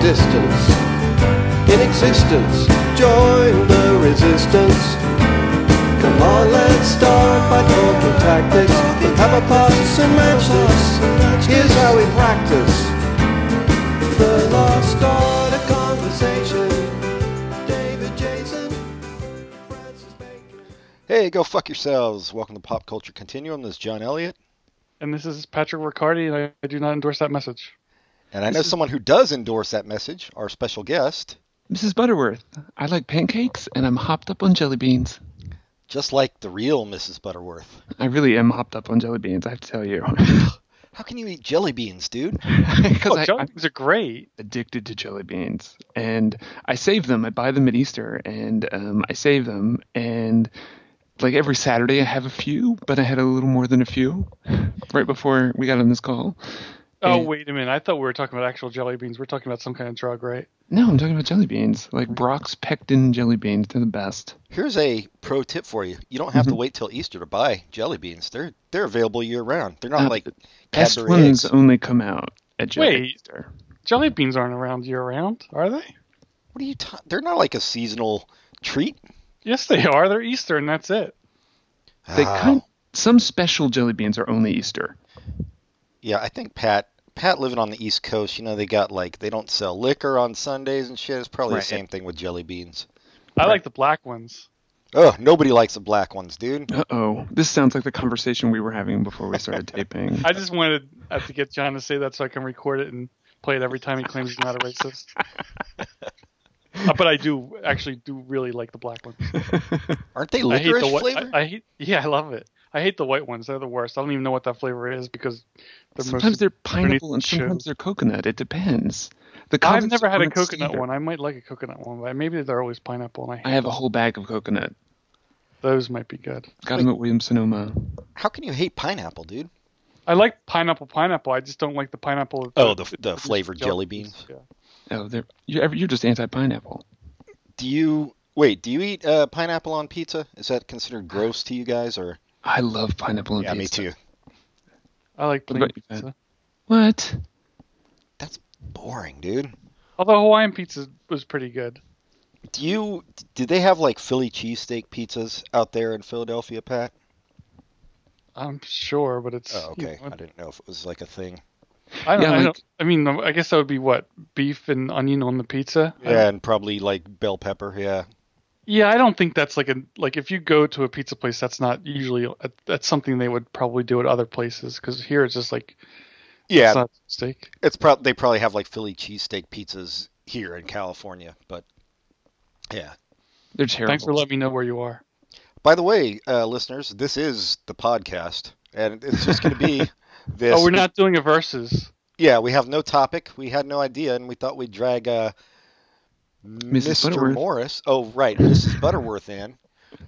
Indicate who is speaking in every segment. Speaker 1: distance. In existence, join the resistance. Come on, let's start by talking tactics. We'll have a pass and match us. Here's how we practice. The lost art of conversation. David Jason, Francis Bacon.
Speaker 2: Hey, go fuck yourselves. Welcome to Pop Culture Continuum. This is John Elliott.
Speaker 3: And this is Patrick Riccardi, and I, I do not endorse that message.
Speaker 2: And I know someone who does endorse that message, our special guest,
Speaker 4: Mrs. Butterworth, I like pancakes and I'm hopped up on jelly beans.
Speaker 2: just like the real Mrs. Butterworth.
Speaker 4: I really am hopped up on jelly beans, I have to tell you.
Speaker 2: How can you eat jelly beans, dude?
Speaker 3: Oh,
Speaker 4: Because
Speaker 3: jelly
Speaker 4: I'm
Speaker 3: beans are great.
Speaker 4: addicted to jelly beans. And I save them. I buy them at Easter and um, I save them. And like every Saturday, I have a few, but I had a little more than a few right before we got on this call.
Speaker 3: Oh,
Speaker 4: And-
Speaker 3: wait a minute. I thought we were talking about actual jelly beans. We're talking about some kind of drug, right?
Speaker 4: No, I'm talking about jelly beans. Like Brock's pectin jelly beans. They're the best.
Speaker 2: Here's a pro tip for you. You don't have
Speaker 4: Mm-hmm.
Speaker 2: to wait till Easter to buy jelly beans. They're they're available year round. They're
Speaker 4: Uh,
Speaker 2: not like
Speaker 4: Best
Speaker 2: Cadbury
Speaker 4: ones
Speaker 2: eggs.
Speaker 4: only come out at jelly
Speaker 3: Wait.
Speaker 4: Easter.
Speaker 3: Jelly beans aren't around year round, are they?
Speaker 2: What are you? Ta- they're not like a seasonal treat.
Speaker 3: Yes, they are. They're Easter, and that's it.
Speaker 4: They
Speaker 2: Oh.
Speaker 4: kind some special jelly beans are only Easter.
Speaker 2: Yeah, I think Pat Pat living on the East Coast, you know, they got like they don't sell liquor on Sundays and shit. It's probably
Speaker 4: Right.
Speaker 2: the same thing with jelly beans.
Speaker 3: I like the black ones.
Speaker 2: Oh, nobody likes the black ones, dude.
Speaker 4: Uh oh. This sounds like the conversation we were having before we started taping.
Speaker 3: I just wanted uh, to get John to say that so I can record it and play it every time he claims he's not a racist. Uh, but I do actually do really like the black ones.
Speaker 2: Aren't they
Speaker 3: I hate
Speaker 2: licorice
Speaker 3: the whi-
Speaker 2: flavor?
Speaker 3: I, I hate. Yeah, I love it. I hate the white ones. They're the worst. I don't even know what that flavor is because they're
Speaker 4: sometimes
Speaker 3: mostly-
Speaker 4: they're pineapple
Speaker 3: Underneath
Speaker 4: and
Speaker 3: the
Speaker 4: sometimes
Speaker 3: show.
Speaker 4: they're coconut. It depends. The
Speaker 3: I've
Speaker 4: comments
Speaker 3: never had a
Speaker 4: aren't
Speaker 3: coconut
Speaker 4: standard.
Speaker 3: one. I might like a coconut one, but maybe they're always pineapple, and I,
Speaker 4: I have a whole bag of coconut.
Speaker 3: those might be good.
Speaker 4: Got them at Williams Sonoma.
Speaker 2: How can you hate pineapple, dude?
Speaker 3: I like pineapple, pineapple. I just don't like the pineapple. with
Speaker 2: Oh, the the flavored jelly beans.
Speaker 3: Yeah.
Speaker 4: Oh, they're you're, you're just anti pineapple.
Speaker 2: Do you wait? Do you eat uh, pineapple on pizza? Is that considered gross to you guys? Or
Speaker 4: I love pineapple and
Speaker 2: yeah, me
Speaker 4: pizza.
Speaker 2: too.
Speaker 3: I like plain
Speaker 4: about you,
Speaker 3: pizza.
Speaker 4: What?
Speaker 2: That's boring, dude.
Speaker 3: Although Hawaiian pizza was pretty good.
Speaker 2: Do you? Do they have like Philly cheesesteak pizzas out there in Philadelphia, Pat?
Speaker 3: I'm sure, but it's.
Speaker 2: Oh,
Speaker 3: you
Speaker 2: okay.
Speaker 3: know,
Speaker 2: I didn't know if it was like a thing.
Speaker 3: I don't.
Speaker 4: Yeah,
Speaker 3: I,
Speaker 4: like-
Speaker 3: don't I mean, I guess that would be what beef and onion on the pizza. I
Speaker 2: Yeah, and probably like bell pepper. Yeah.
Speaker 3: Yeah, I don't think that's like a like if you go to a pizza place, that's not usually that's something they would probably do at other places because here it's just like
Speaker 2: Yeah,
Speaker 3: it's not steak.
Speaker 2: It's probably they probably have like Philly cheesesteak pizzas here in California, but yeah.
Speaker 4: They're terrible.
Speaker 3: Thanks for letting me know where you are.
Speaker 2: By the way, uh, listeners, this is the podcast, and it's just going to be this.
Speaker 3: Oh, we're not doing a versus.
Speaker 2: Yeah, we have no topic. We had no idea, and we thought we'd drag uh, Mr.
Speaker 4: Butterworth.
Speaker 2: Morris. Oh, right, Mrs. Butterworth in.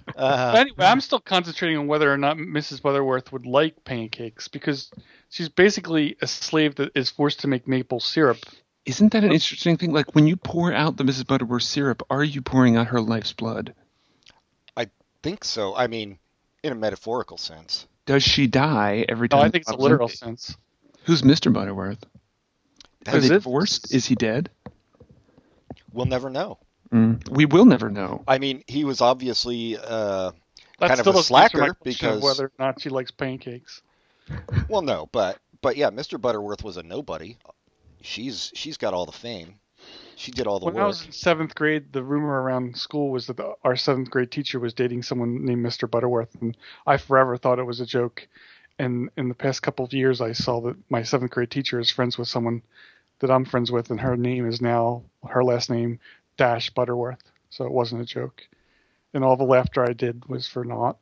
Speaker 3: But
Speaker 2: Uh,
Speaker 3: anyway, I'm still concentrating on whether or not Mrs. Butterworth would like pancakes because she's basically a slave that is forced to make maple syrup.
Speaker 4: Isn't that an interesting thing? Like when you pour out the Mrs. Butterworth syrup, are you pouring out her life's blood?
Speaker 2: think so. I mean, in a metaphorical sense.
Speaker 4: Does she die every
Speaker 3: No,
Speaker 4: time?
Speaker 3: I
Speaker 4: the
Speaker 3: think it's a
Speaker 4: bottle's
Speaker 3: literal
Speaker 4: empty?
Speaker 3: sense.
Speaker 4: Who's Mr. Butterworth? Are
Speaker 2: That's-
Speaker 4: they
Speaker 3: it?
Speaker 4: divorced? Is he dead?
Speaker 2: We'll never know.
Speaker 4: Mm. We will never know.
Speaker 2: I mean, he was obviously. Uh,
Speaker 3: That
Speaker 2: Kind of
Speaker 3: still
Speaker 2: a
Speaker 3: doesn't answer my
Speaker 2: slacker
Speaker 3: question of
Speaker 2: because-
Speaker 3: whether or not she likes pancakes.
Speaker 2: Well, no, but but yeah, Mr. Butterworth was a nobody. She's she's got all the fame. She did all the
Speaker 3: When I
Speaker 2: work.
Speaker 3: was in seventh grade, the rumor around school was that the, our seventh grade teacher was dating someone named Mr. Butterworth, and I forever thought it was a joke. And in the past couple of years, I saw that my seventh grade teacher is friends with someone that I'm friends with, and her name is now her last name dash Butterworth. So it wasn't a joke, and all the laughter I did was for naught.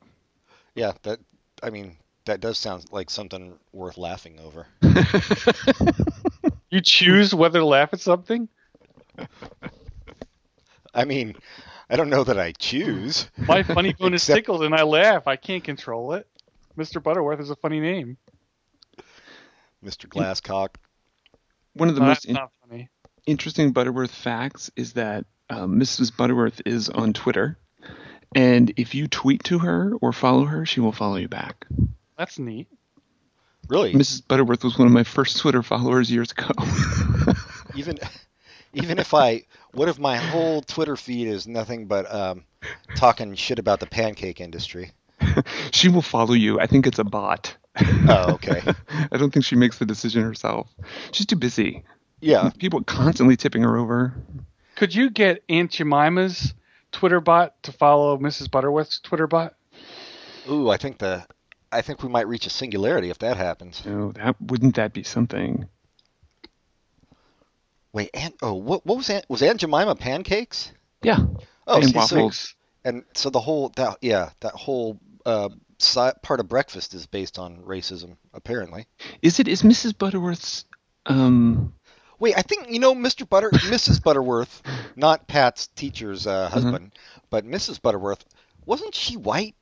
Speaker 2: Yeah, that I mean, that does sound like something worth laughing over.
Speaker 3: You choose whether to laugh at something.
Speaker 2: I mean, I don't know that I choose.
Speaker 3: My funny bone is
Speaker 2: Except-
Speaker 3: tickled, and I laugh. I can't control it. Mr. Butterworth is a funny name.
Speaker 2: Mr. Glasscock.
Speaker 4: One of the
Speaker 3: No,
Speaker 4: most
Speaker 3: that's
Speaker 4: in-
Speaker 3: not funny.
Speaker 4: interesting Butterworth facts is that um, Mrs. Butterworth is on Twitter, and if you tweet to her or follow her, she will follow you back.
Speaker 3: That's neat.
Speaker 2: Really?
Speaker 4: Mrs. Butterworth was one of my first Twitter followers years ago.
Speaker 2: Even even if I, what if my whole Twitter feed is nothing but um, talking shit about the pancake industry?
Speaker 4: she will follow you. I think it's a bot.
Speaker 2: Oh, okay.
Speaker 4: I don't think she makes the decision herself. She's too busy.
Speaker 2: Yeah.
Speaker 4: People constantly tipping her over.
Speaker 3: Could you get Aunt Jemima's Twitter bot to follow Mrs. Butterworth's Twitter bot?
Speaker 2: Ooh, I think the, I think we might reach a singularity if that happens.
Speaker 4: No, that wouldn't that be something?
Speaker 2: Wait, Aunt, oh, what, what was Aunt, was Aunt Jemima pancakes?
Speaker 4: Yeah.
Speaker 2: Oh,
Speaker 4: and
Speaker 2: see, so,
Speaker 4: waffles.
Speaker 2: and so the whole that yeah that whole uh, si- part of breakfast is based on racism apparently.
Speaker 4: Is it is Mrs. Butterworth's um
Speaker 2: Wait, I think you know Mr. Butter, Mrs. Butterworth, not Pat's teacher's
Speaker 4: Mm-hmm.
Speaker 2: uh, husband, but Mrs. Butterworth. Wasn't she white?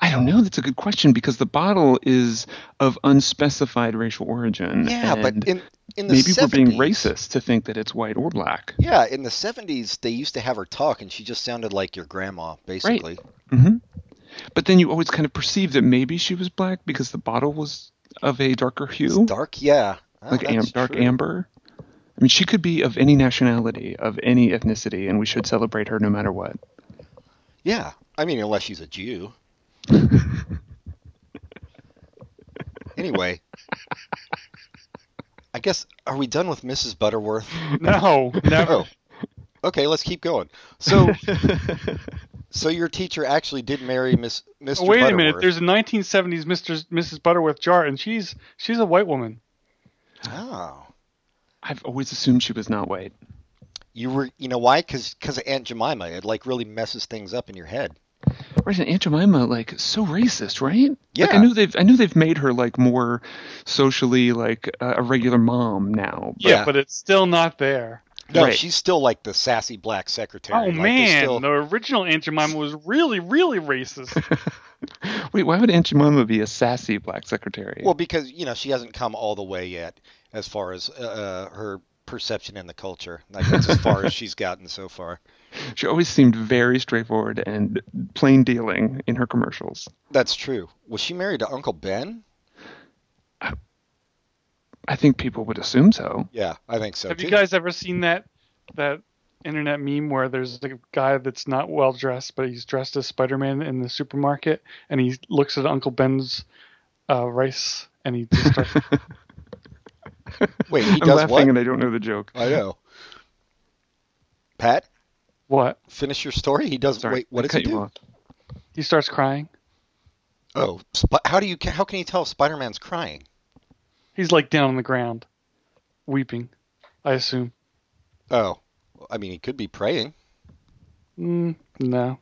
Speaker 4: I don't know, that's a good question because the bottle is of unspecified racial origin.
Speaker 2: Yeah,
Speaker 4: and
Speaker 2: but in in the
Speaker 4: maybe
Speaker 2: 70s,
Speaker 4: we're being racist to think that it's white or black.
Speaker 2: Yeah, in the seventies they used to have her talk, and she just sounded like your grandma, basically.
Speaker 4: But then you always kind of perceive that maybe she was black because the bottle was of a darker hue,
Speaker 2: Dark, yeah, Oh,
Speaker 4: like am-
Speaker 2: that's
Speaker 4: dark
Speaker 2: true.
Speaker 4: amber. I mean, she could be of any nationality, of any ethnicity, and we should celebrate her no matter what.
Speaker 2: Yeah, I mean unless she's a Jew. anyway, I guess are we done with Mrs. Butterworth?
Speaker 3: No, never.
Speaker 2: Oh, okay. Let's keep going. So, so your teacher actually did marry Miss Mr.
Speaker 3: Wait a minute.
Speaker 2: Butterworth.
Speaker 3: There's a 1970s Mr. Mrs. Butterworth jar, and she's she's a white woman.
Speaker 2: Oh,
Speaker 4: I've always assumed she was not white.
Speaker 2: you were. You know why? Because of Aunt Jemima. It like really messes things up in your head.
Speaker 4: Right, and Aunt Jemima, like, so racist, right? Like, I
Speaker 2: Yeah.
Speaker 4: knew they've, I knew they've made her like more socially like a a regular mom now. but-
Speaker 2: Yeah.
Speaker 3: But it's still not there.
Speaker 2: No,
Speaker 4: Right.
Speaker 2: she's still like the sassy black secretary.
Speaker 3: Oh
Speaker 2: Like, they
Speaker 3: man,
Speaker 2: still-
Speaker 3: the original Aunt Jemima was really, really racist.
Speaker 4: Wait, why would Aunt Jemima be a sassy black secretary?
Speaker 2: Well, because you know she hasn't come all the way yet, as far as uh, uh, her perception in the culture. Like, that's as far as she's gotten so far.
Speaker 4: She always seemed very straightforward and plain dealing in her commercials.
Speaker 2: That's true. Was she married to Uncle Ben?
Speaker 4: I think people would assume so.
Speaker 2: Yeah, I think so
Speaker 3: Have
Speaker 2: too.
Speaker 3: you guys ever seen that that internet meme where there's a guy that's not well dressed, but he's dressed as Spider-Man in the supermarket, and he looks at Uncle Ben's uh, rice, and he just starts,
Speaker 2: Wait, he
Speaker 4: I'm
Speaker 2: does
Speaker 4: laughing
Speaker 2: what?
Speaker 4: and I don't know the joke.
Speaker 2: I know. Pat,
Speaker 3: what?
Speaker 2: finish your story. He does.
Speaker 4: Sorry,
Speaker 2: wait, what
Speaker 4: I
Speaker 2: does he
Speaker 4: cut you
Speaker 2: do?
Speaker 4: off.
Speaker 3: He starts crying.
Speaker 2: Oh, sp- how do you? How can you tell Spider-Man's crying?
Speaker 3: He's like down on the ground, weeping. I assume.
Speaker 2: Oh, I mean, he could be praying.
Speaker 3: Mm, no.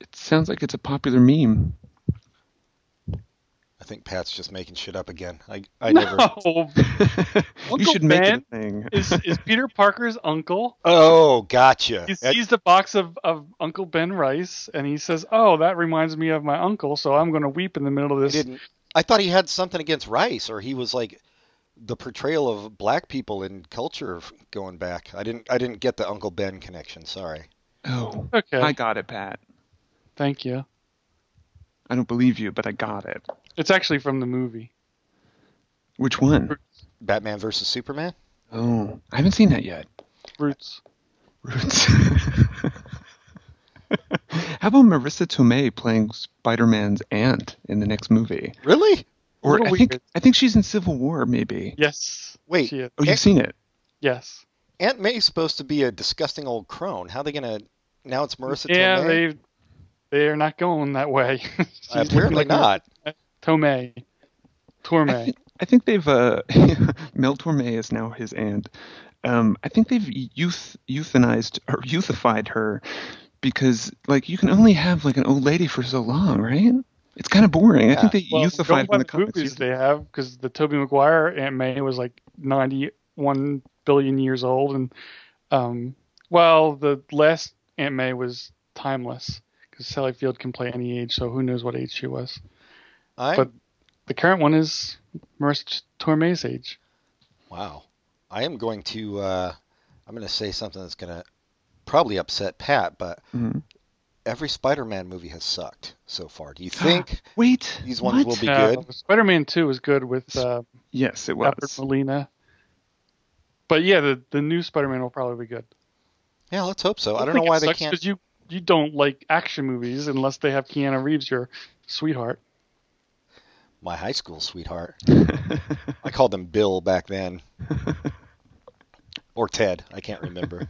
Speaker 4: It sounds like it's a popular meme.
Speaker 2: I think Pat's just making shit up again. I, I never.
Speaker 3: No.
Speaker 4: you
Speaker 3: Uncle
Speaker 4: should make
Speaker 3: Ben
Speaker 4: it a thing.
Speaker 3: is is Peter Parker's uncle.
Speaker 2: Oh, gotcha.
Speaker 3: He
Speaker 2: That-
Speaker 3: sees the box of, of Uncle Ben rice, and he says, "Oh, that reminds me of my uncle, so I'm going to weep in the middle of
Speaker 2: I
Speaker 3: this."
Speaker 2: didn't. I thought he had something against rice, or he was like the portrayal of black people in culture f- going back. I didn't. I didn't get the Uncle Ben connection. Sorry.
Speaker 4: Oh,
Speaker 3: Okay,
Speaker 4: I got it, Pat.
Speaker 3: thank you.
Speaker 4: I don't believe you, but I got it.
Speaker 3: It's actually from the movie.
Speaker 4: Which one?
Speaker 2: Batman versus Superman.
Speaker 4: Oh, I haven't seen that yet.
Speaker 3: Roots.
Speaker 4: Roots. How about Marissa Tomei playing Spider-Man's aunt in the next movie?
Speaker 2: Really?
Speaker 4: Or I
Speaker 3: Little
Speaker 4: think
Speaker 3: weird.
Speaker 4: I think she's in Civil War, maybe.
Speaker 3: Yes.
Speaker 2: Wait.
Speaker 3: She is.
Speaker 4: Oh, you've
Speaker 2: Aunt,
Speaker 4: seen it.
Speaker 3: Yes.
Speaker 2: Aunt May's supposed to be a disgusting old crone. How they gonna? Now it's Marissa
Speaker 3: yeah,
Speaker 2: Tomei.
Speaker 3: they they are not going that way. She's
Speaker 2: Uh, apparently
Speaker 3: looking like
Speaker 2: not.
Speaker 3: Tomei. Torme.
Speaker 4: I think they've uh, Mel Torme is now his aunt. Um, I think they've youth euthanized or youthified her because like you can only have like an old lady for so long, right? It's kind of boring. I think they
Speaker 3: Well,
Speaker 4: youthified
Speaker 3: going
Speaker 4: her
Speaker 3: by
Speaker 4: in
Speaker 3: the
Speaker 4: the comics.
Speaker 3: movies
Speaker 4: Euth-
Speaker 3: they have because the Toby Maguire Aunt May was like 91 billion years old, and um, well, the last Aunt May was timeless because Sally Field can play any age, so who knows what age she was.
Speaker 2: I
Speaker 3: But- The current one is Marissa Torme's age.
Speaker 2: wow. I am going to. Uh, I'm going to say something that's going to probably upset Pat, but
Speaker 3: Mm-hmm.
Speaker 4: Mhm.
Speaker 2: every Spider-Man movie has sucked so far. Do you think
Speaker 4: Wait,
Speaker 2: these ones
Speaker 4: what?
Speaker 2: will be
Speaker 3: Uh,
Speaker 2: good?
Speaker 3: Spider-Man 2 was good with uh,
Speaker 4: Yes, it was.
Speaker 3: Alfred Molina. But yeah, the, the new Spider-Man will probably be good.
Speaker 2: Yeah, let's hope so. I don't know why they can't.
Speaker 3: Because you you don't like action movies unless they have Keanu Reeves your sweetheart.
Speaker 2: My high school sweetheart. I called him Bill back then. or Ted. I can't remember.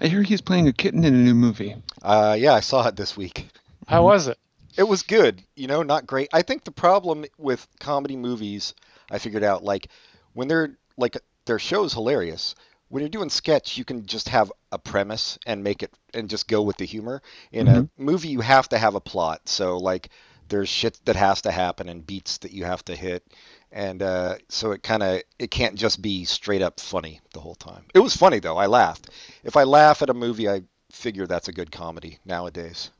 Speaker 4: I hear he's playing a kitten in a new movie.
Speaker 2: Uh, yeah, I saw it this week.
Speaker 3: How was it?
Speaker 2: It was good, you know, not great. I think the problem with comedy movies, I figured out, like when they're like their show's hilarious. When you're doing sketch, you can just have a premise and make it and just go with the humor. In a movie, you have to have a plot. So like there's shit that has to happen and beats that you have to hit. And uh, so it kind of it can't just be straight up funny the whole time. It was funny though. I laughed. If I laugh at a movie, I figure that's a good comedy nowadays.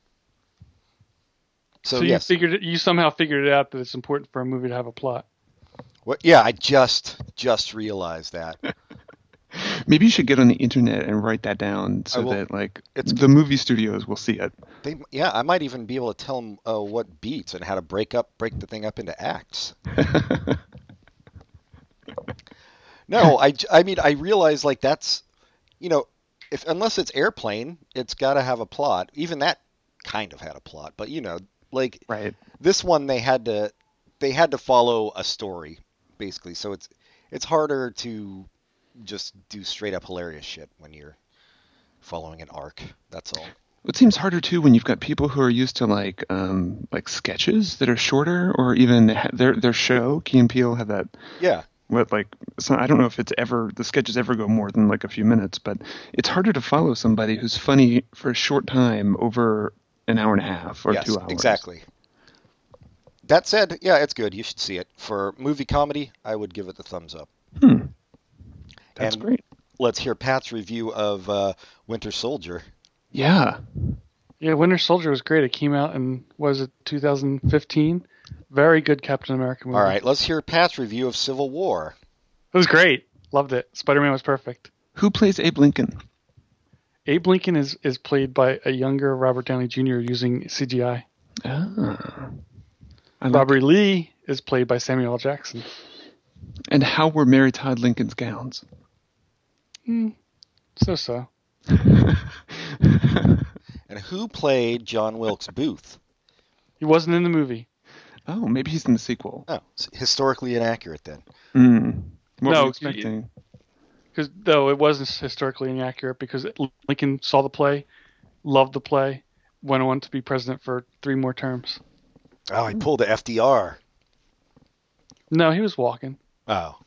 Speaker 2: So,
Speaker 3: So,
Speaker 2: yes.
Speaker 3: you figured it, you somehow figured it out that it's important for a movie to have a plot.
Speaker 2: What? Yeah, I just just realized that.
Speaker 4: Maybe you should get on the internet and write that down so
Speaker 2: will.
Speaker 4: that like
Speaker 2: It's-
Speaker 4: the movie studios will see it.
Speaker 2: They, yeah, I might even be able to tell them uh, what beats and how to break up, break the thing up into acts. no, I, j- I mean I realize like that's, you know, if unless it's airplane, it's got to have a plot. Even that kind of had a plot, but you know, like
Speaker 4: Right.
Speaker 2: this one they had to they had to follow a story basically so it's it's harder to just do straight up hilarious shit when you're following an arc that's all
Speaker 4: It seems harder too when you've got people who are used to like um like sketches that are shorter or even ha- their their show. Key and Peele had that
Speaker 2: yeah
Speaker 4: what like so I don't know if it's ever the sketches ever go more than like a few minutes, but it's harder to follow somebody who's funny for a short time over an hour and a half or
Speaker 2: yes
Speaker 4: two hours.
Speaker 2: exactly that said yeah it's good you should see it for movie comedy i would give it the thumbs up
Speaker 4: Hmm. That's
Speaker 2: And-
Speaker 4: great.
Speaker 2: let's hear pat's review of uh, winter soldier
Speaker 4: Yeah.
Speaker 3: Yeah, Winter Soldier was great. It came out in was it 2015? Very good Captain America movie.
Speaker 2: all right let's hear pat's review of civil war
Speaker 3: it was great. Loved it. Spider-Man was perfect.
Speaker 4: Who plays Abe Lincoln?
Speaker 3: Abe Lincoln is is played by a younger Robert Downey Jr. using CGI.
Speaker 4: Ah. I
Speaker 2: Mm-hmm.
Speaker 4: like-
Speaker 3: Robert Lee is played by Samuel L. Jackson.
Speaker 4: and how were Mary Todd Lincoln's gowns?
Speaker 3: So so.
Speaker 2: and who played john wilkes booth
Speaker 3: He wasn't in the movie.
Speaker 4: Oh, maybe he's in the sequel.
Speaker 2: oh s- historically inaccurate then
Speaker 4: Mm. What
Speaker 3: No,
Speaker 4: were you
Speaker 3: it's not-
Speaker 4: expecting?
Speaker 3: because though it wasn't historically inaccurate because Lincoln saw the play, loved the play, went on to be president for three more terms.
Speaker 2: Oh, he pulled a FDR.
Speaker 3: No, he was walking.
Speaker 2: Oh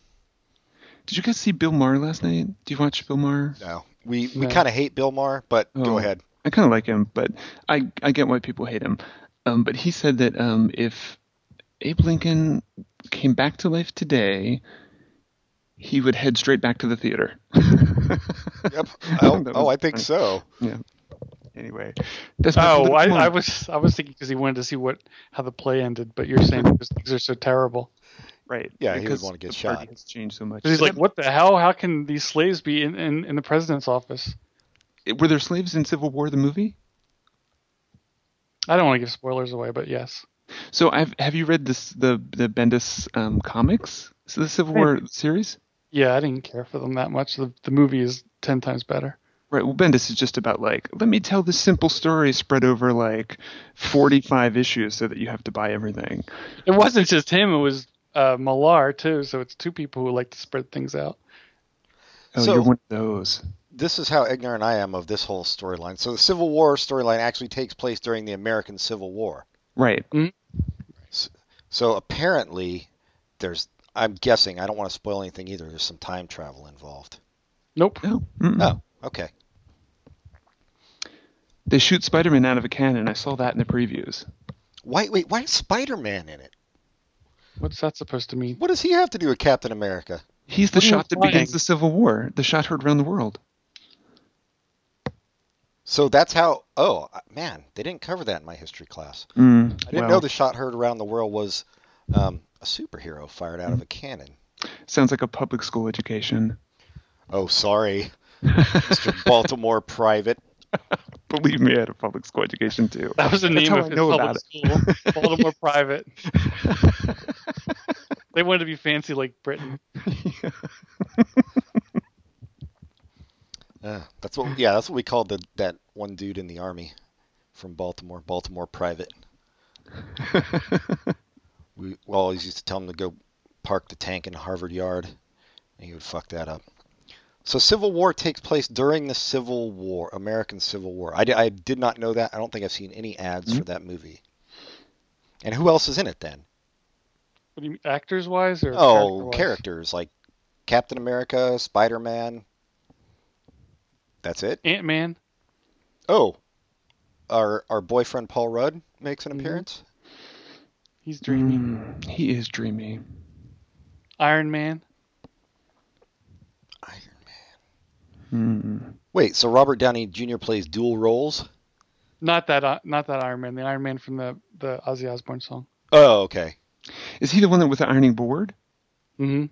Speaker 4: Did you guys see Bill Maher last night? Do you watch Bill Maher?
Speaker 2: no, oh. we we
Speaker 3: No.
Speaker 2: kind of hate Bill Maher, but
Speaker 4: Oh.
Speaker 2: go ahead.
Speaker 4: I kind of like him, but I I get why people hate him. Um, but he said that um, if Abe Lincoln came back to life today, he would head straight back to the theater.
Speaker 2: Yep.
Speaker 4: Oh,
Speaker 2: oh,
Speaker 4: that
Speaker 2: oh,
Speaker 4: was
Speaker 2: I think
Speaker 4: funny.
Speaker 2: so.
Speaker 4: yeah. Anyway, that's my
Speaker 3: Oh,
Speaker 4: political
Speaker 3: I,
Speaker 4: point.
Speaker 3: I was I was thinking because he wanted to see what how the play ended, but you're saying because things are so terrible.
Speaker 4: right.
Speaker 2: Yeah, he would
Speaker 4: because
Speaker 2: wanna get
Speaker 4: the party
Speaker 2: shot.
Speaker 4: Has changed so much.
Speaker 3: 'Cause he's like, what the hell? How can these slaves be in, in, in the president's office?
Speaker 4: were there slaves in Civil War the movie?
Speaker 3: I don't want to give spoilers away, but yes,
Speaker 4: So I've have you read this the the Bendis um, comics? So the Civil War series.
Speaker 3: yeah, I didn't care for them that much. The, the movie is ten times better.
Speaker 4: Right. Well, Bendis is just about like, let me tell this simple story spread over like 45 issues so that you have to buy everything.
Speaker 3: It wasn't just him; it was uh, Millar too. So it's two people who like to spread things out.
Speaker 4: Oh,
Speaker 2: So-
Speaker 4: you're one of those.
Speaker 2: This is how ignorant I am of this whole storyline. So the Civil War storyline actually takes place during the American Civil War.
Speaker 4: Right.
Speaker 2: So apparently, there's. I'm guessing. I don't want to spoil anything either. There's some time travel involved.
Speaker 3: Nope.
Speaker 4: No. mm-mm.
Speaker 2: Oh, okay.
Speaker 4: They shoot Spider Man out of a cannon. I saw that in the previews.
Speaker 2: Why? Wait. Why is Spider-Man in it?
Speaker 3: What's that supposed to mean?
Speaker 2: What does he have to do with Captain America?
Speaker 4: He's the
Speaker 3: What are you
Speaker 4: shot that
Speaker 3: implying?
Speaker 4: begins the Civil War, the shot heard around the world.
Speaker 2: So that's how. Oh man, they didn't cover that in my history class.
Speaker 4: Mm,
Speaker 2: I didn't
Speaker 4: well,
Speaker 2: know the shot heard around the world was um, a superhero fired out of a cannon.
Speaker 4: Sounds like a public school education.
Speaker 2: Oh, sorry, Mr. Baltimore private.
Speaker 4: Believe me, I had a public school education too.
Speaker 3: That was the
Speaker 4: That's
Speaker 3: name
Speaker 4: how
Speaker 3: of
Speaker 4: I
Speaker 3: his
Speaker 4: know
Speaker 3: public
Speaker 4: about
Speaker 3: school, Baltimore Private. they wanted to be fancy like Britain.
Speaker 2: Uh, that's what. Yeah, that's what we called the that one dude in the army from Baltimore. Baltimore private. we, we always used to tell him to go park the tank in Harvard Yard, and he would fuck that up. So Civil War takes place during the Civil War, American Civil War. I, di- I did not know that. I don't think I've seen any ads for that movie. And who else is in it then?
Speaker 3: What do you mean, actors wise or
Speaker 2: Oh,
Speaker 3: character-wise?
Speaker 2: characters like Captain America, Spider Man. That's it.
Speaker 3: Ant Man.
Speaker 2: Oh, our our boyfriend Paul Rudd makes an
Speaker 3: Mhm.
Speaker 2: appearance.
Speaker 3: He's dreamy.
Speaker 4: Mm, he is dreamy.
Speaker 3: Iron Man.
Speaker 2: Iron Man.
Speaker 4: Mm.
Speaker 2: Wait, so Robert Downey Jr. plays dual roles?
Speaker 3: Not that. Uh, not that Iron Man. The Iron Man from the the Ozzy Osbourne song.
Speaker 2: Oh, okay.
Speaker 4: Is he the one that with the ironing board?
Speaker 3: Mm-hmm.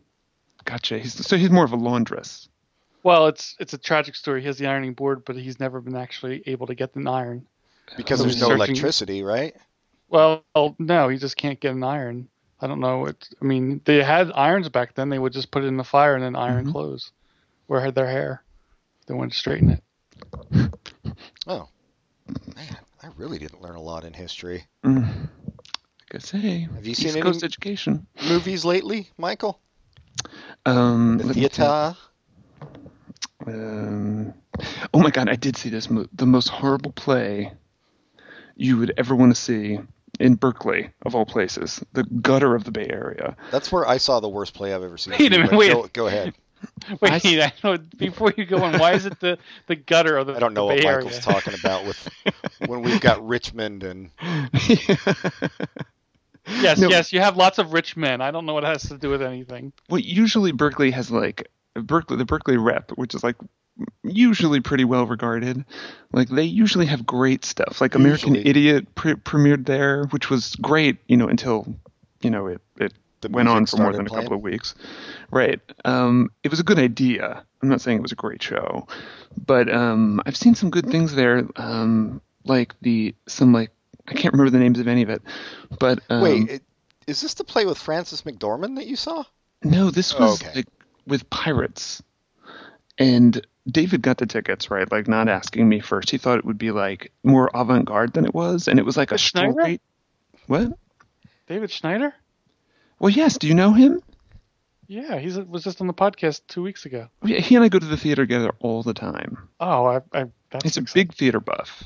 Speaker 4: Gotcha. He's, so he's more of a laundress.
Speaker 3: Well, it's it's a tragic story. He has the ironing board, but he's never been actually able to get an iron.
Speaker 2: Because
Speaker 3: So
Speaker 2: there's
Speaker 3: he's
Speaker 2: no
Speaker 3: searching-
Speaker 2: electricity, right?
Speaker 3: Well, no, he just can't get an iron. I don't know. It, I mean, they had irons back then. They would just put it in the fire and then iron
Speaker 4: Mhm.
Speaker 3: clothes, or had their hair. They wanted to straighten it.
Speaker 2: Oh. Man, I really didn't learn a lot in history.
Speaker 4: Mm. Like I say,
Speaker 2: Have you
Speaker 4: East
Speaker 2: seen any-
Speaker 4: Coast education.
Speaker 2: Movies lately, Michael?
Speaker 4: Um,
Speaker 2: The
Speaker 4: let me think.
Speaker 2: theater.
Speaker 4: Um, oh my god, I did see this mo- the most horrible play you would ever want to see in Berkeley of all places, the gutter of the Bay Area.
Speaker 2: That's where I saw the worst play I've ever seen.
Speaker 3: Wait a minute,
Speaker 2: But
Speaker 3: wait.
Speaker 2: Go, go ahead.
Speaker 4: I
Speaker 3: Wait,
Speaker 4: s-
Speaker 3: I, don't, before you go on, why is it the, the gutter of the
Speaker 2: I don't know
Speaker 3: the
Speaker 2: what
Speaker 3: Bay
Speaker 2: Michael's
Speaker 3: Area?
Speaker 2: talking about with when we've got Richmond and
Speaker 3: Yes,
Speaker 4: No.
Speaker 3: yes, you have lots of rich men. I don't know what it has to do with anything.
Speaker 4: well, usually Berkeley has like Berkeley, the Berkeley rep, which is like usually pretty well regarded. Like they usually have great stuff. Like American
Speaker 2: Usually.
Speaker 4: Idiot pre- premiered there, which was great, you know, until you know it it
Speaker 2: The
Speaker 4: went on
Speaker 2: music
Speaker 4: for more
Speaker 2: started
Speaker 4: than a couple
Speaker 2: playing?
Speaker 4: of weeks. Right. Um, it was a good idea. I'm not saying it was a great show, but um, I've seen some good things there. Um, like the some like I can't remember the names of any of it, but um,
Speaker 2: wait, it, is this the play with Francis McDormand that you saw?
Speaker 4: no, this
Speaker 2: Oh,
Speaker 4: was
Speaker 2: okay.
Speaker 4: like with pirates. And David got the tickets, right? Like not asking me first. He thought it would be like more avant garde than it was, and it was like a
Speaker 3: With Schneider?
Speaker 4: straight what?
Speaker 3: David Schneider?
Speaker 4: Well yes, do you know him?
Speaker 3: Yeah, he was just on the podcast two weeks ago.
Speaker 4: Yeah, He and I go to the theater together all the time.
Speaker 3: Oh, I, I that's
Speaker 4: He's a
Speaker 3: exciting.
Speaker 4: big theater buff.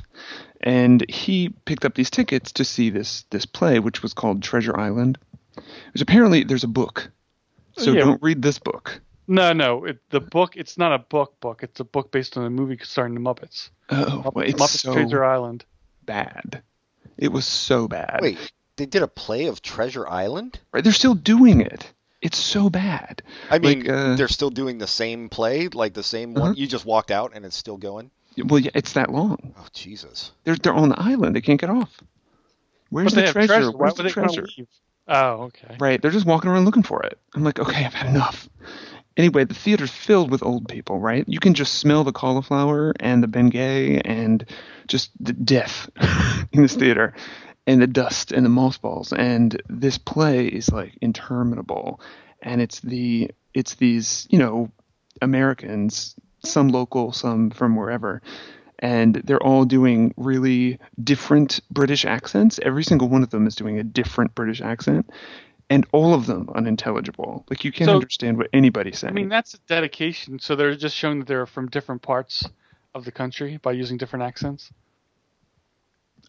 Speaker 4: And he picked up these tickets to see this this play, which was called Treasure Island. Which apparently there's a book. So
Speaker 3: Oh, Yeah.
Speaker 4: don't read this book.
Speaker 3: No, no, it, the book. It's not a book book. It's a book based on a movie starring the Muppets.
Speaker 4: Oh,
Speaker 3: Muppets,
Speaker 4: it's
Speaker 3: Muppets
Speaker 4: so
Speaker 3: Treasure Island.
Speaker 4: bad. It was so bad.
Speaker 2: Wait, they did a play of Treasure Island?
Speaker 4: right? They're still doing it. It's so bad.
Speaker 2: I mean,
Speaker 4: Like, uh, Uh-huh.
Speaker 2: they're still doing the same play, like the same one. You just walked out and it's still going.
Speaker 4: Well, yeah, it's that long.
Speaker 2: Oh Jesus!
Speaker 4: They're they're on the island. They can't get off. Where's
Speaker 3: But they
Speaker 4: the
Speaker 3: have
Speaker 4: treasure?
Speaker 3: Why
Speaker 4: Where's
Speaker 3: would
Speaker 4: the
Speaker 3: they wanna
Speaker 4: treasure?
Speaker 3: leave? Oh, okay.
Speaker 4: Right. They're just walking around looking for it. I'm like, okay, I've had enough. Anyway, the theater's filled with old people, right? You can just smell the cauliflower and the Bengay and just the death in this theater and the dust and the mothballs. And this play is like interminable. And it's the it's these, you know, Americans, some local, some from wherever. And they're all doing really different British accents. Every single one of them is doing a different British accent, and all of them unintelligible. Like you can't
Speaker 3: So-
Speaker 4: understand what anybody's
Speaker 3: I
Speaker 4: saying.
Speaker 3: mean, that's a dedication. So they're just showing that they're from different parts of the country by using different accents.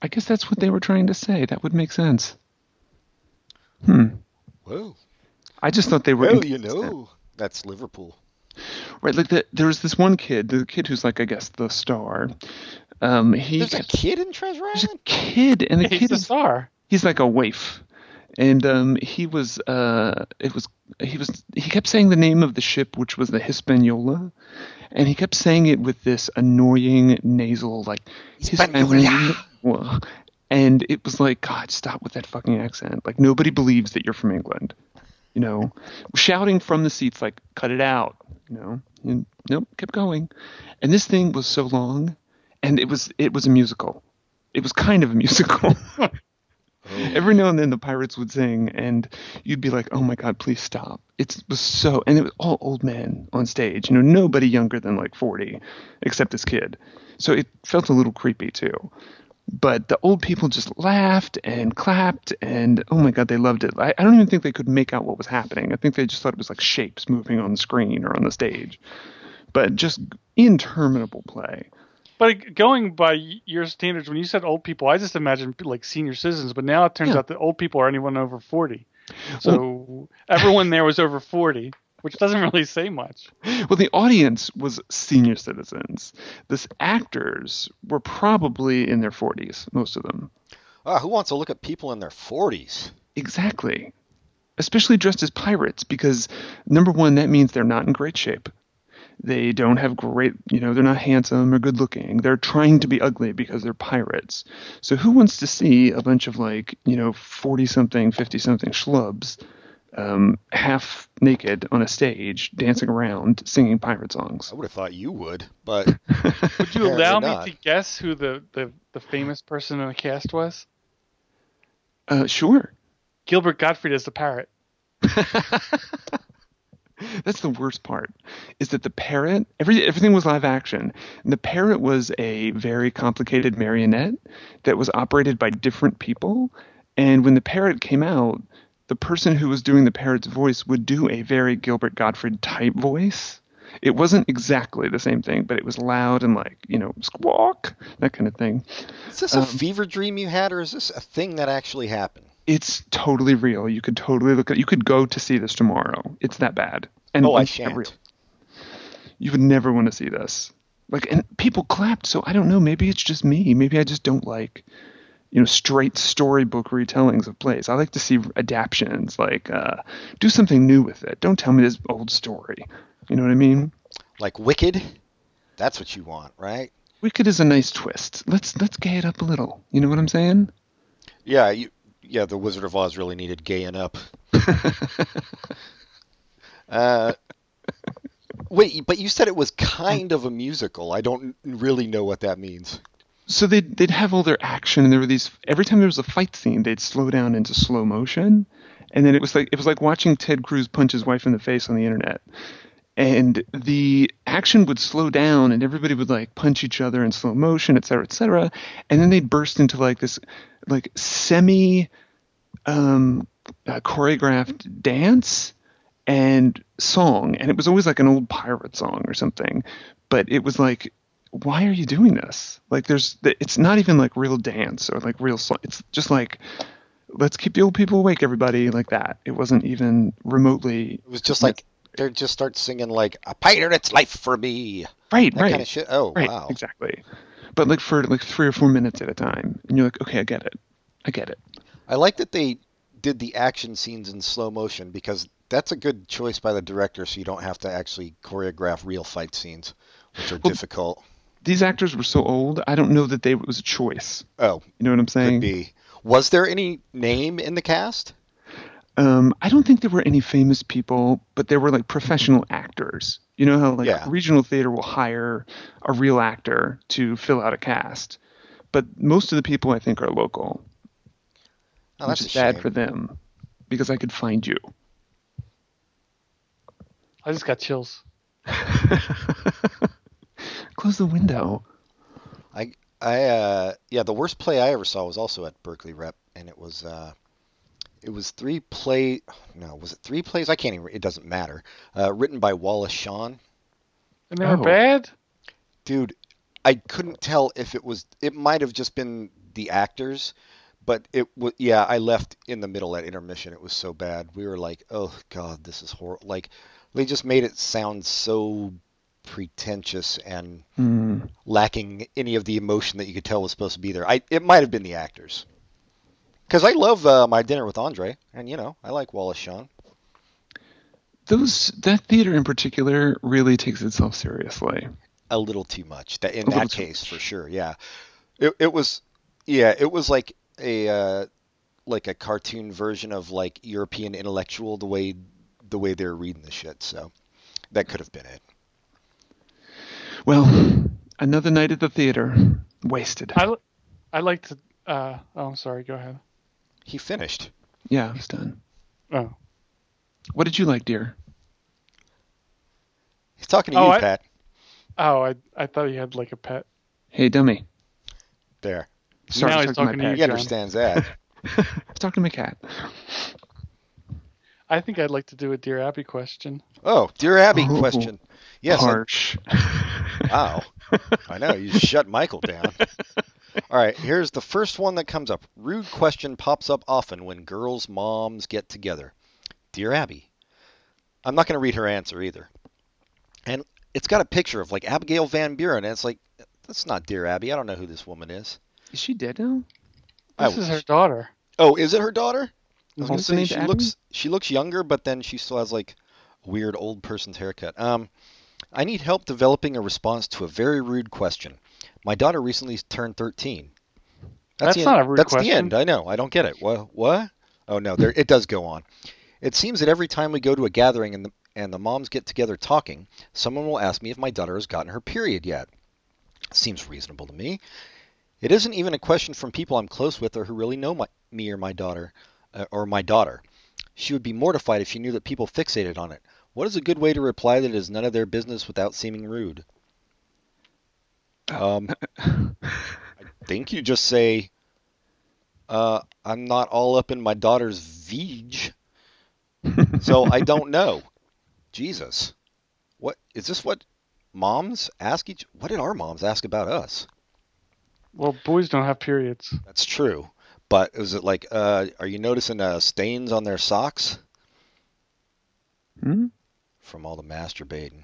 Speaker 4: I guess that's what they were trying to say. That would make sense. Hmm.
Speaker 2: Whoa!
Speaker 4: I just thought they were.
Speaker 2: Well, you
Speaker 4: inconsistent.
Speaker 2: know, that's Liverpool.
Speaker 4: Right, like the, there was this one kid, the kid who's like, I guess, the star. Um, he
Speaker 2: There's a
Speaker 4: kept-
Speaker 2: kid in Treasure
Speaker 4: there's a
Speaker 2: Island.
Speaker 4: kid, and the
Speaker 3: He's
Speaker 4: kid
Speaker 3: a
Speaker 4: is
Speaker 3: star.
Speaker 4: he's like a waif and um, he was uh, it was he was he kept saying the name of the ship which was the hispaniola and he kept saying it with this annoying nasal like
Speaker 2: Hispaniola.
Speaker 4: Hispaniola. and it was like god stop with that fucking accent like nobody believes that you're from england you know shouting from the seats like cut it out you know and, nope kept going and this thing was so long and it was it was a musical it was kind of a musical
Speaker 2: Oh,
Speaker 4: every now and then the pirates would sing, and you'd be like, "Oh my God, please stop!" It was so, and it was all old men on stage. You know, nobody younger than like forty, except this kid. So it felt a little creepy too. But the old people just laughed and clapped, and oh my God, they loved it. I, I don't even think they could make out what was happening. I think they just thought it was like shapes moving on the screen or on the stage. But just interminable play.
Speaker 3: But going by your standards, when you said old people, I just imagined like senior citizens. But now it turns
Speaker 4: Yeah.
Speaker 3: out that old people are anyone over forty. So everyone there was over forty, which doesn't really say much.
Speaker 4: Well, the audience was senior citizens. The actors were probably in their 40s, most of them.
Speaker 2: Ah, who wants to look at people in their 40s?
Speaker 4: Exactly. Especially dressed as pirates, because number one, that means they're not in great shape. They don't have great, you know, they're not handsome or good looking. They're trying to be ugly because they're pirates. So who wants to see a bunch of like, you know, 40 something, 50 something schlubs um, half naked on a stage dancing around singing pirate songs?
Speaker 2: I would have thought you would, but
Speaker 3: Would you
Speaker 2: Apparently
Speaker 3: allow
Speaker 2: not.
Speaker 3: me to guess who the, the, the famous person in the cast was?
Speaker 4: Uh, sure.
Speaker 3: Gilbert Gottfried as the parrot.
Speaker 4: That's the worst part, is that the parrot every everything was live action. And the parrot was a very complicated marionette that was operated by different people. And when the parrot came out, the person who was doing the parrot's voice would do a very Gilbert Gottfried type voice. It wasn't exactly the same thing, but it was loud and like, you know, squawk, that kind of thing.
Speaker 2: is this a
Speaker 4: Um,
Speaker 2: fever dream you had, or is this a thing that actually happened?
Speaker 4: It's totally real. You could totally look at you could go to see this tomorrow. It's that bad. And
Speaker 2: Oh, I
Speaker 4: it's that
Speaker 2: shan't.
Speaker 4: real. you would never want to see this. Like, and people clapped, so I don't know. Maybe it's just me. Maybe I just don't like, you know, straight storybook retellings of plays. I like to see adaptions, like, uh, do something new with it. Don't tell me this old story. You know what I mean?
Speaker 2: Like Wicked? That's what you want, right?
Speaker 4: Wicked is a nice twist. Let's let's gay it up a little. You know what I'm saying?
Speaker 2: Yeah, you, yeah. The Wizard of Oz really needed gaying up. uh, wait, but you said it was kind of a musical. I don't really know what that means.
Speaker 4: so they'd, they'd have all their action and there were these every time there was a fight scene they'd slow down into slow motion and then it was like it was like watching ted cruz punch his wife in the face on the internet and the action would slow down and everybody would like punch each other in slow motion et cetera et cetera and then they'd burst into like this like semi um, uh, choreographed dance and song, and it was always like an old pirate song or something. But it was like, why are you doing this? Like, there's, th- it's not even like real dance or like real song. It's just like, let's keep the old people awake, everybody, like that. It wasn't even remotely
Speaker 2: It was just like they just start singing like a pirate's life for me,
Speaker 4: right,
Speaker 2: that
Speaker 4: right,
Speaker 2: kind of shit. Oh
Speaker 4: right,
Speaker 2: wow,
Speaker 4: exactly. But like for like three or four minutes at a time, and you're like, okay, I get it, I get it.
Speaker 2: I like that they did the action scenes in slow motion because that's a good choice by the director, so you don't have to actually choreograph real fight scenes, which are difficult.
Speaker 4: These actors were so old. I don't know that they it was a choice.
Speaker 2: Oh,
Speaker 4: You know what I'm saying?
Speaker 2: could be. Was there any name in the cast?
Speaker 4: Um, I don't think there were any famous people, but there were like professional actors. You know how like
Speaker 2: Yeah.
Speaker 4: regional theater will hire a real actor to fill out a cast, but most of the people I think are local,
Speaker 2: Oh,
Speaker 4: which
Speaker 2: that's
Speaker 4: is
Speaker 2: a
Speaker 4: bad
Speaker 2: shame.
Speaker 4: for them because I could find you.
Speaker 3: I just got chills.
Speaker 4: Close the window.
Speaker 2: I, I, uh, yeah, the worst play I ever saw was also at Berkeley Rep, and it was, uh, it was three play, no, was it three plays? I can't even, it doesn't matter. Uh, written by Wallace Shawn.
Speaker 3: And they
Speaker 4: Oh.
Speaker 3: were bad?
Speaker 2: Dude, I couldn't tell if it was, it might have just been the actors, but it was, yeah, I left in the middle at intermission. It was so bad. We were like, oh God, this is horrible. Like, they just made it sound so pretentious and
Speaker 4: Hmm.
Speaker 2: lacking any of the emotion that you could tell was supposed to be there. I it might have been the actors, because I love uh, my dinner with Andre, and you know I like Wallace Shawn.
Speaker 4: Those that theater in particular really takes itself seriously.
Speaker 2: a little too much. That in
Speaker 4: little
Speaker 2: that
Speaker 4: too
Speaker 2: case for sure, yeah. It it was yeah, it was like a uh, like a cartoon version of like European intellectual the way the way they're reading the shit. So that could have been it.
Speaker 4: Well, another night at the theater wasted.
Speaker 3: I, I like to. Uh, oh, I'm sorry. Go ahead.
Speaker 2: He finished.
Speaker 4: Yeah, I was done.
Speaker 3: Oh,
Speaker 4: What did you like, dear?
Speaker 2: He's talking to
Speaker 3: Oh,
Speaker 2: you,
Speaker 3: I-
Speaker 2: Pat.
Speaker 3: oh, I I thought he had like a pet.
Speaker 4: Hey, dummy.
Speaker 2: There.
Speaker 4: Sorry,
Speaker 3: Now
Speaker 4: I was
Speaker 3: he's talking
Speaker 4: talking to
Speaker 3: to
Speaker 4: my
Speaker 2: He
Speaker 3: you.
Speaker 4: cat.
Speaker 3: John.
Speaker 2: understands that.
Speaker 4: I was talking to my cat.
Speaker 3: I think I'd like to do a Dear Abby question.
Speaker 2: Oh, dear Abby
Speaker 4: Ooh.
Speaker 2: question. Yes. I-
Speaker 4: Harsh.
Speaker 2: wow. I know. You shut Michael down. All right. Here's the first one that comes up. Rude question pops up often when girls' moms get together. Dear Abby, I'm not going to read her answer either. And it's got a picture of like Abigail Van Buren, and it's like, that's not Dear Abby. I don't know who this woman is.
Speaker 4: Is she dead now?
Speaker 2: I
Speaker 3: This is her
Speaker 2: was-
Speaker 3: daughed
Speaker 2: Oh, is it her daughter? I was gonna
Speaker 4: Also
Speaker 2: say
Speaker 4: named
Speaker 2: she
Speaker 4: Abby?
Speaker 2: looks she looks younger, but then she still has like a weird old person's haircut. Um, I need help developing a response to a very rude question. My daughter recently turned 13.
Speaker 3: That's
Speaker 2: the
Speaker 3: not
Speaker 2: end.
Speaker 3: a rude
Speaker 2: That's
Speaker 3: question.
Speaker 2: the end. I know. I don't get it. What? What? Oh no, there it does go on. It seems that every time we go to a gathering and the and the moms get together talking, someone will ask me if my daughter has gotten her period yet. Seems reasonable to me. It isn't even a question from people I'm close with or who really know my, me or my daughter uh, or my daughter. She would be mortified if she knew that people fixated on it. What is a good way to reply that it is none of their business without seeming rude? Um, I think you just say, uh, "I'm not all up in my daughter's veg," so I don't know. Jesus, what is this? What moms ask each? What did our moms ask about us?
Speaker 3: Well, boys don't have periods.
Speaker 2: That's true. But is it like, uh, are you noticing uh, stains on their socks
Speaker 4: Hmm?
Speaker 2: from all the masturbating?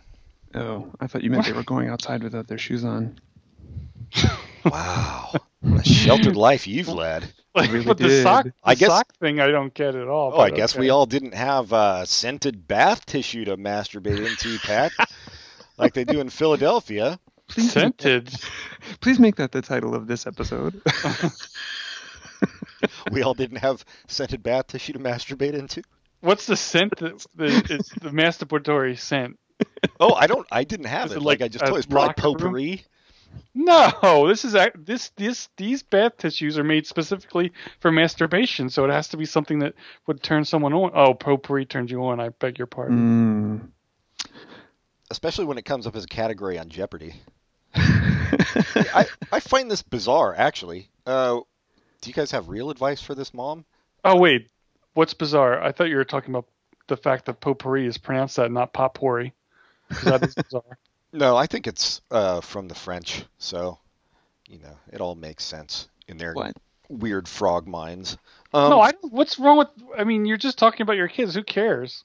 Speaker 4: Oh, I thought you meant they were going outside without their shoes on.
Speaker 2: Wow. what a sheltered life you've led.
Speaker 3: Like,
Speaker 4: really
Speaker 3: but the
Speaker 4: did.
Speaker 3: sock, the
Speaker 2: I guess-
Speaker 3: sock thing, I don't get at all.
Speaker 2: Oh, I
Speaker 3: but
Speaker 2: guess we
Speaker 3: okay.
Speaker 2: all didn't have uh, scented bath tissue to masturbate into, Pat, like they do in Philadelphia.
Speaker 4: Please,
Speaker 3: scented.
Speaker 4: please make that the title of this episode.
Speaker 2: We all didn't have scented bath tissue to masturbate into.
Speaker 3: What's the scent? That, the it's the masturbatory scent.
Speaker 2: Oh, I don't. I didn't have
Speaker 3: Is
Speaker 2: it.
Speaker 3: it
Speaker 2: Like,
Speaker 3: like
Speaker 2: I just
Speaker 3: a
Speaker 2: told you, it's probably
Speaker 3: locker room?
Speaker 2: potpourri.
Speaker 3: No, this is ac- this this these bath tissues are made specifically for masturbation, so it has to be something that would turn someone on. Oh, potpourri turned you on. I beg your pardon.
Speaker 4: Mm.
Speaker 2: especially when it comes up as a category on Jeopardy. I, I find this bizarre, actually. Uh, do you guys have real advice for this mom?
Speaker 3: Oh wait, what's bizarre? I thought you were talking about the fact that potpourri is pronounced that, not potpourri. 'Cause That is bizarre.
Speaker 2: No, I think it's uh, from the French, so you know it all makes sense in their
Speaker 4: What?
Speaker 2: weird frog minds. Um,
Speaker 3: no, I. don't- What's wrong with? I mean, you're just talking about your kids. Who cares?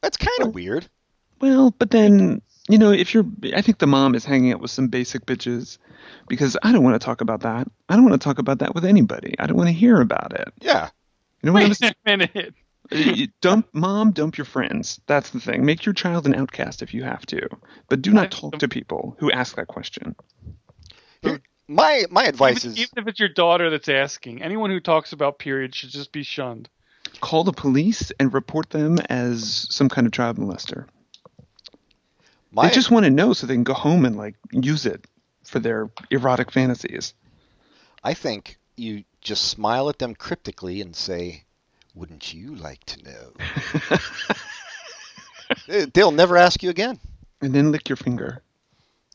Speaker 2: that's kind of weird.
Speaker 4: Well, but then you know, if you're, I think the mom is hanging out with some basic bitches, because I don't want to talk about that. I don't want to talk about that with anybody. I don't want to hear about it.
Speaker 2: Yeah,
Speaker 4: You know what I'm
Speaker 3: Wait a minute.
Speaker 4: saying? You dump mom, dump your friends. That's the thing. Make your child an outcast if you have to, but do not talk to people who ask that question.
Speaker 2: Here- my my advice
Speaker 3: Even,
Speaker 2: is
Speaker 3: even if it's your daughter that's asking, anyone who talks about periods should just be shunned.
Speaker 4: Call the police and report them as some kind of child molester.
Speaker 2: my
Speaker 4: They just want to know so they can go home and like use it for their erotic fantasies.
Speaker 2: I think you just smile at them cryptically and say, "Wouldn't you like to know?" They- They'll never ask you again.
Speaker 4: And then lick your finger.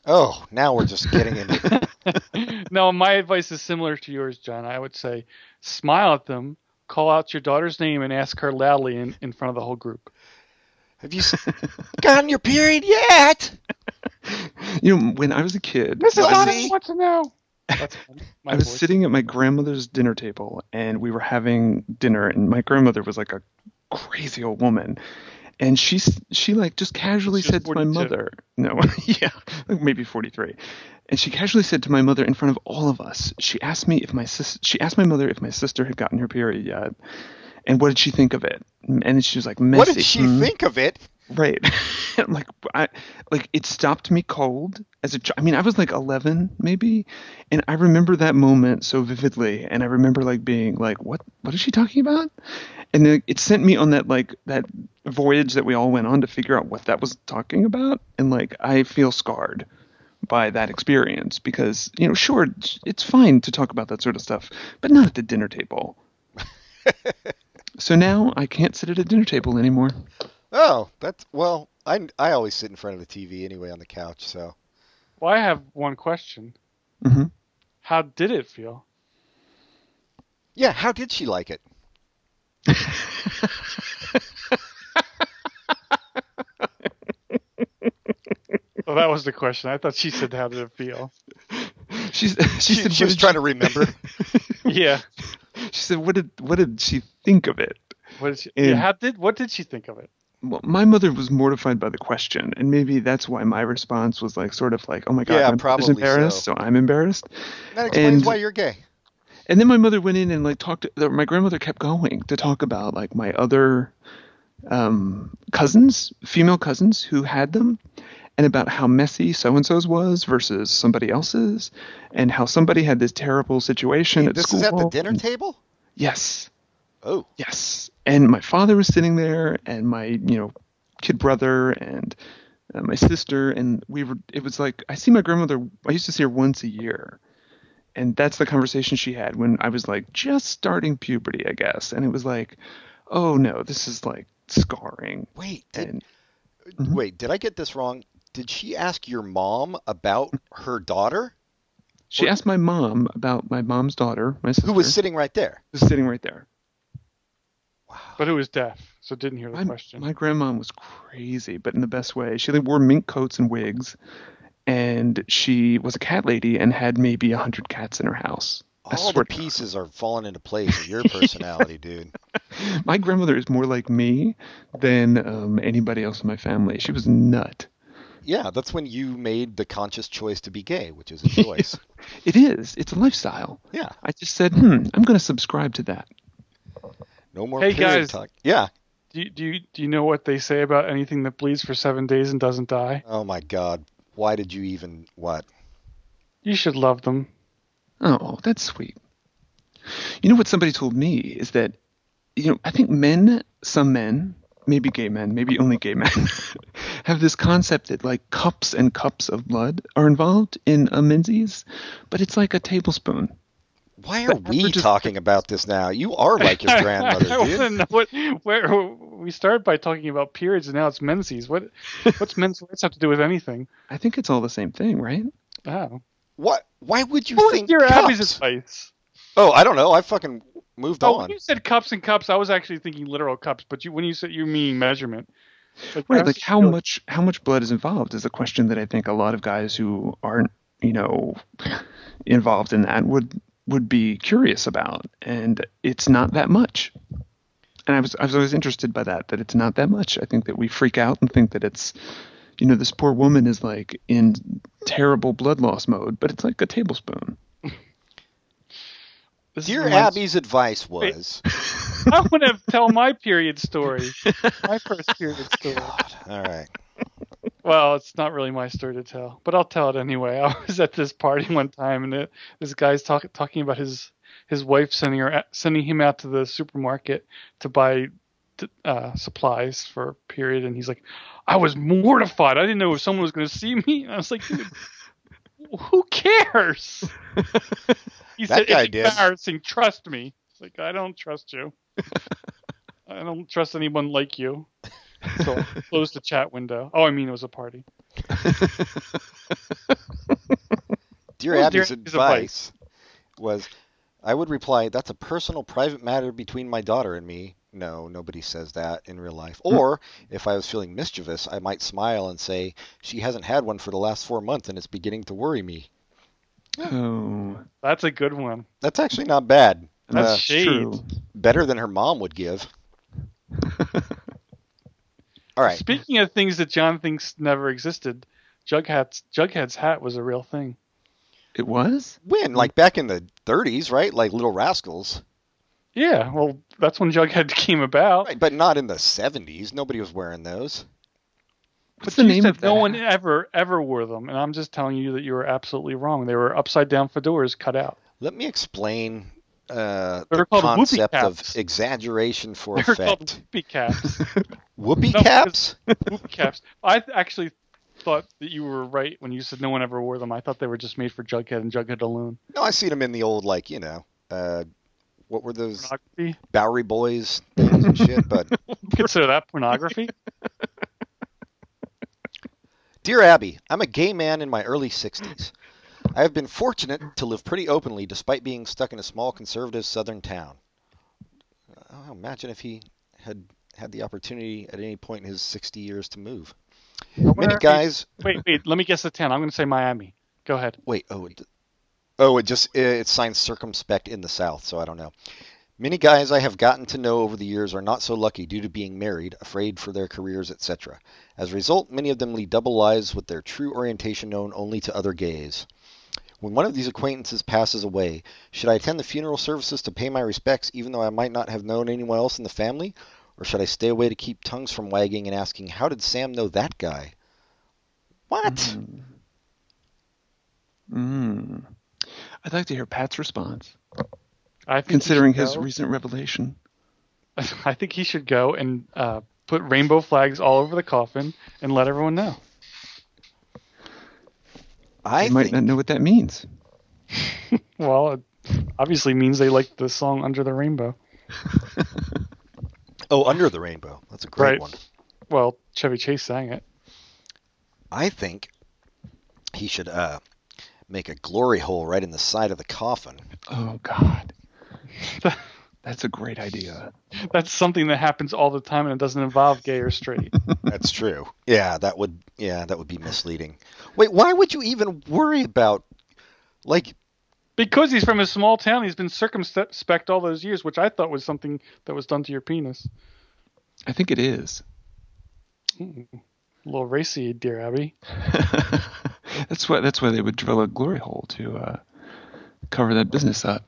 Speaker 2: Oh, now we're just getting into.
Speaker 3: no, my advice is similar to yours, John. I would say smile at them, call out your daughter's name, and ask her loudly in, in front of the whole group.
Speaker 2: Have you s- gotten your period yet?
Speaker 4: You know, when I was a kid,
Speaker 2: Mrs.
Speaker 4: I-
Speaker 2: Donovan
Speaker 3: wants to know. That's fun. my
Speaker 4: I was
Speaker 3: voice.
Speaker 4: sitting at my grandmother's dinner table and we were having dinner and my grandmother was like a crazy old woman and she s- she like just casually
Speaker 3: She was
Speaker 4: said to my
Speaker 3: 42.
Speaker 4: mother no yeah like maybe 43 and she casually said to my mother in front of all of us she asked me if my sis she asked my mother if my sister had gotten her period yet and what did she think of it and she was like messy
Speaker 2: What did she
Speaker 4: mm,
Speaker 2: think of it?
Speaker 4: Right. I'm like I like it stopped me cold as a child. I mean, I was like 11 maybe, and I remember that moment so vividly and I remember like being like what what is she talking about? And it, it sent me on that like that voyage that we all went on to figure out what that was talking about and like I feel scarred by that experience because, you know, sure it's fine to talk about that sort of stuff, but not at the dinner table. so now I can't sit at a dinner table anymore.
Speaker 2: Oh, that's well. I I always sit in front of the TV anyway on the couch. So
Speaker 3: Well, I have one question.
Speaker 4: hmm
Speaker 3: How did it feel?
Speaker 2: yeah, how did she like it?
Speaker 3: Oh, that was the question. I thought she said, "How did it feel?"
Speaker 4: She's, she,
Speaker 2: She,
Speaker 4: said,
Speaker 2: she
Speaker 4: "What
Speaker 2: was
Speaker 4: did
Speaker 2: trying to remember.
Speaker 3: Yeah.
Speaker 4: she said, "What did what did she think of it?"
Speaker 3: What did she?
Speaker 4: And-
Speaker 3: Yeah, how did? What did she think of it?
Speaker 4: Well, my mother was mortified by the question, and maybe that's why my response was like, sort of like, "Oh my god,
Speaker 2: Yeah,
Speaker 4: my mother's
Speaker 2: probably
Speaker 4: embarrassed,
Speaker 2: so.
Speaker 4: so. I'm embarrassed."
Speaker 2: That explains
Speaker 4: And-
Speaker 2: why you're gay.
Speaker 4: And then my mother went in and like talked. To, my grandmother kept going to talk about like my other um, cousins, female cousins who had them, and about how messy so and so's was versus somebody else's, and how somebody had this terrible situation at
Speaker 2: This
Speaker 4: school.
Speaker 2: is at the dinner table.
Speaker 4: Yes,
Speaker 2: Oh,
Speaker 4: yes. And my father was sitting there, and my you know kid brother and uh, my sister, and we were. It was like I see my grandmother. I used to see her once a year, and that's the conversation she had when I was like just starting puberty, I guess. And it was like, oh no, this is like scarring.
Speaker 2: wait, did,
Speaker 4: And
Speaker 3: Mm-hmm.
Speaker 2: wait, did I get this wrong? Did she ask your mom about
Speaker 3: Mm-hmm.
Speaker 2: her daughter,
Speaker 4: she asked my mom about my mom's daughter, my sister,
Speaker 2: who was sitting right there?
Speaker 4: who was sitting right there.
Speaker 3: But it was deaf, so didn't hear the
Speaker 4: My,
Speaker 3: question.
Speaker 4: my grandma was crazy, but in the best way. She like, wore mink coats and wigs, and she was a cat lady and had maybe a hundred cats in her house. I
Speaker 2: All
Speaker 4: swear
Speaker 2: the
Speaker 4: to God.
Speaker 2: pieces are falling into place of your personality, dude.
Speaker 4: My grandmother is more like me than um, anybody else in my family. She was a nut.
Speaker 2: Yeah, that's when you made the conscious choice to be gay, which is a choice.
Speaker 4: It is. It's a lifestyle.
Speaker 2: yeah,
Speaker 4: I just said, hmm, I'm going to subscribe to that.
Speaker 2: no more
Speaker 3: Hey,
Speaker 2: period
Speaker 3: guys.
Speaker 2: talk. Yeah.
Speaker 3: do, you, do you do you know what they say about anything that bleeds for seven days and doesn't die?
Speaker 2: Oh my God, why did you even what?
Speaker 3: You should love them.
Speaker 4: Oh, that's sweet. You know what somebody told me is that, you know, I think men, some men, maybe gay men, maybe only gay men, have this concept that like cups and cups of blood are involved in a menses, but it's like a tablespoon.
Speaker 2: Why are we
Speaker 4: averages-
Speaker 2: talking about this now? You are like your
Speaker 3: I
Speaker 2: grandmother,
Speaker 3: want to
Speaker 2: dude.
Speaker 3: know what where we started by talking about periods and now it's menses. What what's men's rights have to do with anything?
Speaker 4: I think it's all the same thing, right?
Speaker 3: Oh,
Speaker 2: What? Why would you
Speaker 3: what was
Speaker 2: think
Speaker 3: your Abby's
Speaker 2: cups?
Speaker 3: advice?
Speaker 2: Oh, I don't know. I fucking moved
Speaker 3: Oh,
Speaker 2: on.
Speaker 3: when you said cups and cups, I was actually thinking literal cups, but you when you said you mean measurement. I
Speaker 4: Right.
Speaker 3: was
Speaker 4: Like
Speaker 3: just
Speaker 4: how
Speaker 3: really-
Speaker 4: much how much blood is involved is a question that I think a lot of guys who aren't, you know, involved in that would would be curious about. And it's not that much. And I was I was always interested by that, that it's not that much. I think that we freak out and think that it's you know, this poor woman is like in terrible blood loss mode, but it's like a tablespoon.
Speaker 3: This
Speaker 2: Dear
Speaker 3: reminds-
Speaker 2: Abby's advice was.
Speaker 3: I want to tell my period story, my first period story.
Speaker 2: All right.
Speaker 3: Well, it's not really my story to tell, but I'll tell it anyway. I was at this party one time, and it, this guy's talk, talking about his his wife sending her sending him out to the supermarket to buy t- uh, supplies for a period, and he's like, "I was mortified. I didn't know if someone was going to see me." And I was like, Dude, "Who cares?" He
Speaker 2: That
Speaker 3: said,
Speaker 2: guy
Speaker 3: "It's
Speaker 2: did."
Speaker 3: embarrassing. Trust me." It's like I don't trust you. I don't trust anyone like you. So I closed the chat window. Oh, I mean, it was a party.
Speaker 2: Dear
Speaker 3: What was
Speaker 2: Abby's
Speaker 3: Dear Abby's
Speaker 2: advice was I would reply, that's a personal, private matter between my daughter and me. No, nobody says that in real life. Or if I was feeling mischievous, I might smile and say, she hasn't had one for the last four months and it's beginning to worry me.
Speaker 4: Oh
Speaker 3: That's a good one.
Speaker 2: That's actually not bad.
Speaker 3: That's
Speaker 2: Uh,
Speaker 3: shade.
Speaker 4: true.
Speaker 2: better than her mom would give. All right.
Speaker 3: Speaking of things that John thinks never existed, Jughead's Jughead's hat was a real thing.
Speaker 4: It was?
Speaker 2: When? Like back in the 30s, right? Like Little Rascals.
Speaker 3: Yeah, well, that's when Jughead came about.
Speaker 2: Right, but not in the 70s. Nobody was wearing those.
Speaker 3: But
Speaker 4: What's the
Speaker 3: you
Speaker 4: name
Speaker 3: said
Speaker 4: of
Speaker 3: no
Speaker 4: that?
Speaker 3: one ever ever wore them, and I'm just telling you that you were absolutely wrong. They were upside down fedoras cut out.
Speaker 2: Let me explain uh, the
Speaker 3: They're called whoopee
Speaker 2: concept of
Speaker 3: caps.
Speaker 2: exaggeration for
Speaker 3: They're called
Speaker 2: effect.
Speaker 3: whoopee caps.
Speaker 2: Whoopee
Speaker 3: No,
Speaker 2: caps?
Speaker 3: whoopee caps. I th- actually thought that you were right when you said no one ever wore them. I thought they were just made for Jughead and Jughead alone.
Speaker 2: No, I seen them in the old, like, you know, uh, what were those
Speaker 3: Pornography?
Speaker 2: Bowery Boys things and shit? But
Speaker 3: Consider that pornography?
Speaker 2: Dear Abby, I'm a gay man in my early 60s. I have been fortunate to live pretty openly despite being stuck in a small conservative southern town. Oh, imagine if he had had the opportunity at any point in his 60 years to move. Many
Speaker 3: Where-
Speaker 2: guys.
Speaker 3: Wait, wait. Let me guess the ten. I'm going to say Miami. Go ahead.
Speaker 2: Wait, oh, it, oh, it just it signs circumspect in the South, so I don't know. Many guys I have gotten to know over the years are not so lucky due to being married, afraid for their careers, etc. As a result, many of them lead double lives with their true orientation known only to other gays. When one of these acquaintances passes away, should I attend the funeral services to pay my respects even though I might not have known anyone else in the family? Or should I stay away to keep tongues from wagging and asking, how did Sam know that guy? What?
Speaker 4: Mm. I'd like to hear Pat's response,
Speaker 3: I think he
Speaker 4: considering
Speaker 3: should
Speaker 4: his
Speaker 3: go.
Speaker 4: recent revelation.
Speaker 3: I think he should go and uh, put rainbow flags all over the coffin and let everyone know.
Speaker 2: I
Speaker 4: You might
Speaker 2: think
Speaker 4: not know what that means.
Speaker 3: Well, it obviously means they like the song Under the Rainbow.
Speaker 2: Oh, Under the Rainbow. That's a great
Speaker 3: Right.
Speaker 2: one.
Speaker 3: Well, Chevy Chase sang it.
Speaker 2: I think he should uh, make a glory hole right in the side of the coffin.
Speaker 4: Oh God, that's a great idea.
Speaker 3: That's something that happens all the time and it doesn't involve gay or straight.
Speaker 2: That's true. Yeah, that would yeah, that would be misleading. Wait, why would you even worry about like
Speaker 3: because he's from a small town, he's been circumspect all those years, which I thought was something that was done to your penis.
Speaker 4: I think it is.
Speaker 3: A little racy, dear Abby.
Speaker 4: that's why. That's why they would drill a glory hole to uh, cover that business up.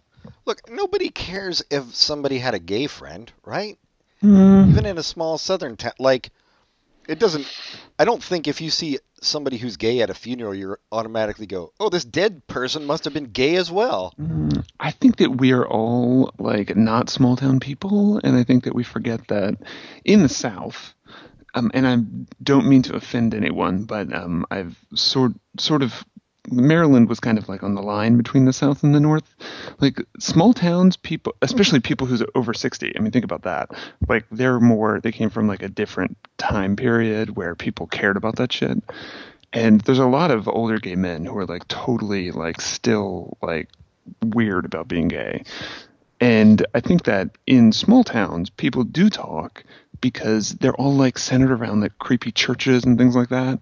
Speaker 2: look, nobody cares if somebody had a gay friend, right?
Speaker 4: Hmm.
Speaker 2: Even in a small southern town like it doesn't I don't think if you see somebody who's gay at a funeral you automatically go, "Oh, this dead person must have been gay as well."
Speaker 4: I think that we are all like not small town people, and I think that we forget that in the South. Um, and I don't mean to offend anyone, but um, I've sort sort of Maryland was kind of like on the line between the South and the North. Like small towns, people, especially people who's over sixty. I mean, think about that. Like they're more. They came from like a different time period where people cared about that shit and there's a lot of older gay men who are like totally like still like weird about being gay and i think that in small towns people do talk because they're all like centered around like creepy churches and things like that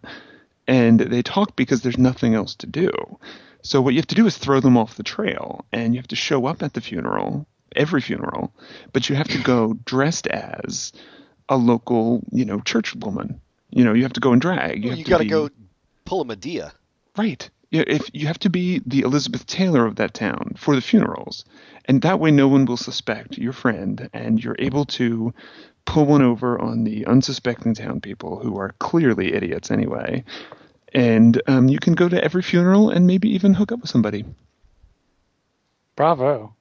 Speaker 4: and they talk because there's nothing else to do so what you have to do is throw them off the trail and you have to show up at the funeral every funeral but you have to go dressed as a local you know church woman you know you have to go in drag
Speaker 2: You,
Speaker 4: have to
Speaker 2: got to
Speaker 4: be-
Speaker 2: go pull a Medea.
Speaker 4: Right. Yeah, if you have to be the Elizabeth Taylor of that town for the funerals, and that way no one will suspect your friend, and you're able to pull one over on the unsuspecting town people who are clearly idiots anyway. And um, you can go to every funeral and maybe even hook up with somebody.
Speaker 3: Bravo.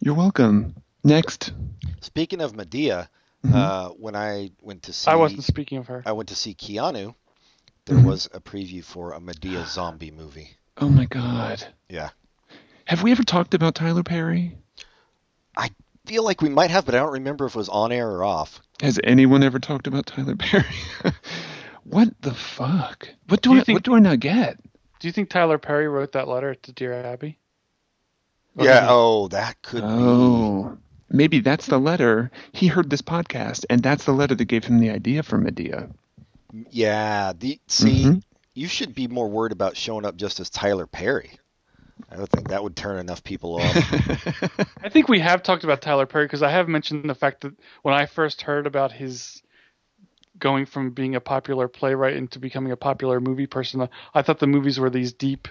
Speaker 4: You're welcome. Next.
Speaker 2: Speaking of Medea, uh, when I went to see
Speaker 3: I wasn't speaking of her.
Speaker 2: I went to see Keanu, there was a preview for a Medea zombie movie.
Speaker 4: Oh my God.
Speaker 2: Yeah.
Speaker 4: Have we ever talked about Tyler Perry?
Speaker 2: I feel like we might have, but I don't remember if it was on air or off.
Speaker 4: Has anyone ever talked about Tyler Perry? what the fuck? What do,
Speaker 3: Do you
Speaker 4: I
Speaker 3: think-
Speaker 4: what do I not get?
Speaker 3: Do you think Tyler Perry wrote that letter to Dear Abby?
Speaker 2: Yeah. Oh, that could be.
Speaker 4: Oh, maybe that's the letter. He heard this podcast, and that's the letter that gave him the idea for Medea.
Speaker 2: Yeah. The see,
Speaker 4: Mhm.
Speaker 2: you should be more worried about showing up just as Tyler Perry. I don't think that would turn enough people off.
Speaker 3: I think we have talked about Tyler Perry because I have mentioned the fact that when I first heard about his going from being a popular playwright into becoming a popular movie person, I thought the movies were these deep,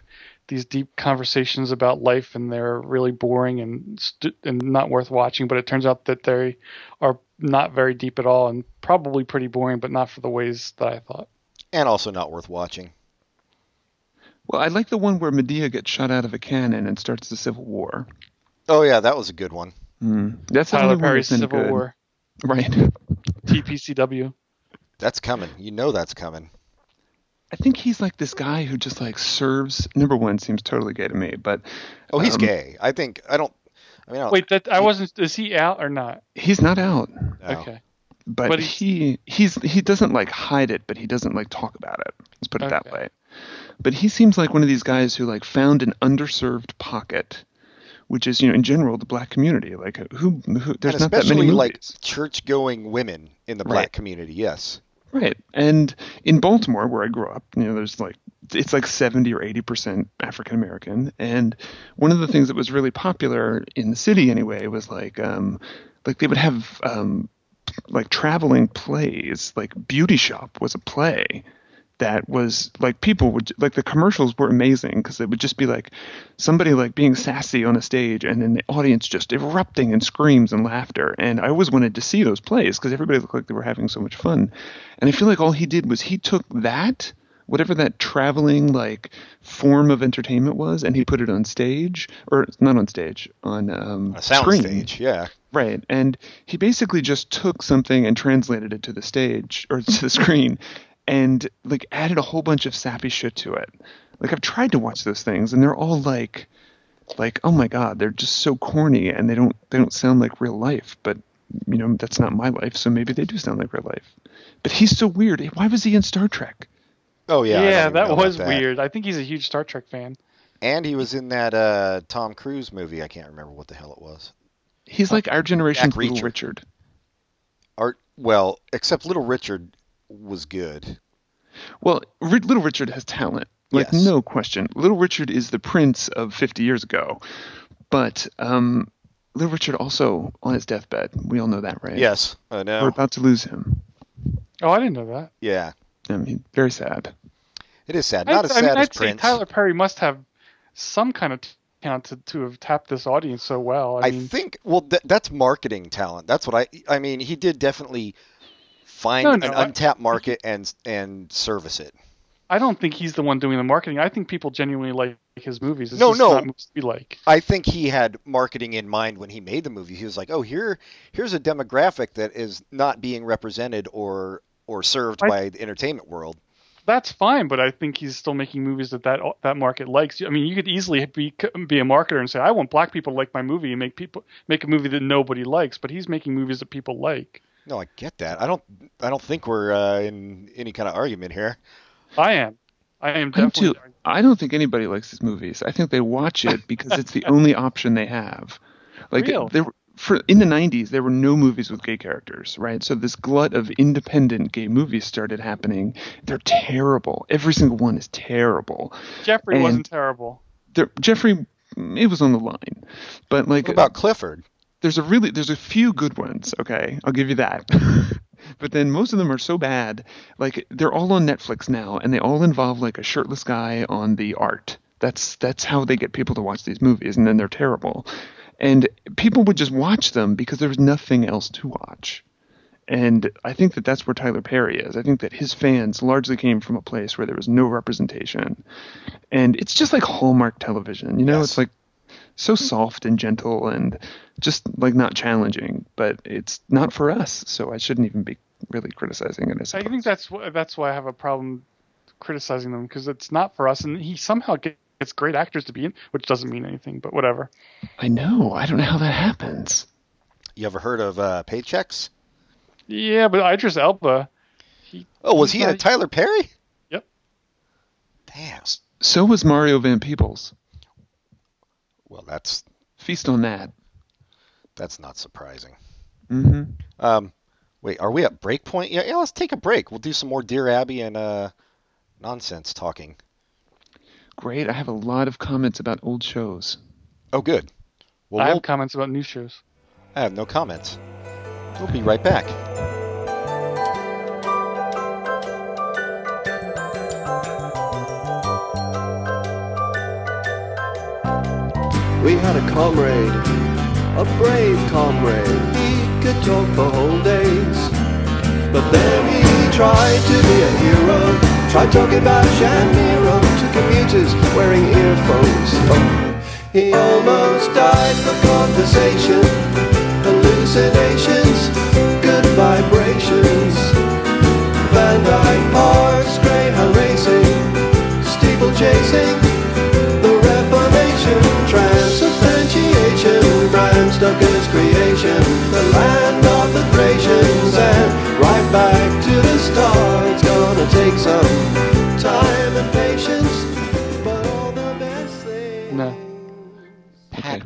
Speaker 3: these deep conversations about life, and they're really boring and st- and not worth watching. But it turns out that they are not very deep at all, and probably pretty boring, but not for the ways that I thought.
Speaker 2: and also not worth watching.
Speaker 4: Well, I like the one where Medea gets shot out of a cannon and starts the Civil War.
Speaker 2: Oh yeah, that was a good one.
Speaker 4: That's the only
Speaker 3: Tyler
Speaker 4: one
Speaker 3: Perry's
Speaker 4: that's any
Speaker 3: Civil
Speaker 4: good.
Speaker 3: War,
Speaker 4: right?
Speaker 3: TPCW.
Speaker 2: That's coming. You know that's coming.
Speaker 4: I think he's like this guy who just like serves. Number one seems totally gay to me, but
Speaker 2: Oh, he's
Speaker 4: Um,
Speaker 2: gay. I think I don't. I mean, I don't-
Speaker 3: Wait, that I wasn't. Is he out or not?
Speaker 4: He's not out,
Speaker 2: no.
Speaker 3: Okay.
Speaker 4: but,
Speaker 3: But he's-
Speaker 4: he he's he doesn't like hide it, but he doesn't like talk about it. Let's put it that
Speaker 3: Okay.
Speaker 4: way. But he seems like one of these guys who like found an underserved pocket, which is you know in general the black community. Like who, who there's
Speaker 2: and
Speaker 4: not that many
Speaker 2: especially like
Speaker 4: movies.
Speaker 2: church-going women in the
Speaker 4: Right.
Speaker 2: black community. Yes.
Speaker 4: Right. And in Baltimore, where I grew up, you know, there's like, it's like 70 or 80% African American. And one of the things that was really popular in the city anyway was like, um, like they would have, um, like traveling plays, like Beauty Shop was a play that was like people would like the commercials were amazing because it would just be like somebody like being sassy on a stage and then the audience just erupting in screams and laughter and i always wanted to see those plays because everybody looked like they were having so much fun and i feel like all he did was he took that whatever that traveling like form of entertainment was and he put it on stage or not on stage on um
Speaker 2: A sound
Speaker 4: screen.
Speaker 2: stage. Yeah.
Speaker 4: Right. And he basically just took something and translated it to the stage or to the screen and like added a whole bunch of sappy shit to it. Like I've tried to watch those things and they're all like like oh my god, they're just so corny and they don't they don't sound like real life, but you know, that's not my life, so maybe they do sound like real life. But he's so weird. Why was he in Star Trek?
Speaker 2: Oh yeah. I don't even know
Speaker 3: that
Speaker 2: about
Speaker 3: was weird. I think he's a huge Star Trek fan.
Speaker 2: And he was in that uh, Tom Cruise movie. I can't remember what the hell it was.
Speaker 4: He's like our generation's
Speaker 2: Jack
Speaker 4: Little
Speaker 2: Reacher.
Speaker 4: Richard.
Speaker 2: Art. Well, except Little Richard was good.
Speaker 4: Well, Ri- Little Richard has talent, like
Speaker 2: Yes.
Speaker 4: no question. Little Richard is the prince of 50 years ago, but um, Little Richard also on his deathbed. We all know that, right?
Speaker 2: Yes. I know.
Speaker 4: We're about to lose him.
Speaker 3: Oh, I didn't know that.
Speaker 2: yeah.
Speaker 4: I mean, very sad.
Speaker 2: It is sad. Not
Speaker 3: I,
Speaker 2: as
Speaker 3: I
Speaker 2: sad
Speaker 3: mean,
Speaker 2: as
Speaker 3: I'd say
Speaker 2: Prince.
Speaker 3: Tyler Perry must have some kind of talent to, to have tapped this audience so well. I,
Speaker 2: I
Speaker 3: mean,
Speaker 2: think. Well, th- that's marketing talent. That's what I. I mean, he did definitely find
Speaker 3: No, no,
Speaker 2: an
Speaker 3: I-
Speaker 2: untapped market and and service it.
Speaker 3: I don't think he's the one doing the marketing. I think people genuinely like his movies. It's
Speaker 2: No,
Speaker 3: just
Speaker 2: no.
Speaker 3: Not movies we like.
Speaker 2: I think he had marketing in mind when he made the movie. He was like, "Oh, here, here's a demographic that is not being represented or or served
Speaker 3: I-
Speaker 2: by the entertainment world."
Speaker 3: That's fine, but I think he's still making movies that that, that market likes. I mean, you could easily be be a marketer and say, "I want black people to like my movie," and make people make a movie that nobody likes. But he's making movies that people like.
Speaker 2: No, I get that. I don't. I don't think we're uh, in any kind of argument here.
Speaker 3: I am, I am
Speaker 4: I'm
Speaker 3: definitely.
Speaker 4: too. I don't think anybody likes his movies. I think they watch it because it's the only option they have. Like
Speaker 3: Real.
Speaker 4: there were- for in the 90s there were no movies with gay characters, right? So this glut of independent gay movies started happening. They're terrible. Every single one is terrible.
Speaker 3: Jeffrey
Speaker 4: And-
Speaker 3: wasn't terrible.
Speaker 4: there, Jeffrey, mm, it was on the line, but like
Speaker 2: What about Clifford?
Speaker 4: there's a really there's a few good ones. Okay, I'll give you that. but then most of them are so bad. Like they're all on Netflix now, and they all involve like a shirtless guy on the art. That's that's how they get people to watch these movies, and then they're terrible. And people would just watch them because there was nothing else to watch. And I think that that's where Tyler Perry is. I think that his fans largely came from a place where there was no representation. And it's just like Hallmark television, you know?
Speaker 2: Yes.
Speaker 4: It's like so soft and gentle and just like not challenging, but it's not for us, so I shouldn't even be really criticizing it. I,
Speaker 3: I
Speaker 4: suppose.
Speaker 3: think that's wh- that's why I have a problem criticizing them because it's not for us, and he somehow ge- gets great actors to be in, which doesn't mean anything, but whatever.
Speaker 4: I know. I don't know how that happens.
Speaker 2: You ever heard of uh, Paychecks?
Speaker 3: Yeah, but Idris Elba,
Speaker 2: Oh, was he in a
Speaker 3: Right.
Speaker 2: Tyler Perry?
Speaker 3: Yep.
Speaker 2: Damn.
Speaker 4: So was Mario Van Peebles.
Speaker 2: Well, that's
Speaker 4: Feast on that.
Speaker 2: that's not surprising.
Speaker 4: hmm
Speaker 2: Um, wait, are we at break point? Yeah, yeah, let's take a break. We'll do some more Dear Abby and uh, nonsense talking.
Speaker 4: Great. I have a lot of comments about old shows.
Speaker 2: Oh, good. Well,
Speaker 3: I
Speaker 2: we'll
Speaker 3: have comments about new shows.
Speaker 2: I have no comments. We'll be right back.
Speaker 1: We had a comrade, a brave comrade. He could talk for whole days. But then he tried to be a hero. Tried talking about Shamiro to commuters wearing earphones. Oh, he almost died for conversation. Hallucinations, good vibrations. Van Dyke Parks, greyhound racing, steeple chasing. The Reformation, transubstantiation, brand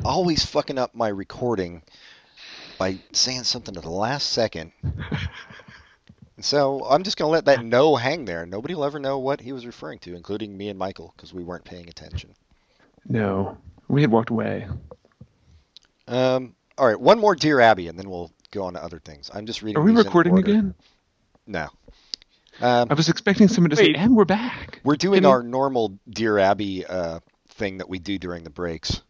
Speaker 2: always fucking up my recording by saying something at the last second. And so I'm just going to let that no hang there. Nobody will ever know what he was referring to, including me and Michael, because we weren't paying attention.
Speaker 4: No, we had walked away.
Speaker 2: Um, all right, one more Dear Abby, and then we'll go on to other things. I'm just reading.
Speaker 4: Are we
Speaker 2: these in
Speaker 4: recording
Speaker 2: order.
Speaker 4: again?
Speaker 2: No. Um,
Speaker 4: I was expecting someone to say,
Speaker 3: Wait.
Speaker 4: "And we're back."
Speaker 2: we're doing
Speaker 4: Can-
Speaker 2: our normal Dear Abby uh, thing that we do during the breaks.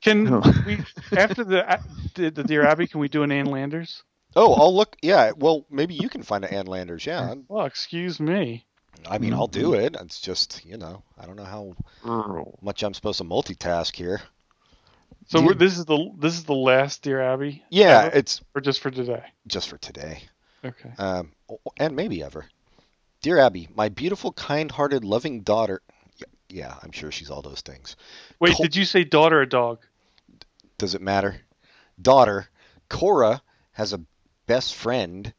Speaker 3: Can
Speaker 2: Oh.
Speaker 4: No.
Speaker 3: we after the a- the the Dear Abby? Can we do an Ann Landers?
Speaker 2: Oh, I'll look. Yeah, well, maybe you can find an Ann Landers. Yeah,
Speaker 3: Well, Oh, excuse me.
Speaker 2: I mean, I'll do it. It's just, you know, I don't know how much I'm supposed to multitask here.
Speaker 3: So
Speaker 4: Dear-
Speaker 3: we're, this is the this is the last Dear Abby,
Speaker 2: Yeah,
Speaker 3: Ever?
Speaker 2: it's
Speaker 3: or just for today?
Speaker 2: just for today.
Speaker 3: Okay.
Speaker 2: Um, o- and maybe ever. Dear Abby, my beautiful, kind-hearted, loving daughter. Y- Yeah, I'm sure she's all those things.
Speaker 3: Wait,
Speaker 2: Col-
Speaker 3: did you say daughter or dog?
Speaker 2: Does it matter? Daughter, Cora has a best friend.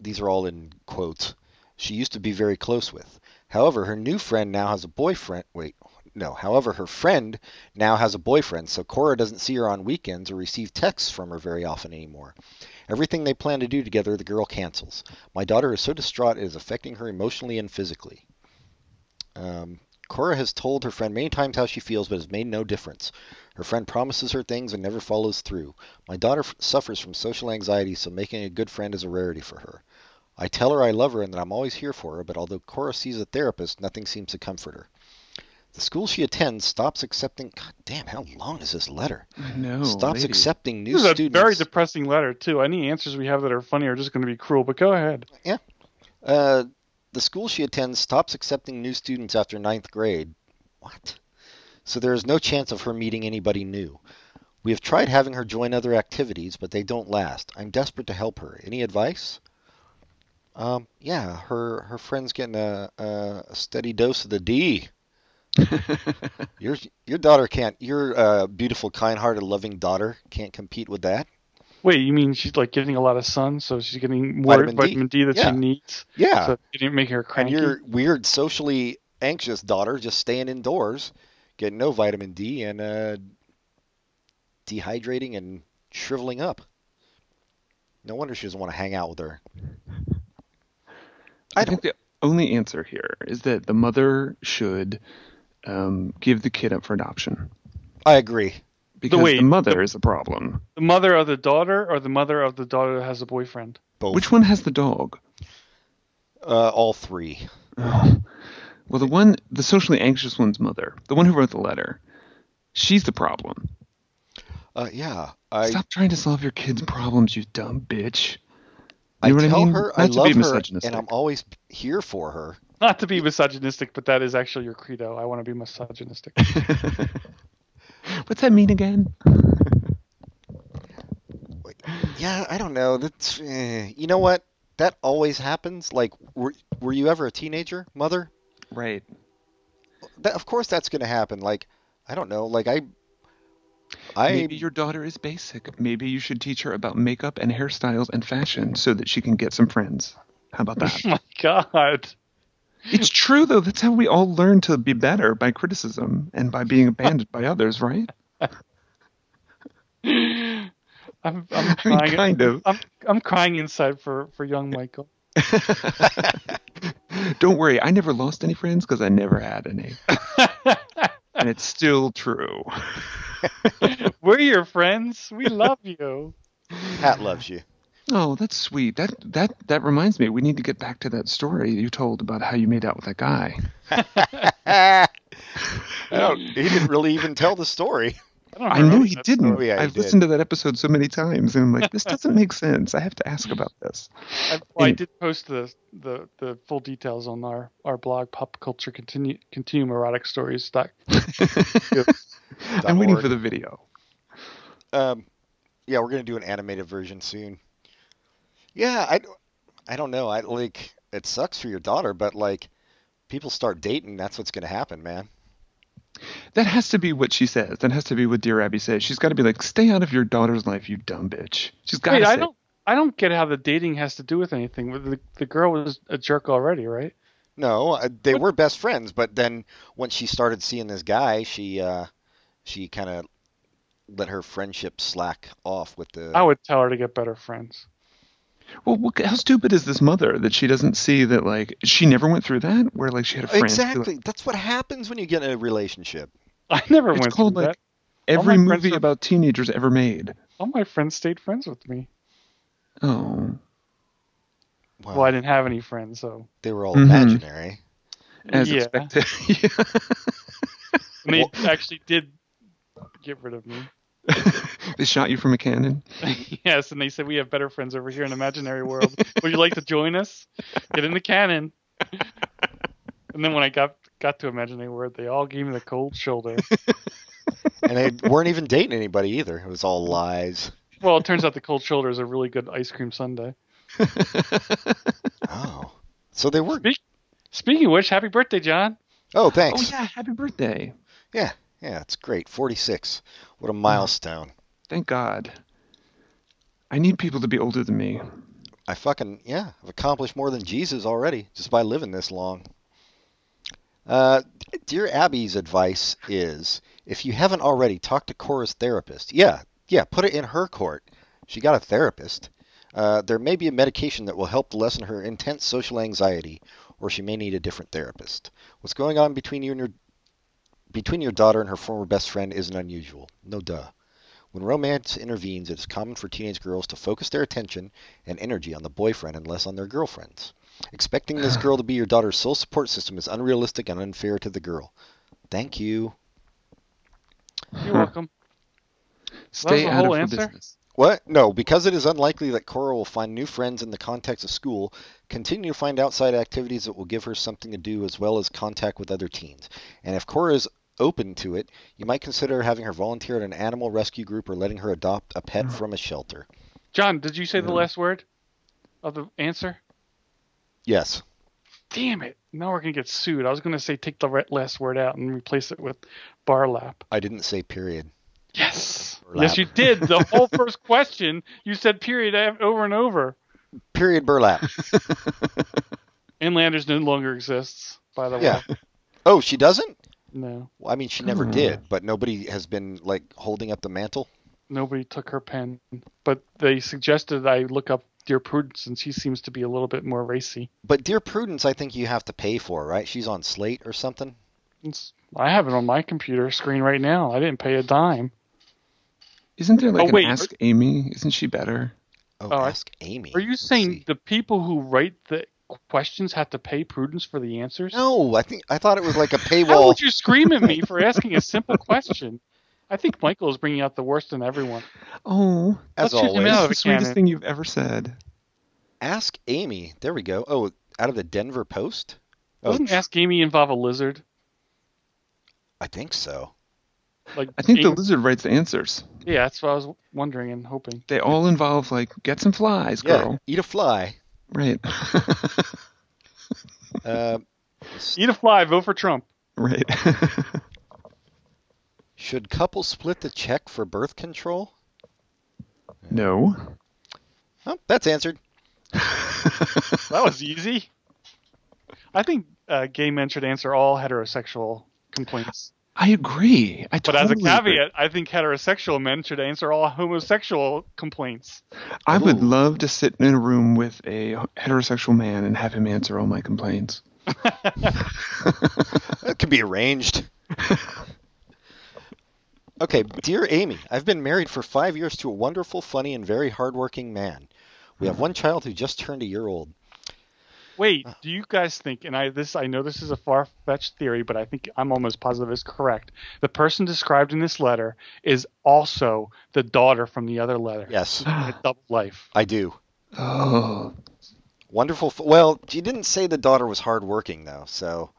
Speaker 2: These are all in quotes. She used to be very close with. However, her new friend now has a boyfriend. Wait, no. However, her friend now has a boyfriend, so Cora doesn't see her on weekends or receive texts from her very often anymore. Everything they plan to do together, the girl cancels. My daughter is so distraught it is affecting her emotionally and physically. Um, Cora has told her friend many times how she feels, but has made no difference. Her friend promises her things and never follows through. My daughter f- suffers from social anxiety, so making a good friend is a rarity for her. I tell her I love her and that I'm always here for her, but although Cora sees a therapist, nothing seems to comfort her. The school she attends stops accepting. God damn, how long is this letter?
Speaker 4: No,
Speaker 2: stops
Speaker 4: lady.
Speaker 2: accepting new
Speaker 3: Oh, This is a
Speaker 2: students.
Speaker 3: very depressing letter too. Any answers we have that are funny are just going to be cruel. But go ahead.
Speaker 2: Uh, the school she attends stops accepting new students after ninth grade. What? So there is no chance of her meeting anybody new. We have tried having her join other activities, but they don't last. I'm desperate to help her. Any advice? Um, yeah, her her friend's getting a, a a steady dose of the D. your your daughter can't. Your uh, beautiful, kind-hearted, loving daughter can't compete with that.
Speaker 3: Wait, you mean she's like getting a lot of sun, so she's getting more
Speaker 2: Vitamin
Speaker 3: vitamin
Speaker 2: D.
Speaker 3: D, that
Speaker 2: Yeah.
Speaker 3: she needs.
Speaker 2: Yeah.
Speaker 3: So it didn't make her
Speaker 2: And
Speaker 3: cranky.
Speaker 2: your weird, socially anxious daughter just staying indoors, getting no vitamin D and uh, dehydrating and shriveling up. No wonder she doesn't want to hang out with her. I
Speaker 4: I think the only answer here is that the mother should um, give the kid up for adoption
Speaker 2: I agree.
Speaker 4: because the,
Speaker 3: way-
Speaker 4: mother is the problem.
Speaker 3: the mother of the daughter, or the mother of the daughter that has a boyfriend.
Speaker 2: Both.
Speaker 4: Which one has the dog?
Speaker 2: Uh, all three.
Speaker 4: Oh. Well, the one, the socially anxious one's mother, the one who wrote the letter, she's the problem.
Speaker 2: Uh, yeah. I
Speaker 4: Stop trying to solve your kid's problems, you dumb bitch.
Speaker 2: I
Speaker 4: You know what I
Speaker 2: tell
Speaker 4: mean?
Speaker 2: her
Speaker 4: Not
Speaker 2: I
Speaker 4: to be
Speaker 2: love her
Speaker 4: misogynistic.
Speaker 2: and I'm always here for her.
Speaker 3: Not to be misogynistic, but that is actually your credo. I want to be misogynistic. Oh
Speaker 4: What's that mean again?
Speaker 2: Yeah, I don't know. That's eh. you know what that always happens. Like, were, were you ever a teenager, mother?
Speaker 4: Right.
Speaker 2: that, of course that's going to happen. Like, I don't know. Like I, I
Speaker 4: Maybe your daughter is basic. Maybe you should teach her about makeup and hairstyles and fashion so that she can get some friends. How about that?
Speaker 3: My God.
Speaker 4: it's true, though. That's how we all learn to be better by criticism and by being abandoned by others, right?
Speaker 3: I'm, I'm
Speaker 4: I mean,
Speaker 3: crying.
Speaker 4: kind of.
Speaker 3: I'm, I'm crying inside for, for young Michael.
Speaker 4: Don't worry, I never lost any friends because I never had any. and it's still true.
Speaker 3: We're your friends. We love you.
Speaker 2: Pat loves you.
Speaker 4: Oh, that's sweet. That that that reminds me, we need to get back to that story you told about how you made out with that guy.
Speaker 2: I don't. He didn't really even tell the story.
Speaker 3: I, don't
Speaker 4: I know
Speaker 3: remember
Speaker 4: he
Speaker 3: that
Speaker 4: didn't.
Speaker 3: story.
Speaker 2: Yeah, he
Speaker 4: I've
Speaker 2: did.
Speaker 4: listened to that episode so many times, and I'm like, this doesn't make sense. I have to ask about this.
Speaker 3: I, well, I
Speaker 4: And-
Speaker 3: did post the, the the full details on our, our blog, Pop Culture Continu- Continuum Erotic Stories. Doc.
Speaker 4: I'm waiting
Speaker 2: org.
Speaker 4: for the video.
Speaker 2: Um, yeah, we're gonna do an animated version soon. Yeah, I, don't- I don't know. I like it sucks for your daughter, but like people start dating, that's what's gonna happen, man.
Speaker 4: That has to be what she says. That has to be what Dear Abby says. She's got to be like, stay out of your daughter's life, you dumb bitch. She's got
Speaker 3: Wait,
Speaker 4: to
Speaker 3: I
Speaker 4: say,
Speaker 3: don't I don't get how the dating has to do with anything. The, the girl was a jerk already, right?
Speaker 2: No, uh, they were best friends, but then once she started seeing this guy, she uh, she kind of let her friendship slack off with the.
Speaker 3: I would tell her to get better friends.
Speaker 4: Well, what, how stupid is this mother that she doesn't see that like she never went through that where like she had a friend who,
Speaker 2: exactly. That's what happens when you get in a relationship.
Speaker 3: I never
Speaker 4: It's
Speaker 3: went
Speaker 4: called
Speaker 3: through
Speaker 4: like
Speaker 3: that.
Speaker 4: every
Speaker 3: my friends
Speaker 4: movie
Speaker 3: are-
Speaker 4: about teenagers ever made.
Speaker 3: All my friends stayed friends with me.
Speaker 4: Oh,
Speaker 2: Wow.
Speaker 3: Well, I didn't have any friends, so
Speaker 2: They were all
Speaker 4: Mhm.
Speaker 2: imaginary.
Speaker 4: as
Speaker 3: Yeah.
Speaker 4: expected. Yeah.
Speaker 3: and they actually did get rid of me.
Speaker 4: they shot you from a cannon.
Speaker 3: yes, and they said we have better friends over here in imaginary world. Would you like to join us? Get in the cannon. And then when I got got to imaginary world, they all gave me the cold shoulder.
Speaker 2: And they weren't even dating anybody either. It was all lies.
Speaker 3: Well, it turns out the cold shoulder is a really good ice cream sundae.
Speaker 2: Oh. So they were.
Speaker 3: Speak- Speaking of which, happy birthday, John.
Speaker 2: Oh,
Speaker 4: Oh
Speaker 2: thanks.
Speaker 4: yeah, happy birthday!
Speaker 2: yeah. yeah. it's great. 46. What a milestone.
Speaker 4: Thank God. I need people to be older than me.
Speaker 2: I fucking yeah, I've accomplished more than Jesus already just by living this long. Uh, dear Abby's advice is if you haven't already, talk to Cora's therapist. Yeah, yeah, put it in her court. She got a therapist. Uh, there may be a medication that will help lessen her intense social anxiety, or she may need a different therapist. What's going on between you and your between your daughter and her former best friend isn't unusual. No duh. When romance intervenes, it is common for teenage girls to focus their attention and energy on the boyfriend and less on their girlfriends. Expecting this girl to be your daughter's sole support system is unrealistic and unfair to the girl. Thank you.
Speaker 3: You're welcome.
Speaker 4: Stay
Speaker 3: the
Speaker 4: out
Speaker 3: whole
Speaker 4: of her
Speaker 3: answer?
Speaker 4: business.
Speaker 2: What? No, because it is unlikely that Cora will find new friends in the context of school, continue to find outside activities that will give her something to do as well as contact with other teens. And if Cora is open to it, you might consider having her volunteer at an animal rescue group or letting her adopt a pet from a shelter.
Speaker 3: John, did you say the
Speaker 4: Yeah.
Speaker 3: last word of the answer?
Speaker 2: Yes.
Speaker 3: Damn it. Now we're going to get sued. I was going to say take the re- last word out and replace it with barlap.
Speaker 2: I didn't say period.
Speaker 3: Yes.
Speaker 2: Burlap.
Speaker 3: Yes, you did. The whole first question, you said period av- over and over.
Speaker 2: Period burlap.
Speaker 3: Inlanders no longer exists, by the
Speaker 2: Yeah.
Speaker 3: way.
Speaker 2: Oh, she doesn't?
Speaker 3: No.
Speaker 2: Well, I mean, she never
Speaker 4: Hmm.
Speaker 2: did, but nobody has been like holding up the mantle.
Speaker 3: Nobody took her pen. But they suggested I look up Dear Prudence, and she seems to be a little bit more racy.
Speaker 2: But Dear Prudence, I think you have to pay for, right? She's on Slate or something.
Speaker 3: It's, I have it on my computer screen right now. I didn't pay a dime.
Speaker 4: Isn't there like
Speaker 3: Oh,
Speaker 4: an
Speaker 3: wait,
Speaker 4: Ask Amy? Isn't she better?
Speaker 2: Oh,
Speaker 3: Oh, I-
Speaker 2: ask Amy.
Speaker 3: Are you
Speaker 2: Let's
Speaker 3: saying
Speaker 2: see.
Speaker 3: the people who write the questions have to pay Prudence for the answers?
Speaker 2: No, I think I thought it was like a
Speaker 3: How
Speaker 2: paywall.
Speaker 3: would you scream at me for asking a simple question? I think Michael is bringing out the worst in everyone.
Speaker 4: Oh,
Speaker 2: as
Speaker 3: Let's shoot him
Speaker 2: always,
Speaker 3: out.
Speaker 4: that's
Speaker 3: of
Speaker 4: the
Speaker 3: a
Speaker 4: sweetest
Speaker 3: cannon.
Speaker 4: thing you've ever said.
Speaker 2: ask Amy. There we go. Oh, out of the Denver Post. Oh,
Speaker 3: Doesn't Ask Amy involve a lizard?
Speaker 2: I think so.
Speaker 3: Like
Speaker 4: I think the
Speaker 3: Amy-
Speaker 4: lizard writes the answers.
Speaker 3: yeah, that's what I was wondering and hoping.
Speaker 4: They all involve like get some flies,
Speaker 2: Yeah,
Speaker 4: girl.
Speaker 2: eat a fly.
Speaker 4: Right.
Speaker 2: Uh,
Speaker 3: Eat a fly, vote for Trump.
Speaker 4: right.
Speaker 2: should couples split the check for birth control?
Speaker 4: no.
Speaker 2: Oh, that's answered.
Speaker 3: That was easy. I think uh, gay men should answer all heterosexual complaints.
Speaker 4: I agree. I
Speaker 3: But as a
Speaker 4: totally agree.
Speaker 3: caveat, I think heterosexual men should answer all homosexual complaints.
Speaker 4: I would
Speaker 2: Ooh.
Speaker 4: love to sit in a room with a heterosexual man and have him answer all my complaints.
Speaker 2: That can be arranged. okay, dear Amy, I've been married for five years to a wonderful, funny, and very hardworking man. We have one child who just turned a year old.
Speaker 3: Wait, do you guys think? And I this I know this is a far fetched theory, but I think I'm almost positive it's correct. The person described in this letter is also the daughter from the other letter.
Speaker 2: Yes,
Speaker 3: A double life.
Speaker 2: I do.
Speaker 4: Oh,
Speaker 2: Wonderful. F- well, you didn't say the daughter was hardworking though, so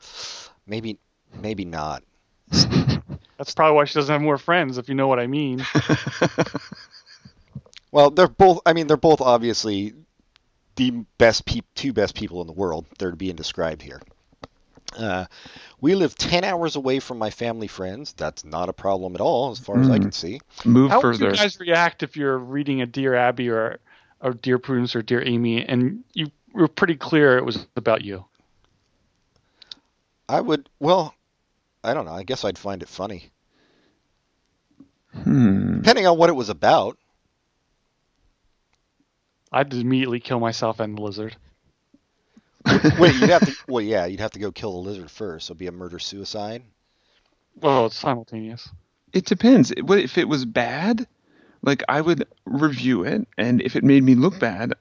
Speaker 2: maybe, maybe not.
Speaker 3: That's probably why she doesn't have more friends, if you know what I mean.
Speaker 2: Well, they're both. I mean, they're both obviously the best peop two best people in the world. They're being described here. Uh, we live ten hours away from my family friends. That's not a problem at all, as far as I
Speaker 4: Hmm.
Speaker 2: can see.
Speaker 4: move
Speaker 3: How
Speaker 4: further.
Speaker 3: would you guys react if you're reading a Dear Abby or or Dear Prudence or Dear Amy, and you were pretty clear it was about you?
Speaker 2: I would. Well, I don't know. I guess I'd find it funny.
Speaker 4: Hmm.
Speaker 2: Depending on what it was about.
Speaker 3: I'd immediately kill myself and the lizard.
Speaker 2: Wait, you'd have to. Well, yeah, you'd have to go kill the lizard first. So it'd be a murder suicide.
Speaker 3: Well, it's simultaneous.
Speaker 4: It depends. It- What if it was bad? Like I would review it, and if it made me look bad,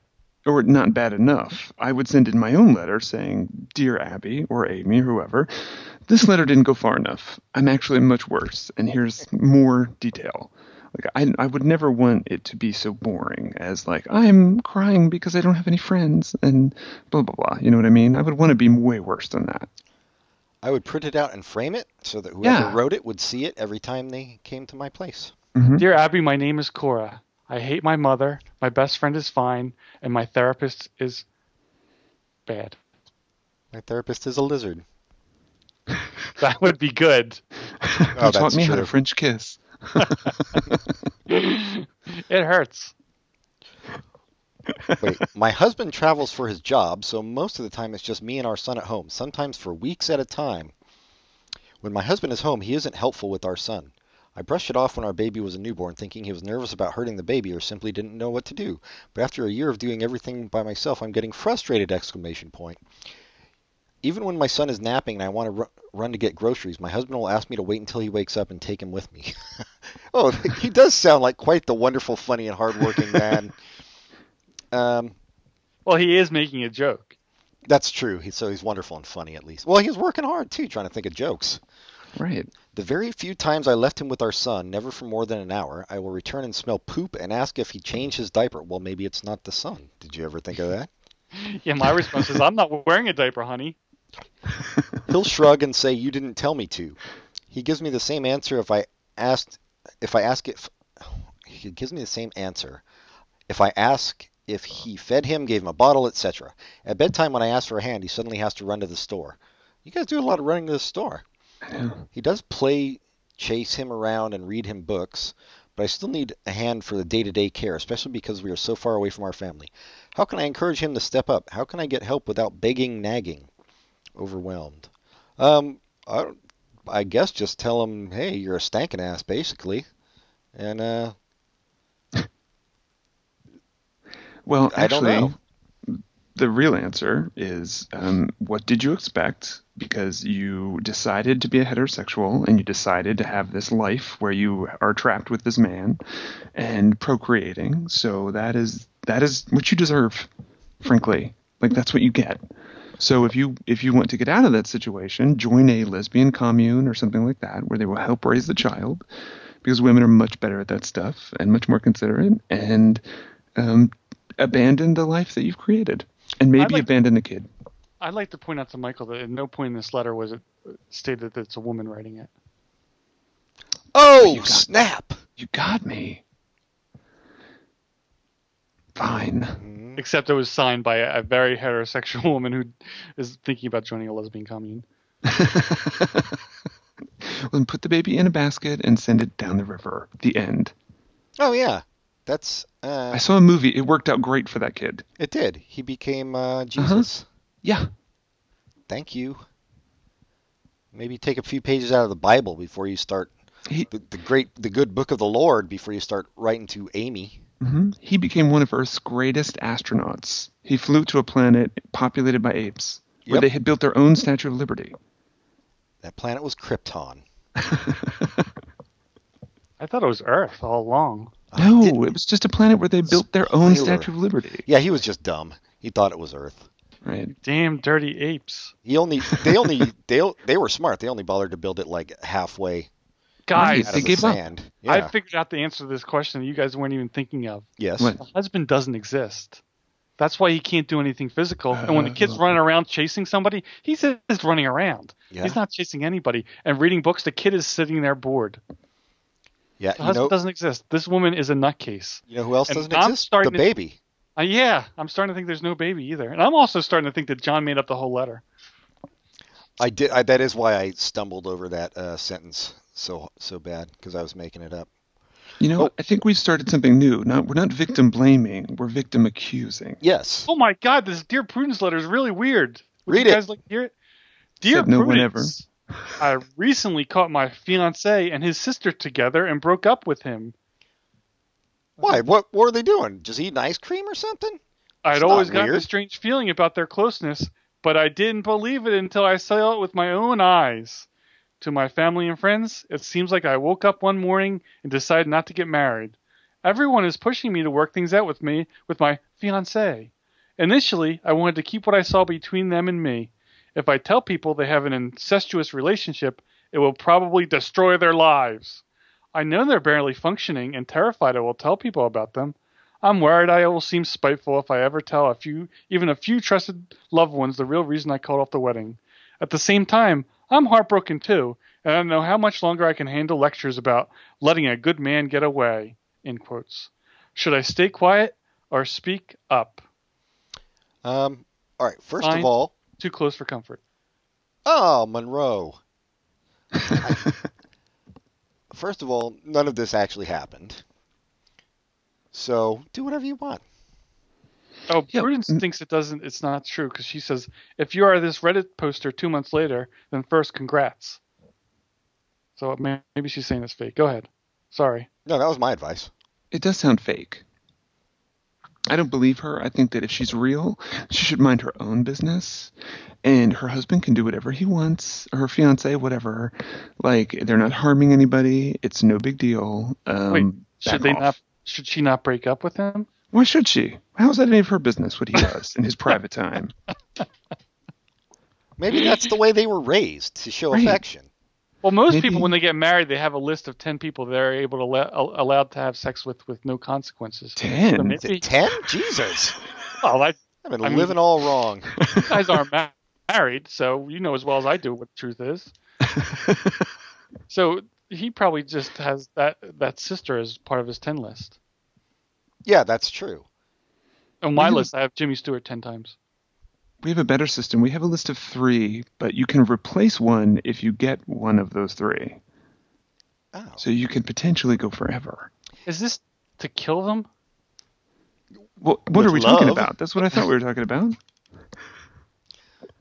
Speaker 4: or not bad enough, I would send in my own letter saying, "Dear Abby or Amy, whoever, this letter didn't go far enough. I'm actually much worse, and here's more detail." Like I, I would never want it to be so boring as like I'm crying because I don't have any friends and blah blah blah. You know what I mean? I would want to be way worse than that.
Speaker 2: I would print it out and frame it so that whoever
Speaker 4: Yeah.
Speaker 2: wrote it would see it every time they came to my place.
Speaker 3: Dear Abby, my name is Cora. I hate my mother. My best friend is fine, and my therapist is bad.
Speaker 2: My therapist is a lizard.
Speaker 3: That would be good.
Speaker 2: Oh,
Speaker 4: you taught
Speaker 2: that's
Speaker 4: me how
Speaker 2: true.
Speaker 4: to French kiss.
Speaker 3: It hurts.
Speaker 2: Wait, my husband travels for his job, so most of the time it's just me and our son at home, sometimes for weeks at a time. When my husband is home, he isn't helpful with our son. I brushed it off when our baby was a newborn, thinking he was nervous about hurting the baby or simply didn't know what to do. But after a year of doing everything by myself, I'm getting frustrated! Exclamation point. Even when my son is napping and I want to r- run to get groceries, my husband will ask me to wait until he wakes up and take him with me. oh, he does sound like quite the wonderful, funny, and hardworking man. Um,
Speaker 3: Well, he is making a joke.
Speaker 2: that's true. He, so he's wonderful and funny, at least. Well, he's working hard, too, trying to think of jokes.
Speaker 4: Right.
Speaker 2: The very few times I left him with our son, never for more than an hour, I will return and smell poop and ask if he changed his diaper. Well, maybe it's not the son. Did you ever think of that?
Speaker 3: Yeah, my response is, I'm not wearing a diaper, honey.
Speaker 2: He'll shrug and say, "You didn't tell me to." He gives me the same answer if I asked if I ask if he gives me the same answer if I ask if he fed him, gave him a bottle, etc. At bedtime, when I ask for a hand, he suddenly has to run to the store. You guys do a lot of running to the store. He does play chase him around and read him books, but I still need a hand for the day-to-day care, especially because we are so far away from our family. How can I encourage him to step up? How can I get help without begging, nagging? Overwhelmed. Um, I, don't- I guess just tell him, hey, you're a stankin' ass, basically. And uh,
Speaker 4: Well,
Speaker 2: I don't
Speaker 4: actually,
Speaker 2: know.
Speaker 4: the real answer is um, what did you expect? Because you decided to be a heterosexual and you decided to have this life where you are trapped with this man and procreating. So that is that is what you deserve, frankly. Like that's what you get. So if you if you want to get out of that situation, join a lesbian commune or something like that where they will help raise the child because women are much better at that stuff and much more considerate and um, abandon the life that you've created and maybe
Speaker 3: like-
Speaker 4: abandon the kid.
Speaker 3: I'd like to point out to Michael that at no point in this letter was it stated that it's a woman writing it.
Speaker 2: oh
Speaker 4: got-
Speaker 2: snap!
Speaker 4: You got me. Fine.
Speaker 3: Except it was signed by a, a very heterosexual woman who is thinking about joining a lesbian commune.
Speaker 4: Well, then put the baby in a basket and send it down the river. The end.
Speaker 2: Oh yeah, that's uh,
Speaker 4: I saw a movie. It worked out great for that kid.
Speaker 2: it. Did he became
Speaker 4: Uh-huh.
Speaker 2: uh, Jesus?
Speaker 4: Yeah.
Speaker 2: Thank you. Maybe take a few pages out of the Bible before you start
Speaker 4: He,
Speaker 2: the, the great, the good book of the Lord before you start writing to Amy.
Speaker 4: mhm. he became one of Earth's greatest astronauts. He flew to a planet populated by apes where
Speaker 2: Yep.
Speaker 4: they had built their own Statue of Liberty.
Speaker 2: That planet was Krypton.
Speaker 3: I thought it was Earth all along.
Speaker 4: no,
Speaker 2: didn't-
Speaker 4: it was just a planet where they built their own
Speaker 2: Spoiler.
Speaker 4: Statue of Liberty.
Speaker 2: Yeah, he was just dumb. He thought it was Earth.
Speaker 4: Right.
Speaker 3: Damn dirty apes.
Speaker 2: He only they only they o- they were smart. They only bothered to build it like halfway
Speaker 3: Guys,
Speaker 2: out
Speaker 4: They
Speaker 2: of the
Speaker 4: gave up.
Speaker 2: sand.
Speaker 3: I
Speaker 2: Yeah.
Speaker 3: figured out the answer to this question that you guys weren't even thinking of.
Speaker 2: Yes.
Speaker 4: What?
Speaker 3: The husband doesn't exist. That's why he can't do anything physical. and
Speaker 2: Uh.
Speaker 3: when the kid's running around chasing somebody, he's just running around.
Speaker 2: Yeah.
Speaker 3: He's not chasing anybody. And reading books, the kid is sitting there bored.
Speaker 2: Yeah.
Speaker 3: The
Speaker 2: you
Speaker 3: husband
Speaker 2: know,
Speaker 3: doesn't exist. This woman is a nutcase.
Speaker 2: you know who else
Speaker 3: and
Speaker 2: doesn't
Speaker 3: I'm
Speaker 2: exist? The
Speaker 3: starting to-
Speaker 2: baby.
Speaker 3: Uh, yeah, I'm starting to think there's no baby either. And I'm also starting to think that John made up the whole letter.
Speaker 2: I did. I, that is why I stumbled over that uh, sentence so so bad because I was making it up.
Speaker 4: You know,
Speaker 2: Oh.
Speaker 4: I think we've started something new. Not we're not victim blaming, we're victim accusing.
Speaker 2: Yes.
Speaker 3: Oh my God, this Dear Prudence letter is really weird. Would
Speaker 2: Read
Speaker 3: you
Speaker 2: it.
Speaker 3: guys like to hear it? Dear
Speaker 4: Said no one
Speaker 3: Prudence, I recently caught my fiance and his sister together and broke up with him.
Speaker 2: Why? What were they doing? Just eating ice cream or something?
Speaker 3: I'd
Speaker 2: It's not
Speaker 3: always gotten a
Speaker 2: weird.
Speaker 3: strange feeling about their closeness, but I didn't believe it until I saw it with my own eyes. To my family and friends, it seems like I woke up one morning and decided not to get married. Everyone is pushing me to work things out with me, with my fiance. Initially, I wanted to keep what I saw between them and me. If I tell people they have an incestuous relationship, it will probably destroy their lives. I know they're barely functioning and terrified I will tell people about them. I'm worried I will seem spiteful if I ever tell a few, even a few trusted loved ones, the real reason I called off the wedding. At the same time, I'm heartbroken too, and I don't know how much longer I can handle lectures about letting a good man get away. End quotes. Should I stay quiet or speak up?
Speaker 2: Um, all right. First
Speaker 3: Fine.
Speaker 2: of all,
Speaker 3: Too close for comfort.
Speaker 2: oh Monroe. First of all, none of this actually happened. So do whatever you want.
Speaker 3: Oh,
Speaker 4: Yeah,
Speaker 3: Prudence
Speaker 4: mm.
Speaker 3: thinks it doesn't. It's not true because she says if you are this Reddit poster two months later, then first, congrats. So may- maybe she's saying it's fake. Go ahead. Sorry.
Speaker 2: No, that was my advice.
Speaker 4: It does sound fake. I don't believe her. I think that if she's real, she should mind her own business. And her husband can do whatever he wants, or her fiance, whatever. Like, they're not harming anybody. It's no big deal. Um,
Speaker 3: Wait,
Speaker 4: back
Speaker 3: should they
Speaker 4: off.
Speaker 3: not? Should she not break up with him?
Speaker 4: Why should she? How is that any of her business what he does in his private time?
Speaker 2: Maybe that's the way they were raised to show
Speaker 4: Right.
Speaker 2: affection.
Speaker 3: Well, most
Speaker 4: Maybe-
Speaker 3: people when they get married, they have a list of ten people they're able to let, al- allowed to have sex with with no consequences. So
Speaker 4: Ten.
Speaker 2: Is it
Speaker 3: maybe,
Speaker 2: ten? Jesus,
Speaker 3: well, that
Speaker 2: I've been
Speaker 3: I mean-
Speaker 2: living all wrong.
Speaker 3: you guys aren't ma- married, so you know as well as I do what the truth is. So he probably just has that that sister as part of his ten list.
Speaker 2: Yeah, that's true.
Speaker 3: On my
Speaker 4: Mhm.
Speaker 3: list, I have Jimmy Stewart ten times.
Speaker 4: We have a better system. We have a list of three, but you can replace one if you get one of those three.
Speaker 2: Oh.
Speaker 4: So you could potentially go forever.
Speaker 3: Is this to kill them?
Speaker 4: Well, what
Speaker 2: With
Speaker 4: are we talking
Speaker 2: love?
Speaker 4: about? That's what I thought we were talking about.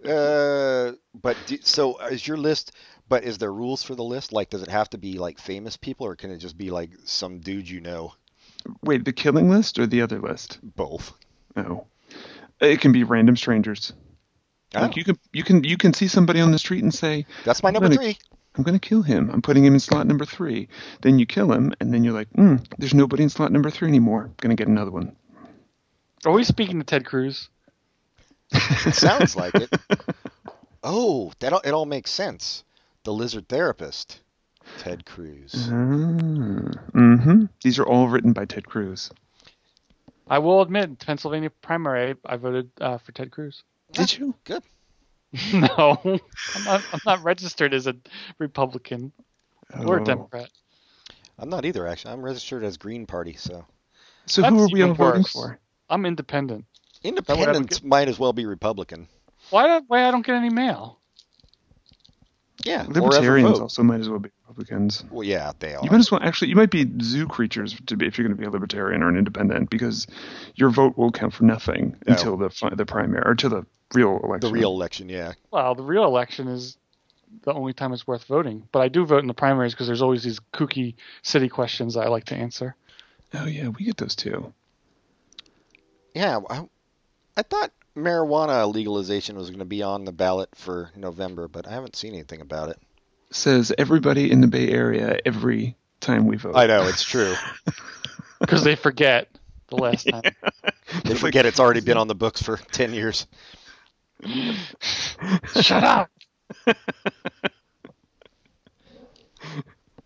Speaker 2: Uh, but do, so is your list? But is there rules for the list? Like, does it have to be like famous people, or can it just be like some dude you know?
Speaker 4: Wait, the killing list or the other list?
Speaker 2: Both.
Speaker 4: No, it can be random strangers.
Speaker 2: Oh,
Speaker 4: Like you can you can you can see somebody on the street and say,
Speaker 2: that's my number
Speaker 4: gonna-
Speaker 2: three.
Speaker 4: "I'm going to kill him. I'm putting him in slot number three. Then you kill him, and then you're like, mm, "There's nobody in slot number three anymore. I'm going to get another one."
Speaker 3: Are we speaking to Ted Cruz?
Speaker 2: It sounds like it. Oh, that all, it all makes sense. The lizard therapist, Ted Cruz.
Speaker 4: Mm-hmm. These are all written by Ted Cruz.
Speaker 3: I will admit, in Pennsylvania primary, I, I voted uh, for Ted Cruz.
Speaker 4: Did you?
Speaker 2: Good.
Speaker 3: No, I'm not, I'm not registered as a Republican or a
Speaker 4: Oh.
Speaker 3: Democrat.
Speaker 2: I'm not either, actually. I'm registered as Green Party, so
Speaker 4: So who
Speaker 3: That's
Speaker 4: are we all
Speaker 3: even
Speaker 4: voting
Speaker 3: worse.
Speaker 4: for?
Speaker 3: I'm independent. would have a
Speaker 2: independents might as well be Republican.
Speaker 3: Why? don't- Why I don't get any mail?
Speaker 2: Yeah, or ever
Speaker 4: Libertarians
Speaker 2: vote.
Speaker 4: also might as well be Republicans.
Speaker 2: Well, yeah, they are.
Speaker 4: You might as well actually. You might be zoo creatures to be if you're going to be a libertarian or an independent because your vote will count for nothing
Speaker 2: No.
Speaker 4: until the fi- the primary or to the real election.
Speaker 2: The real election, yeah.
Speaker 3: Well, the real election is the only time it's worth voting. But I do vote in the primaries because there's always these kooky city questions I like to answer.
Speaker 4: Oh yeah, we get those too.
Speaker 2: Yeah, I, I thought marijuana legalization was going to be on the ballot for November, but I haven't seen anything about it.
Speaker 4: Says everybody in the Bay Area every time we vote.
Speaker 2: I know, it's true.
Speaker 3: Because they forget the last time.
Speaker 2: They forget it's already been on the books for 10 years.
Speaker 3: Shut up!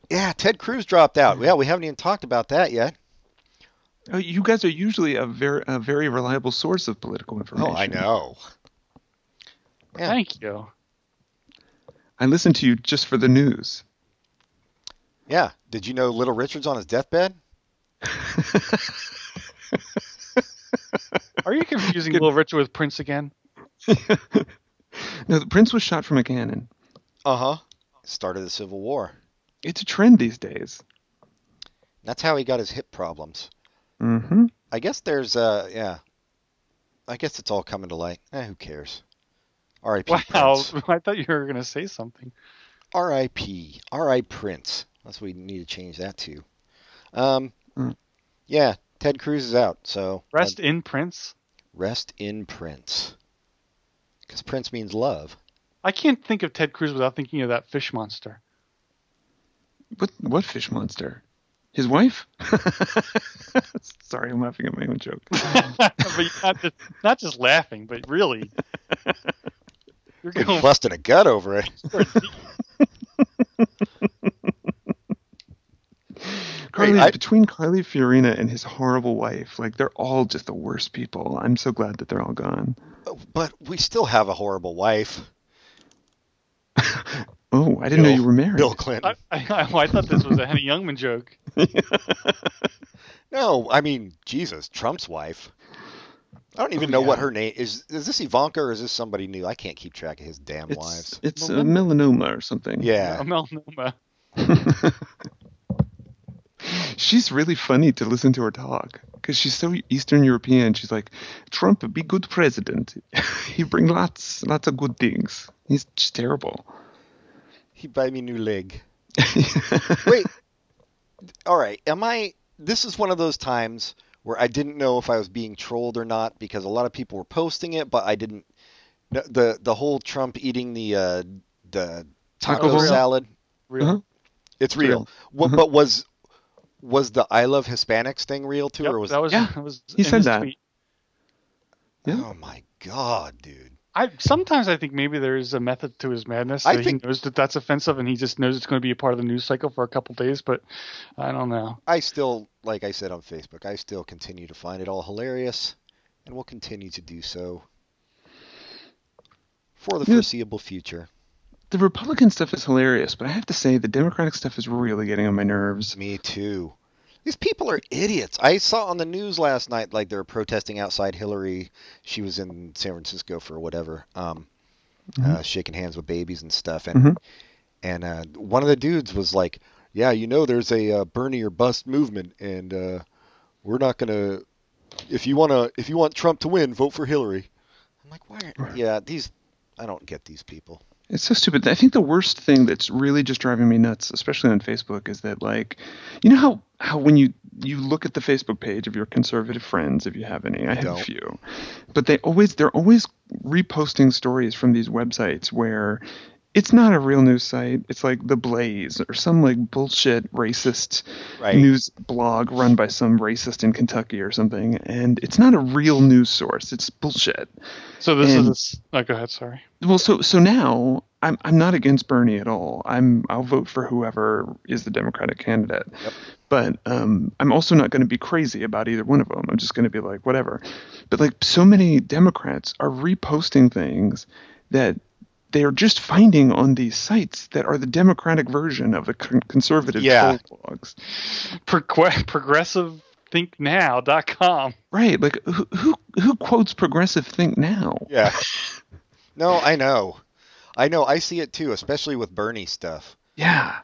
Speaker 2: Yeah, Ted Cruz dropped out. Yeah, we haven't even talked about that yet.
Speaker 4: Oh, you guys are usually a very a very reliable source of political information.
Speaker 2: Oh, I know. Yeah.
Speaker 3: Thank you.
Speaker 4: I listen to you just for the news.
Speaker 2: Yeah. Did you know Little Richard's on his deathbed?
Speaker 3: Are you confusing Little Richard with Prince again?
Speaker 4: No, the prince was shot from a cannon.
Speaker 2: Uh huh. Started the Civil War.
Speaker 4: It's a trend these days.
Speaker 2: That's how he got his hip problems.
Speaker 4: Mm-hmm.
Speaker 2: I guess there's, uh, yeah. I guess it's all coming to light. Eh, who cares? R.I.P.
Speaker 3: Wow,
Speaker 2: Prince.
Speaker 3: I thought you were going to say something.
Speaker 2: R.I.P. R.I. Prince. That's what we need to change that to. Um,
Speaker 4: Mm.
Speaker 2: yeah, Ted Cruz is out, so uh,
Speaker 3: Rest in Prince.
Speaker 2: rest in Prince. Because Prince means love.
Speaker 3: I can't think of Ted Cruz without thinking of that fish monster.
Speaker 4: What what fish monster? His wife? Sorry, I'm laughing at my own joke.
Speaker 3: but not just, not just laughing, but really. You're
Speaker 2: You're
Speaker 3: going
Speaker 2: busting a gut over it.
Speaker 4: Carly,
Speaker 2: I-
Speaker 4: between Carly Fiorina and his horrible wife, like they're all just the worst people. I'm so glad that they're all gone.
Speaker 2: Oh, But we still have a horrible wife.
Speaker 4: Oh, I didn't know
Speaker 2: Bill-
Speaker 4: you were married.
Speaker 2: Bill Clinton.
Speaker 3: I, I, I thought this was a Henny Youngman joke.
Speaker 2: No, I mean Jesus, Trump's wife. I don't even
Speaker 3: Oh,
Speaker 2: know what her name is. Is this Ivanka or is this somebody new? I can't keep track of his damn
Speaker 4: it's
Speaker 2: wives.
Speaker 4: it's a melanoma or something.
Speaker 2: Yeah.
Speaker 3: A melanoma.
Speaker 4: She's really funny to listen to her talk because she's so Eastern European. She's like, Trump be good president. he bring lots lots of good things. He's just terrible.
Speaker 2: He buy me new leg. Wait. All right. Am I? This is one of those times where I didn't know if I was being trolled or not because a lot of people were posting it, but I didn't. no, The the whole Trump eating the uh, the
Speaker 4: Taco
Speaker 2: taco
Speaker 4: Bell?
Speaker 2: salad.
Speaker 3: Real.
Speaker 4: Uh-huh.
Speaker 2: It's real.
Speaker 4: real. Uh-huh.
Speaker 2: Wha- But was was the I love Hispanics thing real too,
Speaker 3: Yep,
Speaker 2: or was
Speaker 3: that was,
Speaker 4: Yeah,
Speaker 3: that was
Speaker 4: he
Speaker 3: in
Speaker 4: said
Speaker 3: his
Speaker 4: that.
Speaker 3: tweet.
Speaker 4: Yeah.
Speaker 2: Oh my god, dude.
Speaker 3: I sometimes I think maybe there is a method to his madness.
Speaker 2: I
Speaker 3: that
Speaker 2: think-
Speaker 3: he knows that that's offensive, and he just knows it's going to be a part of the news cycle for a couple days. But I don't know.
Speaker 2: I still, like I said on Facebook, I still continue to find it all hilarious, and will continue to do so for the
Speaker 4: Yeah.
Speaker 2: foreseeable future.
Speaker 4: The Republican stuff is hilarious, but I have to say the Democratic stuff is really getting on my nerves.
Speaker 2: Me too. These people are idiots. I saw on the news last night, like they were protesting outside Hillary. She was in San Francisco for whatever, um, uh, shaking hands with babies and stuff. And and uh, one of the dudes was like, "Yeah, you know, there's a uh, Bernie or bust movement, and uh, we're not gonna. If you wanna, if you want Trump to win, vote for Hillary." I'm like, why? Are, yeah, these. I don't get these people.
Speaker 4: It's so stupid. I think the worst thing that's really just driving me nuts, especially on Facebook, is that like, you know how how when you you look at the Facebook page of your conservative friends, if you have any, I have a
Speaker 2: don't.
Speaker 4: few, but they always they're always reposting stories from these websites where it's not a real news site. It's like the Blaze or some like bullshit racist
Speaker 2: Right.
Speaker 4: news blog run by some racist in Kentucky or something, and it's not a real news source. It's bullshit.
Speaker 3: So this
Speaker 4: And-
Speaker 3: is. Oh, go ahead. Sorry.
Speaker 4: Well, so so now I'm I'm not against Bernie at all. I'm I'll vote for whoever is the Democratic candidate. But um, I'm also not going to be crazy about either one of them. I'm just going to be like whatever. But like so many Democrats are reposting things that they are just finding on these sites that are the Democratic version of the con- conservative
Speaker 2: Yeah.
Speaker 4: troll blogs.
Speaker 3: Progressive progressivethinknow.com.
Speaker 4: Right? Like who who who quotes progressive think now?
Speaker 2: Yeah. no, I know. I know. I see it too, especially with Bernie stuff.
Speaker 4: Yeah.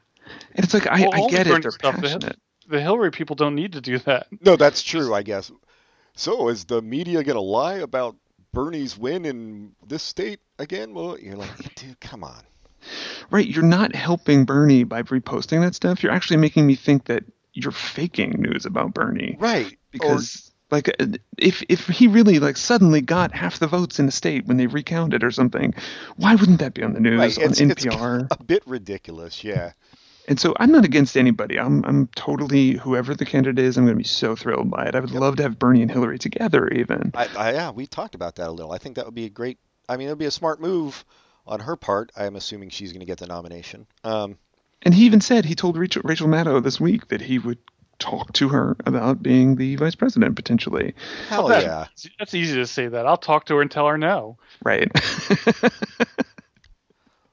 Speaker 4: And it's like I,
Speaker 3: Well, all
Speaker 4: I
Speaker 3: the
Speaker 4: get
Speaker 3: Bernie
Speaker 4: it. They're
Speaker 3: stuff, they have-
Speaker 4: passionate.
Speaker 3: The Hillary people don't need to do that.
Speaker 2: No, that's true, I guess. So is the media gonna lie about Bernie's win in this state again? Well, you're like, dude, come on.
Speaker 4: Right, you're not helping Bernie by reposting that stuff. You're actually making me think that you're faking news about Bernie.
Speaker 2: Right.
Speaker 4: Because like uh, if if he really like suddenly got half the votes in a state when they recounted or something, why wouldn't that be on the news
Speaker 2: right,
Speaker 4: on
Speaker 2: it's, it's
Speaker 4: NPR?
Speaker 2: a bit ridiculous, yeah.
Speaker 4: And so I'm not against anybody. I'm I'm totally whoever the candidate is, I'm going to be so thrilled by it. I would love to have Bernie and Hillary together even.
Speaker 2: I, I yeah, we talked about that a little. I think that would be a great I mean, it would be a smart move on her part. I'm assuming she's gonna get the nomination. Um
Speaker 4: And he even said he told Rachel, Rachel Maddow this week that he would talk to her about being the vice president potentially.
Speaker 2: hell
Speaker 3: That-
Speaker 2: Oh, yeah.
Speaker 3: That's easy to say that. I'll talk to her and tell her no.
Speaker 4: Right.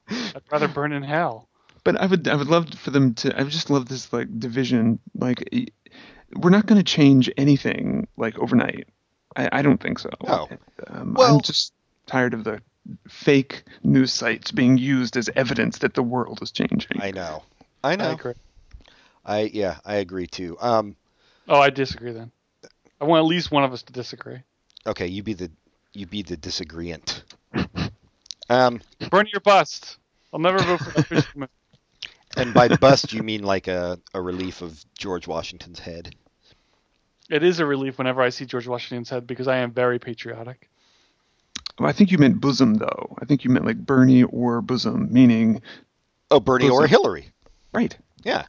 Speaker 3: I'd rather burn in hell.
Speaker 4: but I would I would love for them to I would just love this like division like e- we're not going to change anything like overnight. I, I don't think so.
Speaker 2: No.
Speaker 4: Um,
Speaker 2: Well-
Speaker 4: I'm just tired of the fake news sites being used as evidence that the world is changing.
Speaker 2: I know. I know.
Speaker 3: I
Speaker 2: I,
Speaker 3: agree.
Speaker 2: yeah, I agree too. Um
Speaker 3: Oh, I disagree then. I want at least one of us to disagree.
Speaker 2: okay, you be the you be the disagreeant. Um
Speaker 3: Burn your bust. I'll never vote for that fish.
Speaker 2: And by bust, you mean like a, a relief of George Washington's head.
Speaker 3: It is a relief whenever I see George Washington's head because I am very patriotic.
Speaker 4: Well, I think you meant bosom, though. I think you meant like Bernie or bosom, meaning
Speaker 2: Oh, Bernie or
Speaker 4: Bosom.
Speaker 2: Hillary.
Speaker 4: right.
Speaker 2: Yeah.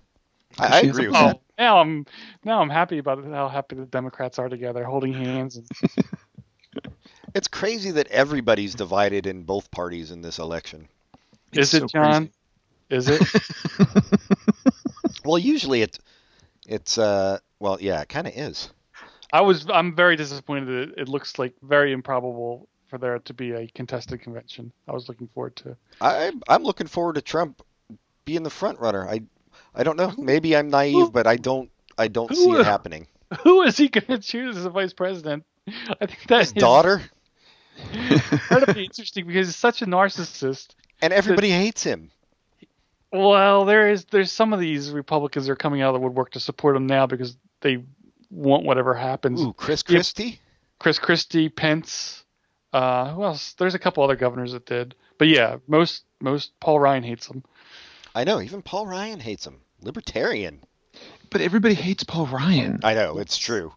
Speaker 4: She
Speaker 2: I, I
Speaker 4: has a
Speaker 2: agree with
Speaker 4: bosom.
Speaker 2: that.
Speaker 3: Oh, now I'm now I'm happy about how happy the Democrats are together, holding hands. And,
Speaker 2: It's crazy that everybody's divided in both parties in this election.
Speaker 3: is
Speaker 4: so
Speaker 3: it John? Is it?
Speaker 2: Well, usually it, it's, uh, well, yeah, it kind of is.
Speaker 3: I was I'm very disappointed. that It, it looks like very improbable for there to be a contested convention. I was looking forward to.
Speaker 2: I, I'm looking forward to Trump being the front runner. I, I don't know. Maybe I'm naive, but I don't, I don't see
Speaker 3: Who-
Speaker 2: it happening.
Speaker 3: Who is he going to choose as a vice president? I think that
Speaker 2: His
Speaker 3: is
Speaker 2: daughter
Speaker 3: incredibly interesting because he's such a narcissist.
Speaker 2: and everybody hates him.
Speaker 3: Well, there is there's some of these Republicans that are coming out of the woodwork to support him now because they want whatever happens.
Speaker 2: Ooh, Chris
Speaker 3: Yep.
Speaker 2: Christie.
Speaker 3: Chris Christie, Pence, uh, who else? There's a couple other governors that did, but yeah, most most Paul Ryan hates him.
Speaker 2: I know. Even Paul Ryan hates him. Libertarian.
Speaker 4: But everybody hates Paul Ryan.
Speaker 2: I know. It's true.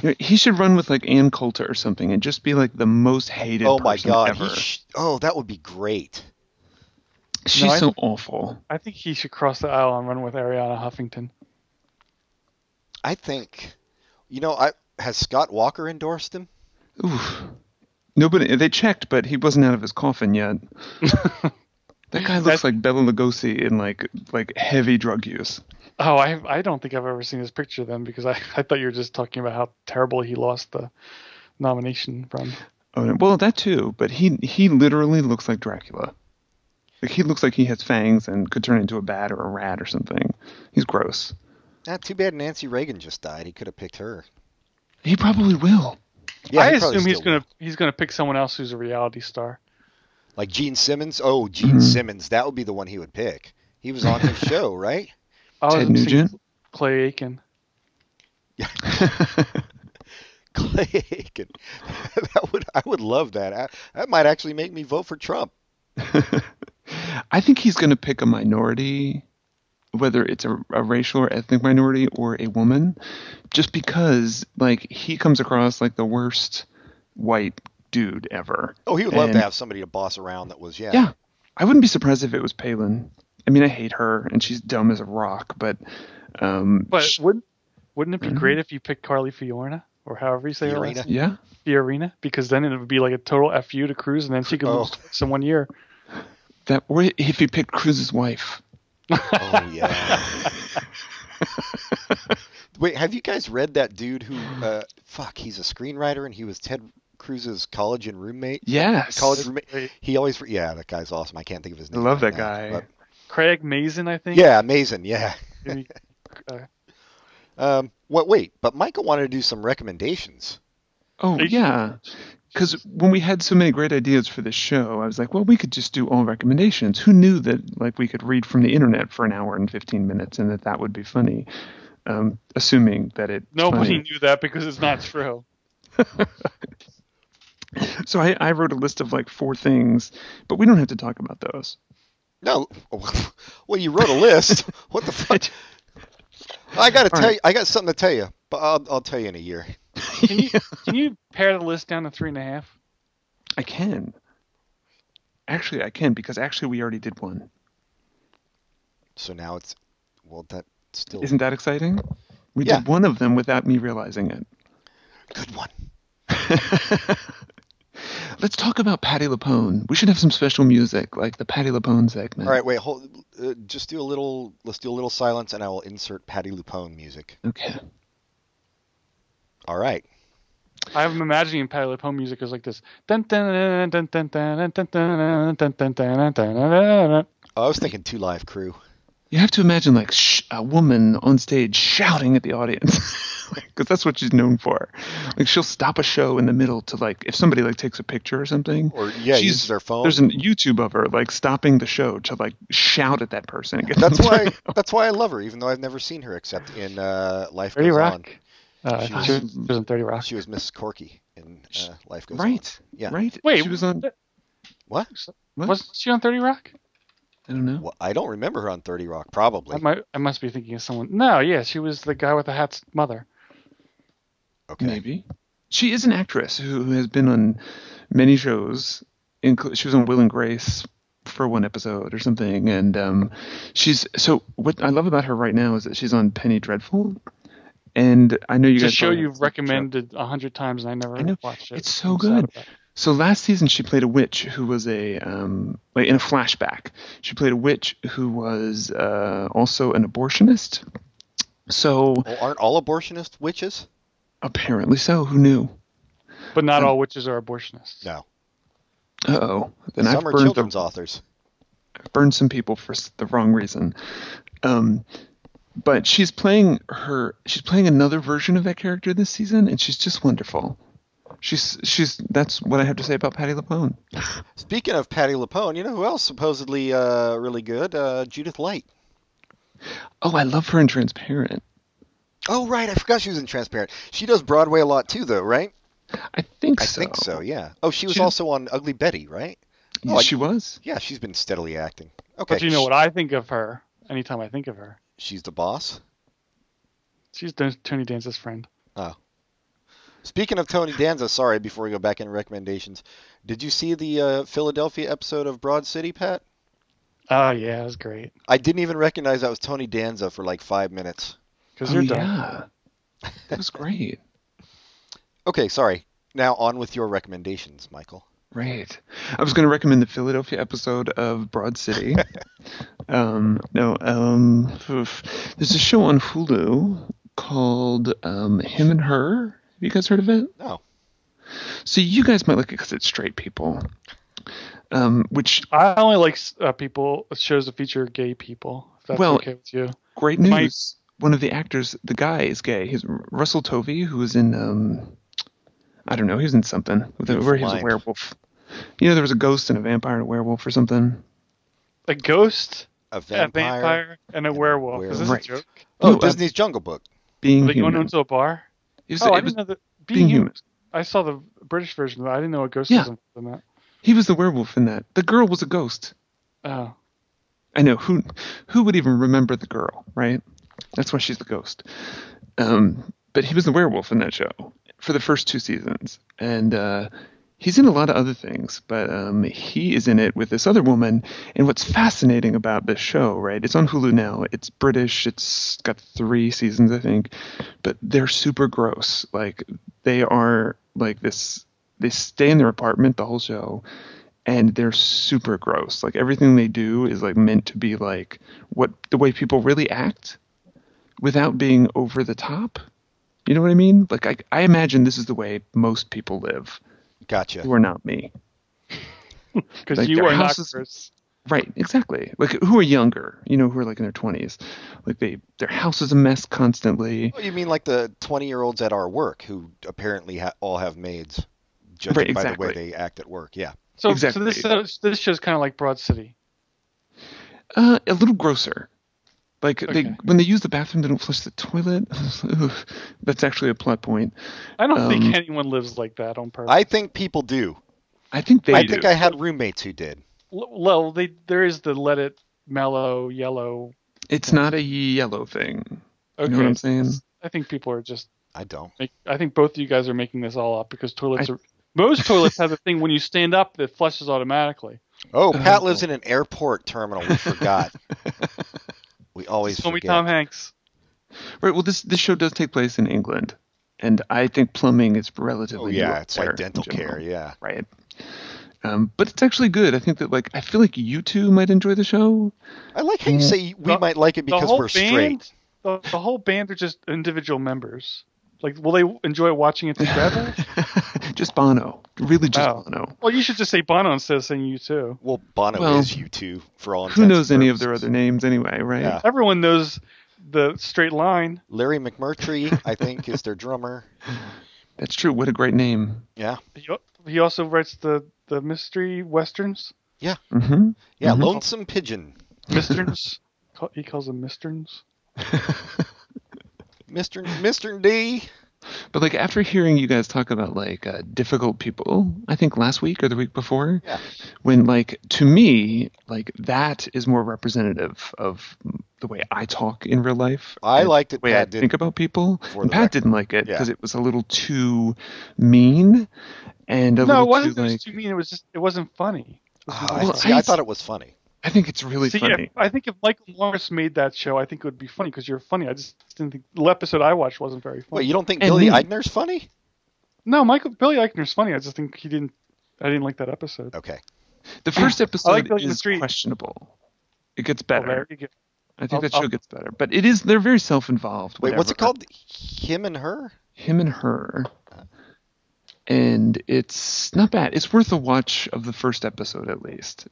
Speaker 4: You know, he should run with like Ann Coulter or something and just be like the most hated.
Speaker 2: Oh my
Speaker 4: person
Speaker 2: God.
Speaker 4: ever.
Speaker 2: He sh- oh, that would be great.
Speaker 4: She's
Speaker 3: No, I-
Speaker 4: so awful.
Speaker 3: I think he should cross the aisle and run with Ariana Huffington.
Speaker 2: I think, you know, I has Scott Walker endorsed him.
Speaker 4: Oof. Nobody. They checked, but he wasn't out of his coffin yet. that guy looks
Speaker 3: That's-
Speaker 4: like Bela Lugosi in like like heavy drug use.
Speaker 3: Oh, I I don't think I've ever seen his picture then because I, I thought you were just talking about how terrible he lost the nomination from.
Speaker 4: Oh, no. well, that too. But he he literally looks like Dracula. Like he looks like he has fangs and could turn into a bat or a rat or something. He's gross.
Speaker 2: Not Ah, too bad. Nancy Reagan just died. He could have picked her.
Speaker 4: He probably will.
Speaker 2: Yeah,
Speaker 3: I
Speaker 2: he probably
Speaker 3: assume he's
Speaker 2: still
Speaker 3: gonna
Speaker 2: would.
Speaker 3: he's gonna pick someone else who's a reality star.
Speaker 2: like Gene Simmons. Oh, Gene
Speaker 4: Hmm.
Speaker 2: Simmons. That would be the one he would pick. He was on his show, right?
Speaker 3: I
Speaker 4: Ted
Speaker 3: thinking
Speaker 4: Nugent?
Speaker 3: Clay Aiken.
Speaker 2: Clay Aiken. that would I would love that. I, that might actually make me vote for Trump.
Speaker 4: I think he's going to pick a minority, whether it's a, a racial or ethnic minority or a woman, just because like he comes across like the worst white dude ever.
Speaker 2: Oh, he would love
Speaker 4: And-
Speaker 2: to have somebody to boss around. That was yeah.
Speaker 4: Yeah, I wouldn't be surprised if it was Palin. I mean, I hate her and she's dumb as a rock, but um,
Speaker 3: But
Speaker 4: sh-
Speaker 3: wouldn't wouldn't it
Speaker 2: Mm-hmm.
Speaker 3: be great if you picked Carly Fiorina or however you say her last
Speaker 2: Fiorina.
Speaker 3: name?
Speaker 4: yeah,
Speaker 3: Fiorina? Because then it would be like a total fu to Cruz, and then she could
Speaker 2: Oh.
Speaker 3: lose twice in one year.
Speaker 4: that or if he picked Cruz's wife.
Speaker 2: Oh yeah. Wait, have you guys read that dude who? Uh, fuck, he's a screenwriter and he was Ted Cruz's college and roommate.
Speaker 4: Yes,
Speaker 2: College roommate. He always, re- yeah, that guy's awesome. I can't think of his
Speaker 4: I
Speaker 2: name.
Speaker 4: love
Speaker 2: right
Speaker 4: that
Speaker 2: now,
Speaker 4: guy.
Speaker 2: but-
Speaker 3: Craig Mazin, I think.
Speaker 2: yeah, amazing. Yeah.
Speaker 3: Maybe- uh,
Speaker 2: Um, what? Wait, but Michael wanted to do some recommendations.
Speaker 4: Oh
Speaker 3: They-
Speaker 4: yeah, because when we had so many great ideas for this show, I was like, well, we could just do all recommendations. Who knew that like we could read from the internet for an hour and fifteen minutes, and that that would be funny, um, assuming that it.
Speaker 3: Nobody knew that because it's not true.
Speaker 4: So I, I wrote a list of like four things, but we don't have to talk about those.
Speaker 2: No, well, you wrote a list. what the fuck? I gotta
Speaker 4: All
Speaker 2: tell
Speaker 4: right.
Speaker 2: you, I got something to tell you, but I'll, I'll tell you in a year.
Speaker 3: Can you can you pare the list down to three and a half?
Speaker 4: I can. Actually, I can because actually we already did one.
Speaker 2: So now it's, well, that still
Speaker 4: Isn't that exciting? We
Speaker 2: Yeah.
Speaker 4: did one of them without me realizing it.
Speaker 2: good one.
Speaker 4: Let's talk about Patty Lapone. We should have some special music, like the Patty Lapone segment.
Speaker 2: All right, wait, hold. Uh, just do a little. Let's do a little silence, and I will insert Patty Lupone music.
Speaker 4: Okay.
Speaker 2: All right.
Speaker 3: I'm imagining Patty Home music is like this. Dun, dun, dun, dun, dun, dun, dun, dun, dun, dun, dun, dun, dun, dun, dun, dun.
Speaker 2: Oh, I was thinking Two Live Crew.
Speaker 4: You have to imagine like sh- a woman on stage shouting at the audience, because that's what she's known for. Like she'll stop a show in the middle to like if somebody like takes a picture or something.
Speaker 2: Or, yeah,
Speaker 4: she's-
Speaker 2: uses their phone.
Speaker 4: There's a YouTube of her like stopping the show to like shout at that person. and get
Speaker 2: That's
Speaker 4: them to-
Speaker 2: why. that's why I love her, even though I've never seen her except in uh, Life
Speaker 3: Thirty
Speaker 2: Goes
Speaker 3: Rock. Uh,
Speaker 2: She was-
Speaker 3: she was in Thirty Rock.
Speaker 2: On. She was Mrs. Corky in uh, Life Goes On.
Speaker 4: Right.
Speaker 2: Yeah.
Speaker 4: Right.
Speaker 3: Wait,
Speaker 4: She was on.
Speaker 2: What?
Speaker 4: what?
Speaker 3: Was she on Thirty Rock?
Speaker 4: I don't know.
Speaker 2: Well, I don't remember her on 30 Rock, probably.
Speaker 3: I might I must be thinking of someone. No, yeah, she was the guy with the hat's mother.
Speaker 2: okay.
Speaker 4: Maybe. She is an actress who, who has been on many shows. Inclu- she was on Will and Grace for one episode or something. And um, she's so what I love about her right now is that she's on Penny Dreadful. And I know you
Speaker 3: It's a
Speaker 4: guys
Speaker 3: show
Speaker 4: probably-
Speaker 3: you've recommended a hundred times and I never
Speaker 4: I know.
Speaker 3: watched it.
Speaker 4: It's so
Speaker 3: I'm sad
Speaker 4: good.
Speaker 3: about it.
Speaker 4: So last season she played a witch who was a um, like in a flashback. She played a witch who was uh, also an abortionist. So
Speaker 2: Well, aren't all abortionist witches?
Speaker 4: apparently so. Who knew?
Speaker 3: But not all witches are abortionists.
Speaker 2: No.
Speaker 4: Uh oh. Then I've
Speaker 2: Some are
Speaker 4: burned the
Speaker 2: children's authors.
Speaker 4: burned some people for s- the wrong reason. Um, but she's playing her. She's playing another version of that character this season, and she's just wonderful. She's she's. That's what I have to say about Patty LaPone.
Speaker 2: Speaking of Patty Lapone, you know who else supposedly uh, really good? Uh, Judith Light.
Speaker 4: Oh, I love her in Transparent.
Speaker 2: Oh, right. I forgot she was in Transparent. She does Broadway a lot too, though, right?
Speaker 4: I think
Speaker 2: I
Speaker 4: so.
Speaker 2: think so, yeah. Oh, she was
Speaker 4: She-
Speaker 2: also on Ugly Betty, right? Oh, I-
Speaker 4: she was.
Speaker 2: Yeah, she's been steadily acting. Okay.
Speaker 3: But you know what I think of her anytime I think of her.
Speaker 2: She's the boss.
Speaker 3: She's Dan- Tony Danza's friend.
Speaker 2: Speaking of Tony Danza, sorry, before we go back into recommendations, did you see the uh, Philadelphia episode of Broad City, Pat?
Speaker 3: Oh yeah, it was great.
Speaker 2: I didn't even recognize that was Tony Danza for like five minutes.
Speaker 3: Because
Speaker 4: Oh,
Speaker 3: you're done.
Speaker 4: yeah. That was great.
Speaker 2: Okay, sorry. Now on with your recommendations, Michael.
Speaker 4: Right. I was going to recommend the Philadelphia episode of Broad City. um, no, um, oof. there's a show on Hulu called um, Him and Her. Have you guys heard of it?
Speaker 2: No.
Speaker 4: So you guys might like it because it's straight people. Um, which
Speaker 3: I only like uh, people shows that feature gay people. If that's
Speaker 4: Well,
Speaker 3: okay with you.
Speaker 4: great news!
Speaker 3: My-
Speaker 4: One of the actors, the guy, is gay. He's Russell Tovey, who was in um, I don't know, he was in something where he was a
Speaker 2: Blind.
Speaker 4: werewolf. You know, there was a ghost and a vampire and a werewolf or something.
Speaker 3: A ghost,
Speaker 2: A
Speaker 3: a
Speaker 2: vampire.
Speaker 3: vampire, and a werewolf. Is this
Speaker 4: Right.
Speaker 3: a joke?
Speaker 2: Oh,
Speaker 4: No, uh,
Speaker 2: Disney's Jungle Book.
Speaker 4: being
Speaker 3: Like going
Speaker 4: human.
Speaker 3: into a bar?
Speaker 4: It was-
Speaker 3: Oh, I
Speaker 4: it was-
Speaker 3: didn't know that. Being,
Speaker 4: being
Speaker 3: human.
Speaker 4: human.
Speaker 3: I saw the British version of that. I didn't know a ghost
Speaker 4: Yeah.
Speaker 3: was involved in that.
Speaker 4: He was the werewolf in that. The girl was a ghost.
Speaker 3: Oh,
Speaker 4: I know who who would even remember the girl, right? That's why she's the ghost. Um, but he was the werewolf in that show for the first two seasons, and uh, he's in a lot of other things. But um, he is in it with this other woman. And what's fascinating about this show, right? It's on Hulu now. It's British. It's got three seasons, I think. But they're super gross. Like they are like this. They stay in their apartment the whole show and they're super gross. Like everything they do is like meant to be like what the way people really act without being over the top. You know what I mean? Like I, I imagine this is the way most people live
Speaker 2: Gotcha.
Speaker 4: who are not me.
Speaker 3: because
Speaker 4: Like,
Speaker 3: you
Speaker 4: their
Speaker 3: are not
Speaker 4: house is-
Speaker 3: Chris.
Speaker 4: Right, exactly. Like who are younger, you know, who are like in their 20s. Like they their house is a mess constantly.
Speaker 2: Oh, you mean like the 20 year olds at our work who apparently ha- all have maids, judging
Speaker 4: Right,
Speaker 2: by the
Speaker 4: exactly.
Speaker 2: way they act at work? Yeah.
Speaker 3: So,
Speaker 4: Exactly.
Speaker 3: so this this show's kind of like Broad City.
Speaker 4: Uh, a little grosser. Like they
Speaker 3: Okay.
Speaker 4: when they use the bathroom, they don't flush the toilet. Oof. That's actually a plot point.
Speaker 3: I don't
Speaker 4: Um,
Speaker 3: think anyone lives like that on purpose.
Speaker 2: I think people do.
Speaker 4: I think they
Speaker 2: I
Speaker 4: do.
Speaker 2: think I had roommates who did.
Speaker 3: L- well, they, there is the let it mellow yellow.
Speaker 4: It's not a yellow thing.
Speaker 3: Okay,
Speaker 4: You know what I'm saying?
Speaker 3: I think people are just.
Speaker 2: I don't.
Speaker 3: Make, I think both of you guys are making this all up because toilets
Speaker 4: I-
Speaker 3: are. Most toilets have a thing when you stand up that flushes automatically.
Speaker 2: Oh, Pat
Speaker 4: Oh.
Speaker 2: lives in an airport terminal. We forgot. we always
Speaker 3: Just Tell me
Speaker 2: forget.
Speaker 3: Tom Hanks.
Speaker 4: Right. Well, this this show does take place in England, and I think plumbing is relatively.
Speaker 2: oh yeah,
Speaker 4: new
Speaker 2: it's
Speaker 4: there
Speaker 2: like
Speaker 4: in
Speaker 2: dental
Speaker 4: general,
Speaker 2: care. Yeah.
Speaker 4: Right. Um, but it's actually good. I think that like I feel like you two might enjoy the show.
Speaker 2: I like how you say we
Speaker 3: The-
Speaker 2: might like it
Speaker 3: the
Speaker 2: because
Speaker 3: whole
Speaker 2: we're
Speaker 3: band,
Speaker 2: straight.
Speaker 3: The, the whole band are just individual members. Like, will they enjoy watching it together?
Speaker 4: just Bono, really just
Speaker 3: Oh.
Speaker 4: Bono.
Speaker 3: well, you should just say Bono instead of saying you too.
Speaker 2: Well, Bono
Speaker 4: Well,
Speaker 2: is you two for all.
Speaker 4: Who
Speaker 2: intents
Speaker 4: knows
Speaker 2: and
Speaker 4: any of their
Speaker 2: purposes.
Speaker 4: other names anyway? Right.
Speaker 2: Yeah.
Speaker 3: Everyone knows the straight line.
Speaker 2: Larry McMurtry, I think, is their drummer.
Speaker 4: That's true. What a great name.
Speaker 2: Yeah.
Speaker 3: He, he also writes the, the mystery westerns.
Speaker 4: hmm
Speaker 2: Yeah.
Speaker 4: Mhm.
Speaker 2: Lonesome Pigeon,
Speaker 3: Misterns. Ca- he calls them misterns.
Speaker 2: Mister Mister D.
Speaker 4: But like after hearing you guys talk about like uh, difficult people, I think last week or the week before,
Speaker 2: Yeah.
Speaker 4: when like to me like that is more representative of the way I talk in real life.
Speaker 2: I
Speaker 4: and
Speaker 2: liked it.
Speaker 4: the way I
Speaker 2: Uh, Pat didn't.
Speaker 4: think about people.
Speaker 2: for
Speaker 4: And
Speaker 2: the
Speaker 4: Pat
Speaker 2: record.
Speaker 4: didn't like it
Speaker 2: Yeah.
Speaker 4: because it was a little too mean and a
Speaker 3: No, it
Speaker 4: little
Speaker 3: wasn't
Speaker 4: too
Speaker 3: that it was
Speaker 4: like.
Speaker 3: too mean. It was just it wasn't funny.
Speaker 2: Ah,
Speaker 4: Well,
Speaker 2: I, see, I
Speaker 4: I-
Speaker 2: thought it was funny.
Speaker 4: I think it's really
Speaker 3: See,
Speaker 4: funny.
Speaker 3: if, I think if Michael Morris made that show, I think it would be funny because you're funny. I just didn't think the episode I watched wasn't very funny.
Speaker 2: Wait, you don't think
Speaker 4: And
Speaker 2: Billy
Speaker 4: me.
Speaker 2: Eichner's funny?
Speaker 3: No, Michael Billy Eichner's funny. I just think he didn't. I didn't like that episode.
Speaker 2: Okay.
Speaker 4: The first episode
Speaker 3: Billy in the
Speaker 4: is
Speaker 3: Street.
Speaker 4: questionable. It gets
Speaker 3: Oh,
Speaker 4: better.
Speaker 3: there you go.
Speaker 4: I think
Speaker 3: I'll-
Speaker 4: that show
Speaker 3: I'll-
Speaker 4: gets better, but it is they're very self-involved.
Speaker 2: Wait, what's
Speaker 4: whatever.
Speaker 2: it called? Him and her?
Speaker 4: Him and her, and it's not bad. It's worth a watch of the first episode at least.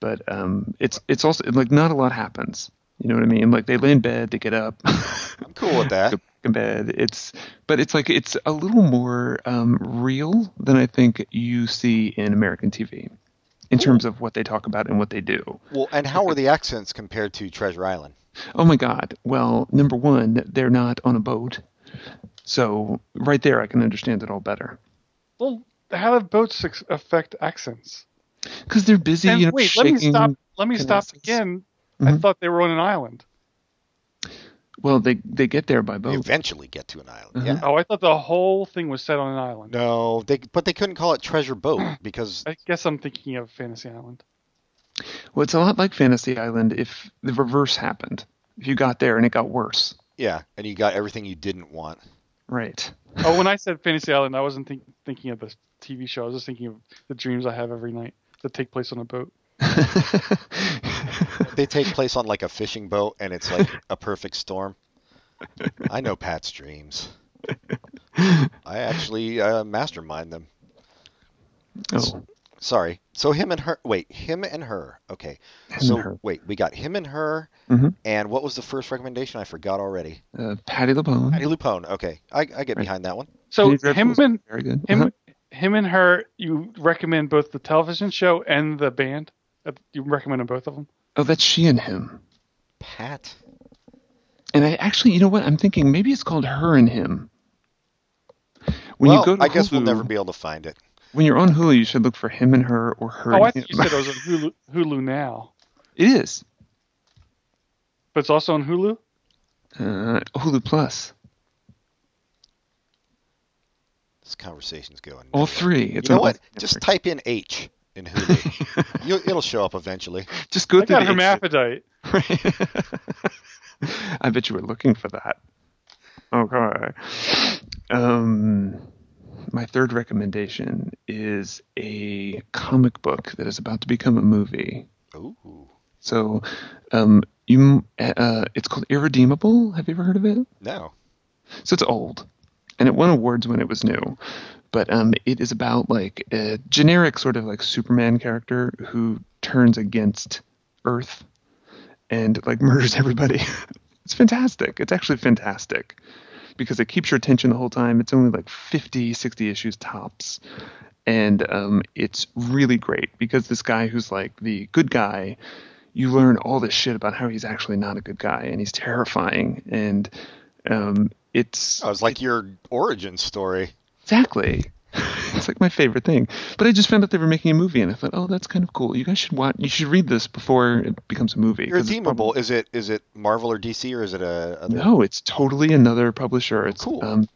Speaker 4: But um, it's it's also like not a lot happens. You know what I mean? Like they lay in bed, they get up,
Speaker 2: I'm cool with that.
Speaker 4: go back in bed. It's but it's like it's a little more um, real than I think you see in American TV, in terms of what they talk about and what they do.
Speaker 2: Well, and how are the accents compared to Treasure Island?
Speaker 4: Oh my God. Well, number one, they're not on a boat. So right there, I can understand it all better.
Speaker 3: Well, how do boats ex- affect accents?
Speaker 4: Because they're busy,
Speaker 3: And
Speaker 4: you know,
Speaker 3: wait, let
Speaker 4: shaking.
Speaker 3: me stop. Let me stop
Speaker 4: glasses.
Speaker 3: again. I
Speaker 4: Mhm.
Speaker 3: thought they were on an island.
Speaker 4: Well, they, they get there by
Speaker 2: They
Speaker 4: boat.
Speaker 2: eventually get to an island.
Speaker 4: Mhm.
Speaker 2: Yeah.
Speaker 3: Oh, I thought the whole thing was set on an island.
Speaker 2: No, they but they couldn't call it Treasure Boat because
Speaker 3: I guess I'm thinking of Fantasy Island.
Speaker 4: Well, it's a lot like Fantasy Island if the reverse happened. If you got there and it got worse.
Speaker 2: yeah, and you got everything you didn't want.
Speaker 4: Right.
Speaker 3: Oh, when I said Fantasy Island, I wasn't think- thinking of the TV show. I was just thinking of the dreams I have every night that take place on a boat.
Speaker 2: They take place on like a fishing boat and it's like a perfect storm. I know Pat's dreams. I actually uh, mastermind them.
Speaker 4: oh,
Speaker 2: Sorry. So him and her. Wait, him and her. Okay. so
Speaker 4: and her.
Speaker 2: wait, we got him and her.
Speaker 4: Mhm.
Speaker 2: And what was the first recommendation? I forgot already.
Speaker 4: uh, Patty LaBone.
Speaker 2: Patty Lupone. Okay, I, I get
Speaker 4: Right.
Speaker 2: behind that one.
Speaker 3: So
Speaker 4: Penny
Speaker 3: him
Speaker 4: Dreadfuls,
Speaker 3: and
Speaker 4: Very good.
Speaker 3: him,
Speaker 4: Uh-huh.
Speaker 3: him and her. You recommend both the television show and the band. Uh, You recommend them both of them.
Speaker 4: Oh, that's she and him.
Speaker 2: Pat.
Speaker 4: And I actually, you know what? I'm thinking maybe it's called her and him. When
Speaker 2: well,
Speaker 4: you go to
Speaker 2: I guess we'll
Speaker 4: Hulu-
Speaker 2: never be able to find it.
Speaker 4: When you're on Hulu, you should look for him and her or her.
Speaker 3: Oh, I
Speaker 4: and
Speaker 3: think you
Speaker 4: him.
Speaker 3: said it was on Hulu, Hulu now,
Speaker 4: it is
Speaker 3: but it's also on Hulu.
Speaker 4: uh, Hulu Plus.
Speaker 2: This conversation's going.
Speaker 4: All
Speaker 2: nowhere.
Speaker 4: three. It's
Speaker 2: you know
Speaker 4: on all
Speaker 2: what?
Speaker 4: three
Speaker 2: Just
Speaker 4: networks.
Speaker 2: type in H in Hulu. you, it'll show up eventually.
Speaker 4: just go
Speaker 3: I got
Speaker 4: through the
Speaker 3: hermaphrodite.
Speaker 4: Right. I bet you were looking for that. Okay. Um, my third recommendation is a comic book that is about to become a movie.
Speaker 2: Ooh,
Speaker 4: So, um, you uh, it's called Irredeemable. Have you ever heard of it?
Speaker 2: no.
Speaker 4: so it's old and it won awards when it was new but um, it is about like a generic sort of like superman character who turns against earth and like murders everybody it's fantastic it's actually fantastic because it keeps your attention the whole time it's only like 50 60 issues tops and um, it's really great because this guy who's like the good guy you learn all this shit about how he's actually not a good guy and he's terrifying and um, it's
Speaker 2: I was like your origin story.
Speaker 4: Exactly. It's like my favorite thing. But I just found out they were making a movie, and I thought, oh, that's kind of cool. You guys should watch. You should read this before it becomes a movie. 'cause it's
Speaker 2: Irredeemable. Is it is it Marvel or DC or is it a?
Speaker 4: prob-
Speaker 2: Other...
Speaker 4: no, it's totally another publisher. It's
Speaker 2: cool.
Speaker 4: um,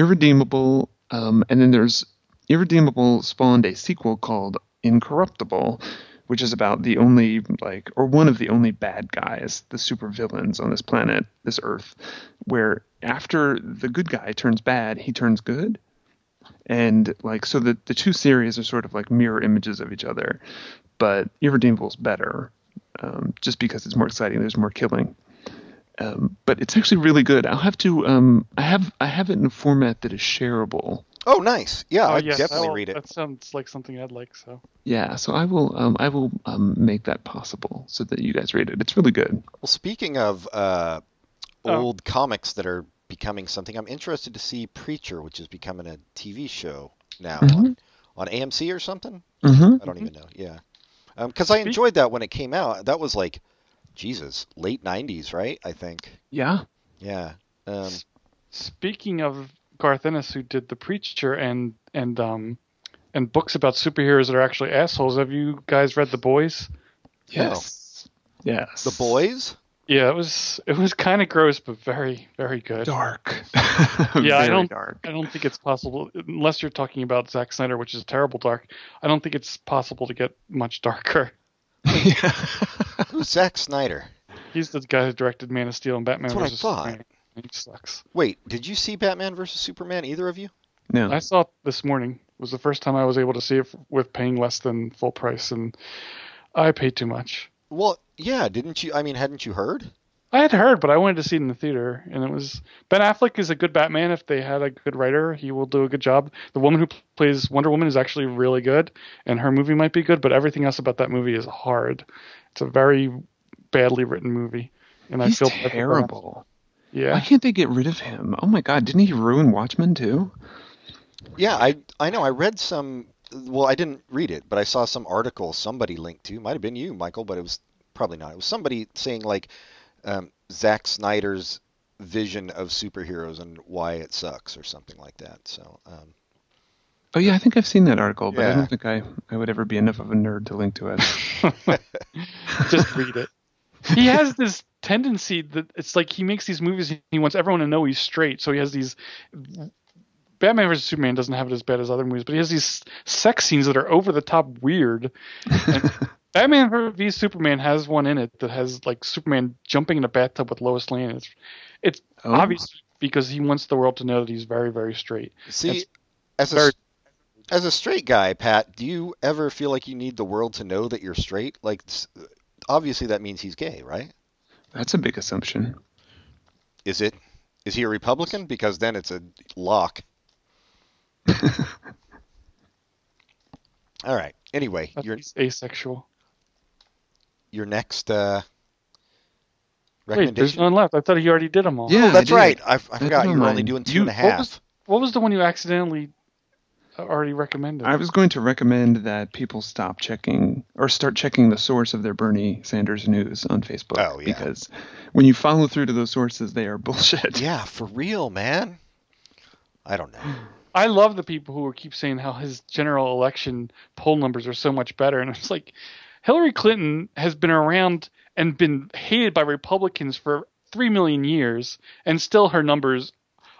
Speaker 4: irredeemable. Um, and then there's irredeemable spawned a sequel called Incorruptible, which is about the only like or one of the only bad guys, the supervillains on this planet, this Earth, where after the good guy turns bad, he turns good. and like so the the two series are sort of like mirror images of each other but irredeemable's better um, just because it's more exciting there's more killing um, but it's actually really good i'll have to um, i have i have it in a format that is shareable
Speaker 2: Oh, nice. Yeah, I
Speaker 3: yes, Oh,
Speaker 2: definitely
Speaker 3: I'll-
Speaker 2: read it.
Speaker 3: That sounds like something I'd like. So
Speaker 4: yeah so i will um, i will um, make that possible so that you guys read it it's really good
Speaker 2: Well, speaking of uh,
Speaker 3: Oh.
Speaker 2: old comics that are becoming something, I'm interested to see Preacher, which is becoming a TV show now on, on AMC or something.
Speaker 4: mm-hmm.
Speaker 2: I don't even know. Yeah, because I enjoyed that when it came out. That was like, Jesus, late '90s, right? I think.
Speaker 4: yeah
Speaker 2: Yeah. Um,
Speaker 3: S- speaking of Garth Ennis who did The Preacher and and um and books about superheroes that are actually assholes. Have you guys read The Boys?
Speaker 4: Yes. Yes.
Speaker 2: The boys?
Speaker 3: Yeah, it was it was kind of gross, but very very good.
Speaker 4: Dark.
Speaker 3: Yeah, I
Speaker 4: Very
Speaker 3: don't-
Speaker 4: dark.
Speaker 3: I don't think it's possible unless you're talking about Zack Snyder, which is terrible dark. I don't think it's possible to get much darker.
Speaker 4: yeah.
Speaker 2: Who's Zack Snyder?
Speaker 3: He's the guy who directed Man of Steel and Batman.
Speaker 2: That's what I
Speaker 3: versus
Speaker 2: thought.
Speaker 3: Superman. He sucks.
Speaker 2: Wait, did you see Batman versus Superman? Either of you?
Speaker 4: No.
Speaker 3: I saw it this morning. It was the first time I was able to see it with paying less than full price, and I paid too much.
Speaker 2: Well, yeah. Didn't you? I mean, hadn't you heard?
Speaker 3: I had heard, but I wanted to see it in the theater, and it was Ben Affleck is a good Batman. If they had a good writer, he will do a good job. The woman who plays Wonder Woman is actually really good, and her movie might be good, but everything else about that movie is hard. It's a very badly written movie, and I
Speaker 4: He's
Speaker 3: feel bad for Ben Affleck.
Speaker 4: terrible. Why
Speaker 3: Yeah,
Speaker 4: can't they get rid of him? Oh my god, didn't he ruin Watchmen too?
Speaker 2: Yeah, I I know. I read some. Well, I didn't read it, but I saw some article somebody linked to. Might have been you, Michael, but it was probably not. It was somebody saying like um, Zack Snyder's vision of superheroes and why it sucks or something like that. So um,
Speaker 4: Oh yeah, I think I've seen that article, but I
Speaker 2: Yeah.
Speaker 4: don't think I, I would ever be enough of a nerd to link to it.
Speaker 3: just read it. He has this tendency that it's like he makes these movies and he wants everyone to know he's straight, so he has these. Batman vs Superman doesn't have it as bad as other movies, but he has these sex scenes that are over the top weird. And Batman v Superman has one in it that has like Superman jumping in a bathtub with Lois Lane. It's it's
Speaker 4: Oh.
Speaker 3: obvious because he wants the world to know that he's very very straight.
Speaker 2: see, as
Speaker 3: That's
Speaker 2: a
Speaker 3: very-
Speaker 2: as a straight guy, Pat, do you ever feel like you need the world to know that you're straight? Like, s- obviously that means he's gay, right?
Speaker 4: That's a big assumption.
Speaker 2: Is it? Is he a Republican? Because then it's a lock. All right. Anyway,
Speaker 3: That's
Speaker 2: your
Speaker 3: he's asexual.
Speaker 2: your next uh,
Speaker 3: Wait,
Speaker 2: recommendation. Oh,
Speaker 3: there's none left. I thought he already did them all.
Speaker 4: Yeah, I
Speaker 2: That's
Speaker 4: did.
Speaker 2: right. I, f- I forgot
Speaker 4: did
Speaker 2: you
Speaker 4: on
Speaker 2: were only
Speaker 4: mine.
Speaker 2: doing two
Speaker 4: You-
Speaker 2: and a half.
Speaker 3: What was what was the one you accidentally already recommended?
Speaker 4: I was going to recommend that people stop checking or start checking the source of their Bernie Sanders news on Facebook.
Speaker 2: Oh, yeah.
Speaker 4: Because when you follow through to those sources, they are bullshit.
Speaker 2: Yeah, for real, man. I don't know.
Speaker 3: I love the people who keep saying how his general election poll numbers are so much better, and it's like Hillary Clinton has been around and been hated by Republicans for three million years, and still her numbers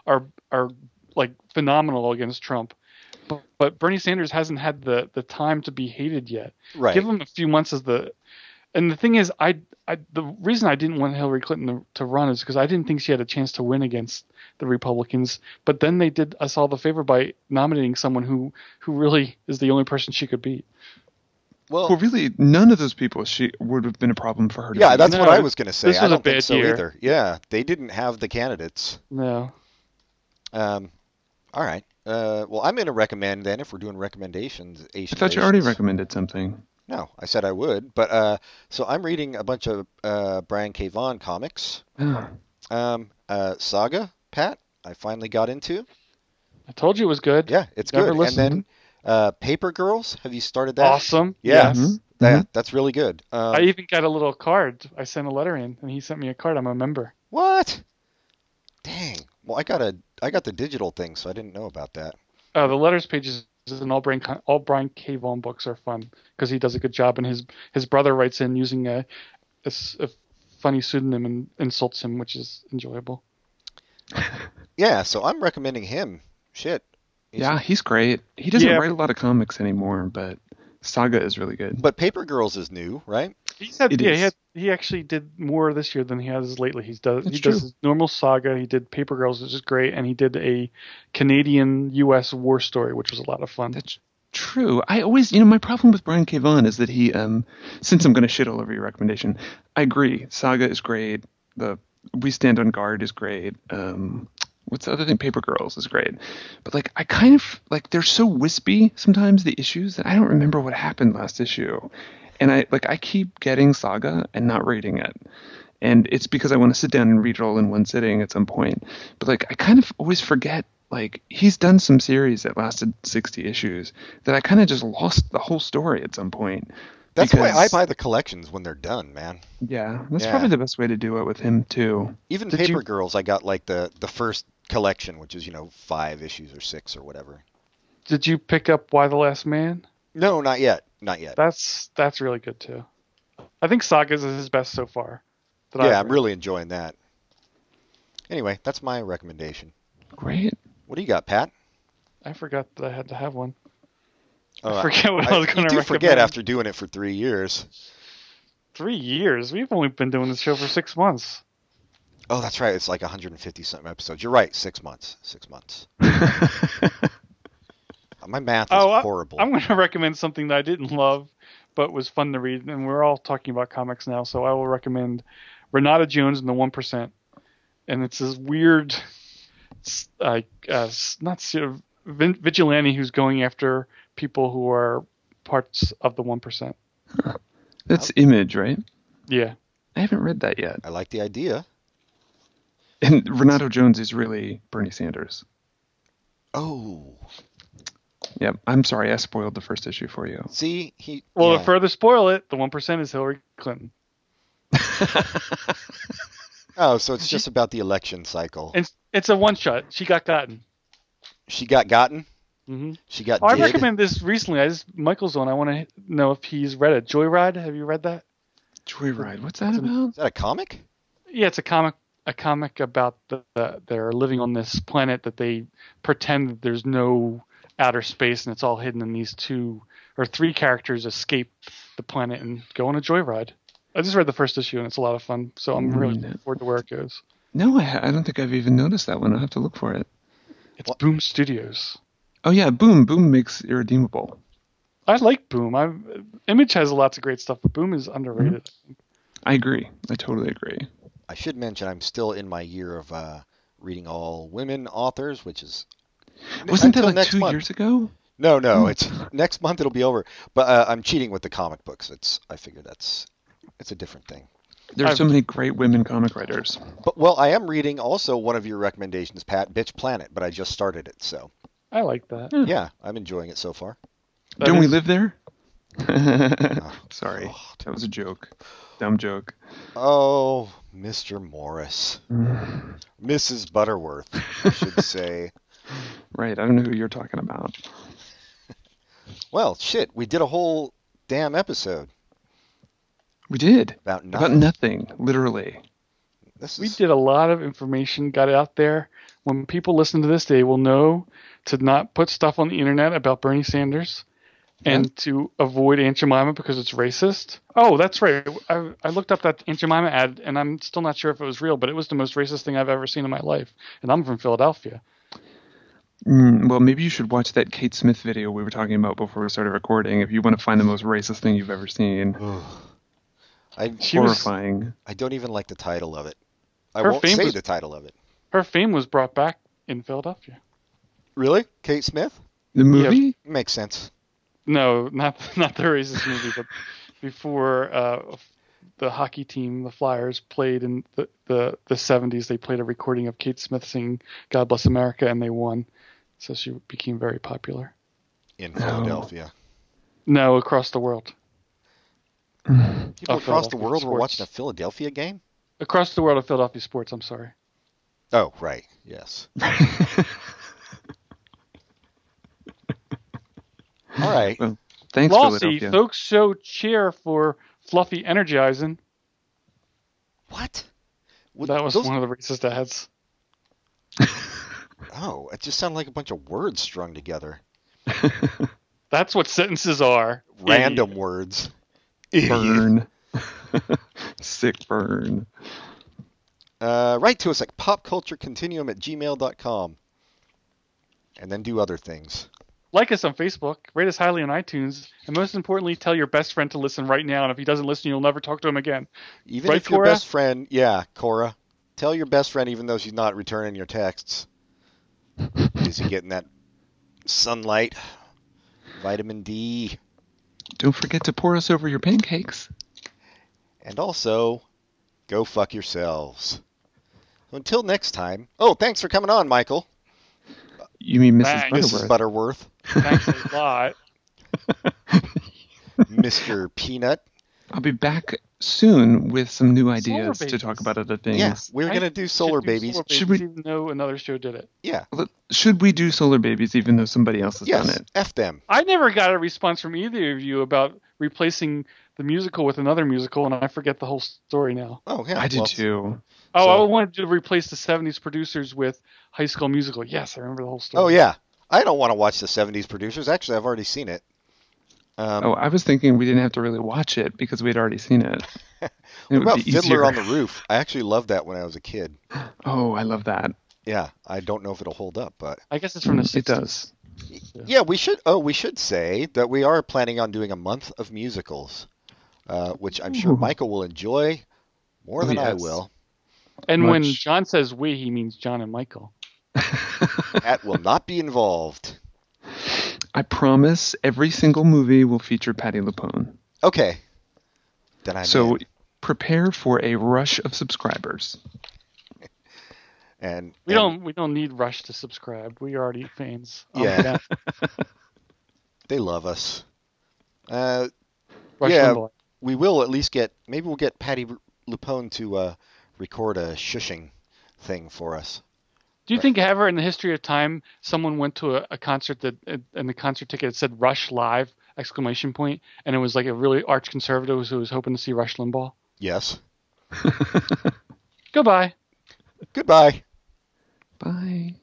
Speaker 3: are are like phenomenal against Trump. But, but Bernie Sanders hasn't had the the time to be hated yet.
Speaker 2: Right.
Speaker 3: Give him a few months as the. And the thing is, I, I the reason I didn't want Hillary Clinton to, to run is because I didn't think she had a chance to win against the Republicans. But then they did us all the favor by nominating someone who who really is the only person she could beat.
Speaker 2: well,
Speaker 4: Well, really, none of those people she would have been a problem for her. To
Speaker 2: yeah,
Speaker 4: beat.
Speaker 2: that's what
Speaker 3: No,
Speaker 2: I was going to say.
Speaker 3: this
Speaker 2: I
Speaker 3: was a
Speaker 2: don't think
Speaker 3: bad
Speaker 2: so
Speaker 3: year.
Speaker 2: either. Yeah, they didn't have the candidates.
Speaker 3: No,
Speaker 2: Um, all right. Uh, well, I'm going to recommend then if we're doing recommendations.
Speaker 4: I thought you already
Speaker 2: Asianations.
Speaker 4: recommended something.
Speaker 2: No, I said I would, but uh, so I'm reading a bunch of uh, Brian K. Vaughan comics.
Speaker 4: Ah,
Speaker 2: Um, uh, Saga, Pat, I finally got into.
Speaker 3: I told you it was good.
Speaker 2: Yeah, it's
Speaker 3: Never
Speaker 2: good. And
Speaker 3: listened.
Speaker 2: then uh, Paper Girls, have you started that?
Speaker 3: awesome.
Speaker 2: Yeah.
Speaker 3: Yes.
Speaker 4: mhm,
Speaker 2: That-
Speaker 4: mhm.
Speaker 2: that's really good. Um,
Speaker 3: I even got a little card. I sent a letter in, and he sent me a card. I'm a member.
Speaker 2: What? Dang. Well, I got a I got the digital thing, so I didn't know about that.
Speaker 3: Uh, the letters pages and all Brian Con- all Brian K. Vaughan books are fun because he does a good job, and his his brother writes in using a, a s- a funny pseudonym and insults him, which is enjoyable.
Speaker 2: Yeah, so I'm recommending him. Shit. He's-
Speaker 4: Yeah, he's great. He doesn't
Speaker 3: Yeah.
Speaker 4: write a lot of comics anymore, but Saga is really good.
Speaker 2: But Paper Girls is new, right?
Speaker 3: He's had,
Speaker 4: It
Speaker 3: yeah,
Speaker 4: is.
Speaker 3: he, had, he actually did more this year than he has lately. He's does
Speaker 4: That's
Speaker 3: he
Speaker 4: true.
Speaker 3: does his normal saga. He did Paper Girls, which is great, and he did a Canadian U.S. war story, which was a lot of fun.
Speaker 4: That's true. I always, you know, my problem with Brian K. Vaughan is that he, um, since I'm going to shit all over your recommendation, I agree. Saga is great. The We Stand on Guard is great. Um, what's the other thing? Paper Girls is great. But like, I kind of like they're so wispy sometimes the issues that I don't remember what happened last issue, and I like I keep getting Saga and not reading it. And it's because I want to sit down and read it all in one sitting at some point. But like I kind of always forget like he's done some series that lasted 60 issues that I kind of just lost the whole story at some point.
Speaker 2: That's why I
Speaker 4: Because-
Speaker 2: buy the collections when they're done, man.
Speaker 4: Yeah, that's
Speaker 2: Yeah.
Speaker 4: probably the best way to do it with him too.
Speaker 2: Even
Speaker 4: Did
Speaker 2: Paper
Speaker 4: you-
Speaker 2: Girls, I got like the the first collection, which is you know five issues or six or whatever.
Speaker 3: Did you pick up Why the Last Man?
Speaker 2: No, not yet, not yet.
Speaker 3: That's that's really good too. I think Sagas is his best so far. that I've
Speaker 2: yeah, I'm
Speaker 3: read.
Speaker 2: really enjoying that. Anyway, that's my recommendation.
Speaker 4: Great.
Speaker 2: What do you got, Pat?
Speaker 3: I forgot that I had to have one.
Speaker 2: Oh,
Speaker 3: I forget what I, was going
Speaker 2: you
Speaker 3: to
Speaker 2: do
Speaker 3: recommend.
Speaker 2: forget after doing it for three years.
Speaker 3: three years. We've only been doing this show for six months.
Speaker 2: Oh, that's right. It's like 150 something episodes. You're right. Six months. Six months. Uh, My math is
Speaker 3: Oh, I-
Speaker 2: horrible.
Speaker 3: I'm going to recommend something that I didn't love, but was fun to read. And we're all talking about comics now, so I will recommend Renata Jones and the One Percent. And it's this weird, s- like, uh, s- not sort of vin- vigilante who's going after people who are parts of the One Percent.
Speaker 4: That's Image, right?
Speaker 3: Yeah,
Speaker 4: I haven't read that yet.
Speaker 2: I like the idea.
Speaker 4: And Renato Jones is really Bernie Sanders.
Speaker 2: Oh,
Speaker 4: Yep. I'm sorry, I spoiled the first issue for you.
Speaker 2: see, he.
Speaker 3: Well,
Speaker 2: yeah.
Speaker 3: to further spoil it, the one percent is Hillary Clinton.
Speaker 2: Oh, so it's just about the election cycle.
Speaker 3: It's it's a one shot. She got gotten.
Speaker 2: She got gotten.
Speaker 3: hmm
Speaker 2: She got.
Speaker 3: Oh, I
Speaker 2: did.
Speaker 3: recommend this recently. I just Michael's on. I want to know if he's read it. Joyride. Have you read that?
Speaker 4: Joyride. What's that about?
Speaker 2: Is that a comic?
Speaker 3: Yeah, it's a comic. A comic about the, the they're living on this planet that they pretend that there's no outer space and it's all hidden. And these two or three characters escape the planet and go on a joyride. I just read the first issue and it's a lot of fun. So I'm really
Speaker 4: Mm.
Speaker 3: looking forward to where it goes.
Speaker 4: No, I, I don't think I've even noticed that one. I'll have to look for it.
Speaker 3: It's Boom Studios.
Speaker 4: Oh, yeah. Boom. Boom makes Irredeemable.
Speaker 3: I like Boom. I Image has lots of great stuff, but Boom is underrated.
Speaker 4: I agree. I totally agree.
Speaker 2: I should mention I'm still in my year of uh, reading all women authors, which is
Speaker 4: Wasn't that
Speaker 2: until
Speaker 4: like
Speaker 2: next
Speaker 4: two
Speaker 2: month.
Speaker 4: years ago? Hmm.
Speaker 2: No, no, it's next month it'll be over. But uh, I'm cheating with the comic books. It's I figure that's it's a different thing.
Speaker 4: There are
Speaker 3: I've-
Speaker 4: so many great women comic writers.
Speaker 2: But well, I am reading also one of your recommendations, Pat, Bitch Planet, but I just started it, so
Speaker 3: I like that.
Speaker 2: yeah, I'm enjoying it so far.
Speaker 3: That
Speaker 4: Don't we
Speaker 3: is-
Speaker 4: live there? Sorry. That was a joke. Dumb joke.
Speaker 2: Oh, Mr. Morris. Mrs. Butterworth, I should say.
Speaker 4: Right. I don't know who you're talking about.
Speaker 2: Well, shit, we did a whole damn episode
Speaker 4: We did.
Speaker 2: about nothing.
Speaker 4: About nothing, literally.
Speaker 2: This
Speaker 3: We
Speaker 2: is
Speaker 3: did a lot of information, got it out there. When people listen to this, they will know to not put stuff on the internet about Bernie Sanders and to avoid Aunt Jemima because it's racist. Oh, that's right. I, I looked up that Aunt Jemima ad, and I'm still not sure if it was real, but it was the most racist thing I've ever seen in my life. And I'm from Philadelphia.
Speaker 4: Mm, well, maybe you should watch that Kate Smith video we were talking about before we started recording if you want to find the most racist thing you've ever seen.
Speaker 2: I,
Speaker 3: She was,
Speaker 4: Horrifying.
Speaker 2: I don't even like the title of it. I
Speaker 3: Her
Speaker 2: won't
Speaker 3: fame
Speaker 2: say
Speaker 3: was-
Speaker 2: the title of it.
Speaker 3: her fame was brought back in Philadelphia.
Speaker 2: Really? Kate Smith?
Speaker 4: The movie?
Speaker 2: Makes sense.
Speaker 3: No, not not the racist movie, but before uh, the hockey team, the Flyers, played in the, the the 70s. They played a recording of Kate Smith singing "God Bless America" and they won, so she became very popular.
Speaker 2: In Philadelphia.
Speaker 3: No, across the world,
Speaker 2: People
Speaker 3: Oh,
Speaker 2: across the
Speaker 3: Philadelphia
Speaker 2: world were
Speaker 3: sports.
Speaker 2: watching a Philadelphia game?
Speaker 3: across the world of Philadelphia sports. I'm sorry.
Speaker 2: Oh, right. Yes. All right.
Speaker 4: Well, Thanks,
Speaker 3: Lossy,
Speaker 4: Philadelphia.
Speaker 3: folks, show cheer for Fluffy Energizing.
Speaker 2: What? Would
Speaker 3: That was
Speaker 2: those-
Speaker 3: one of the racist ads.
Speaker 2: Oh, it just sounded like a bunch of words strung together.
Speaker 3: That's what sentences are.
Speaker 2: Random words.
Speaker 4: burn. Sick burn.
Speaker 2: Uh, write to us at popculturecontinuum at gmail.com. And then do other things.
Speaker 3: like us on Facebook, rate us highly on iTunes, and most importantly, tell your best friend to listen right now. And if he doesn't listen, you'll never talk to him again.
Speaker 2: Even
Speaker 3: Right,
Speaker 2: if your
Speaker 3: Cora?
Speaker 2: best friend, yeah, Cora, tell your best friend, even though she's not returning your texts, is he getting that sunlight, vitamin D,
Speaker 4: Don't forget to pour us over your pancakes.
Speaker 2: and also go fuck yourselves. Until next time. Oh, thanks for coming on, Michael.
Speaker 4: You mean Mrs.
Speaker 3: Thanks.
Speaker 2: Mrs.
Speaker 4: Butterworth?
Speaker 2: Butterworth,
Speaker 3: Thanks a lot.
Speaker 2: Mr. Peanut,
Speaker 4: I'll be back soon with some new ideas to
Speaker 3: babies.
Speaker 4: talk about other things.
Speaker 2: Yes, we're
Speaker 3: I
Speaker 2: gonna do Solar
Speaker 3: Should do
Speaker 2: Babies.
Speaker 3: Solar
Speaker 4: Should
Speaker 3: Babies, even though another show did it?
Speaker 2: Yeah.
Speaker 4: Let- Should we do Solar Babies even though somebody else has
Speaker 2: Yes.
Speaker 4: done it?
Speaker 2: F them.
Speaker 3: I never got a response from either of you about replacing the musical with another musical, and I forget the whole story now.
Speaker 2: Oh yeah.
Speaker 4: I did
Speaker 2: well,
Speaker 4: too.
Speaker 3: Oh,
Speaker 2: So-
Speaker 3: I wanted to replace the '70s producers with High School Musical. Yes, I remember the whole story.
Speaker 2: Oh yeah. I don't want to watch the '70s producers. Actually, I've already seen it. Um,
Speaker 4: Oh, I was thinking we didn't have to really watch it because we'd already seen it. It
Speaker 2: what
Speaker 4: would
Speaker 2: about
Speaker 4: be
Speaker 2: Fiddler
Speaker 4: easier.
Speaker 2: on the Roof? I actually loved that when I was a kid.
Speaker 4: Oh, I love that.
Speaker 2: Yeah, I don't know if it'll hold up, but
Speaker 3: I guess it's from the '60s.
Speaker 4: It does.
Speaker 2: yeah, we should. Oh, we should say that we are planning on doing a month of musicals, uh, which I'm sure
Speaker 4: Ooh.
Speaker 2: Michael will enjoy more
Speaker 4: Oh,
Speaker 2: than I
Speaker 4: yes.
Speaker 2: will.
Speaker 3: And when
Speaker 4: Much.
Speaker 3: John says "we," he means John and Michael.
Speaker 2: Pat will not be involved.
Speaker 4: I promise every single movie will feature Patty LuPone.
Speaker 2: Okay. Then I'm
Speaker 4: so
Speaker 2: in.
Speaker 4: prepare for a rush of subscribers.
Speaker 2: and
Speaker 3: We
Speaker 2: and-
Speaker 3: don't we don't need Rush to subscribe. We already fans. Um,
Speaker 2: Yeah.
Speaker 3: that-
Speaker 2: They love us. Uh,
Speaker 3: Rush
Speaker 2: Yeah.
Speaker 3: Limbaugh.
Speaker 2: we will at least get maybe we'll get Patty Lupone to uh, record a shushing thing for us.
Speaker 3: Do you think ever in the history of time someone went to a, a concert that and the concert ticket said Rush Live exclamation point and it was like a really arch conservative who was hoping to see Rush Limbaugh?
Speaker 2: Yes.
Speaker 3: Goodbye.
Speaker 2: Goodbye.
Speaker 4: Bye.